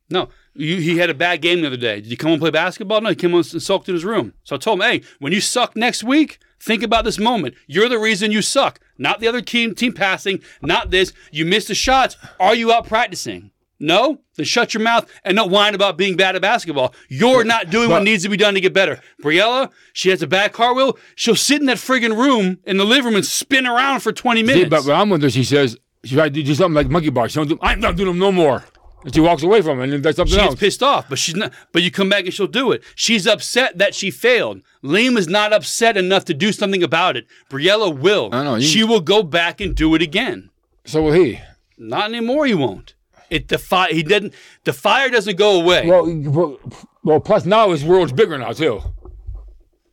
[SPEAKER 1] No. You, he had a bad game the other day. Did you come and play basketball? No, he came and sulked in his room. So I told him, hey, when you suck next week, think about this moment. You're the reason you suck, not the other team, team passing, not this. You missed the shots. Are you out practicing? No? Then shut your mouth and don't whine about being bad at basketball. You're not doing what
[SPEAKER 2] but-
[SPEAKER 1] needs to be done to get better. Briella, she has a bad car wheel. She'll sit in that friggin' room in the living room and spin around for 20 minutes.
[SPEAKER 2] See, but when I'm with her, she says she tried to do something like monkey bars. She don't do, I'm not doing them no more. And she walks away from it and does something
[SPEAKER 1] She
[SPEAKER 2] else.
[SPEAKER 1] gets pissed off, but she's not. But you come back and she'll do it. She's upset that she failed. Liam is not upset enough to do something about it. Briella will.
[SPEAKER 2] I know, you-
[SPEAKER 1] she will go back and do it again.
[SPEAKER 2] So will he.
[SPEAKER 1] Not anymore. He won't. It the fire. He didn't. The fire doesn't go away.
[SPEAKER 2] Well, you- well, well, plus now his world's bigger now too.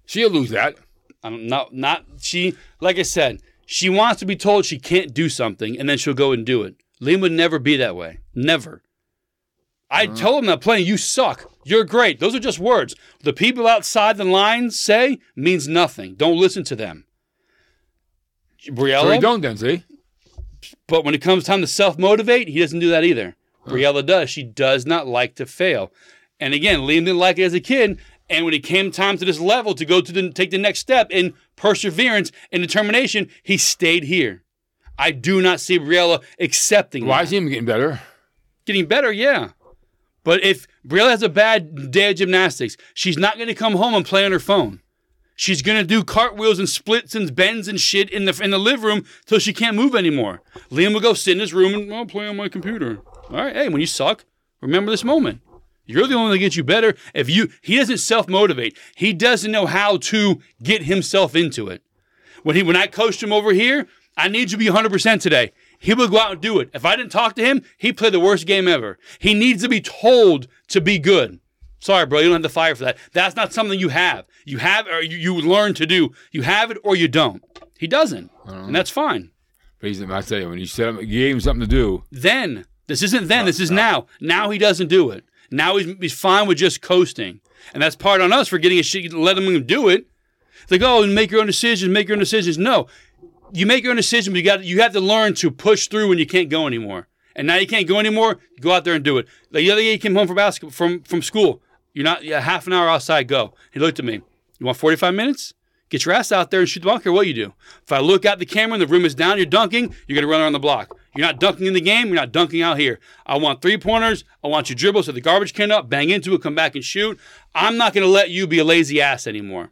[SPEAKER 2] She'll lose that.
[SPEAKER 1] I don't not not she like I said, she wants to be told she can't do something and then she'll go and do it. Liam would never be that way. Never. I told him that playing, you suck. You're great. Those are just words. The people outside the lines say means nothing. Don't listen to them.
[SPEAKER 2] So
[SPEAKER 1] Briella,
[SPEAKER 2] he don't then see.
[SPEAKER 1] but when it comes time to self motivate, he doesn't do that either. Briella does. She does not like to fail. And again, Liam didn't like it as a kid. And when it came time to this level to go to the, take the next step in perseverance and determination, he stayed here. I do not see Briella accepting
[SPEAKER 2] Why
[SPEAKER 1] that.
[SPEAKER 2] is him getting better?
[SPEAKER 1] Getting better, yeah. But if Briella has a bad day of gymnastics, she's not going to come home and play on her phone. She's going to do cartwheels and splits and bends and shit in the in the live room till she can't move anymore. Liam will go sit in his room and I'll play on my computer. All right, hey, when you suck, remember this moment. You're the only one that gets you better. If you he doesn't self motivate, he doesn't know how to get himself into it. When he when I coached him over here, I need you to be 100 percent today. he would go out and do it. If I didn't talk to him, he played the worst game ever. He needs to be told to be good. Sorry, bro, you don't have the fire for that. That's not something you have. You have or you, you learn to do. You have it or you don't. He doesn't, and that's fine.
[SPEAKER 2] But he's, I tell you, when you set him, you gave him something to do.
[SPEAKER 1] Then this isn't then. This is now. Now he doesn't do it. Now he's, he's fine with just coasting, and that's part on us for getting a shit. Letting him do it. It's like, oh, and make your own decisions. Make your own decisions. No, you make your own decision, but you got you have to learn to push through when you can't go anymore. And now you can't go anymore. Go out there and do it. Like the other day, he came home from basketball from from school. You're not yeah, half an hour outside. Go. He looked at me. You want 45 minutes? Get your ass out there and shoot the ball. I don't care what you do. If I look out the camera and the room is down, you're dunking. You're gonna run around the block. You're not dunking in the game. You're not dunking out here. I want three pointers. I want you to dribble, set the garbage can up, bang into it, come back and shoot. I'm not gonna let you be a lazy ass anymore.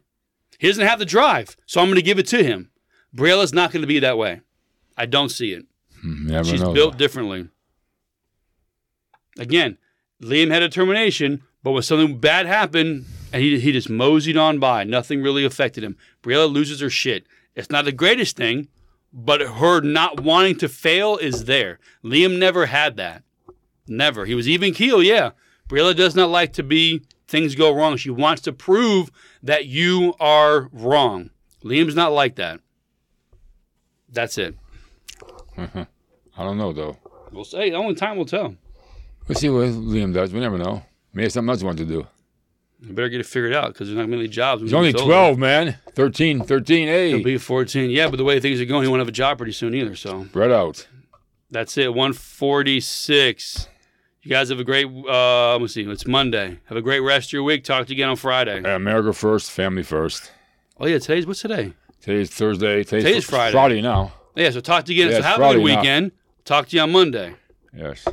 [SPEAKER 1] He doesn't have the drive, so I'm gonna give it to him. Braila's not going to be that way. I don't see it.
[SPEAKER 2] Never
[SPEAKER 1] She's
[SPEAKER 2] know.
[SPEAKER 1] built differently. Again, Liam had determination, but when something bad happened, and he, he just moseyed on by, nothing really affected him. Briella loses her shit. It's not the greatest thing, but her not wanting to fail is there. Liam never had that. Never. He was even keel, yeah. Briella does not like to be things go wrong. She wants to prove that you are wrong. Liam's not like that. That's it.
[SPEAKER 2] I don't know though.
[SPEAKER 1] We'll say only time will tell.
[SPEAKER 2] We'll see what Liam does. We never know. Maybe it's something else he wants to do.
[SPEAKER 1] You better get it figured out because there's not many jobs.
[SPEAKER 2] He's only 12, man. 13, 13,
[SPEAKER 1] He'll
[SPEAKER 2] hey.
[SPEAKER 1] be 14. Yeah, but the way things are going, he won't have a job pretty soon either. So
[SPEAKER 2] Spread out.
[SPEAKER 1] that's it. 146. You guys have a great. Uh, let's see. It's Monday. Have a great rest of your week. Talk to you again on Friday.
[SPEAKER 2] America first, family first.
[SPEAKER 1] Oh yeah, today's what's today?
[SPEAKER 2] Today's Thursday. Today's,
[SPEAKER 1] Today's
[SPEAKER 2] fr-
[SPEAKER 1] Friday.
[SPEAKER 2] Friday now.
[SPEAKER 1] Yeah, so talk to you again.
[SPEAKER 2] Yeah,
[SPEAKER 1] so
[SPEAKER 2] it's
[SPEAKER 1] have a good
[SPEAKER 2] Friday now.
[SPEAKER 1] weekend. Talk to you on Monday.
[SPEAKER 2] Yes.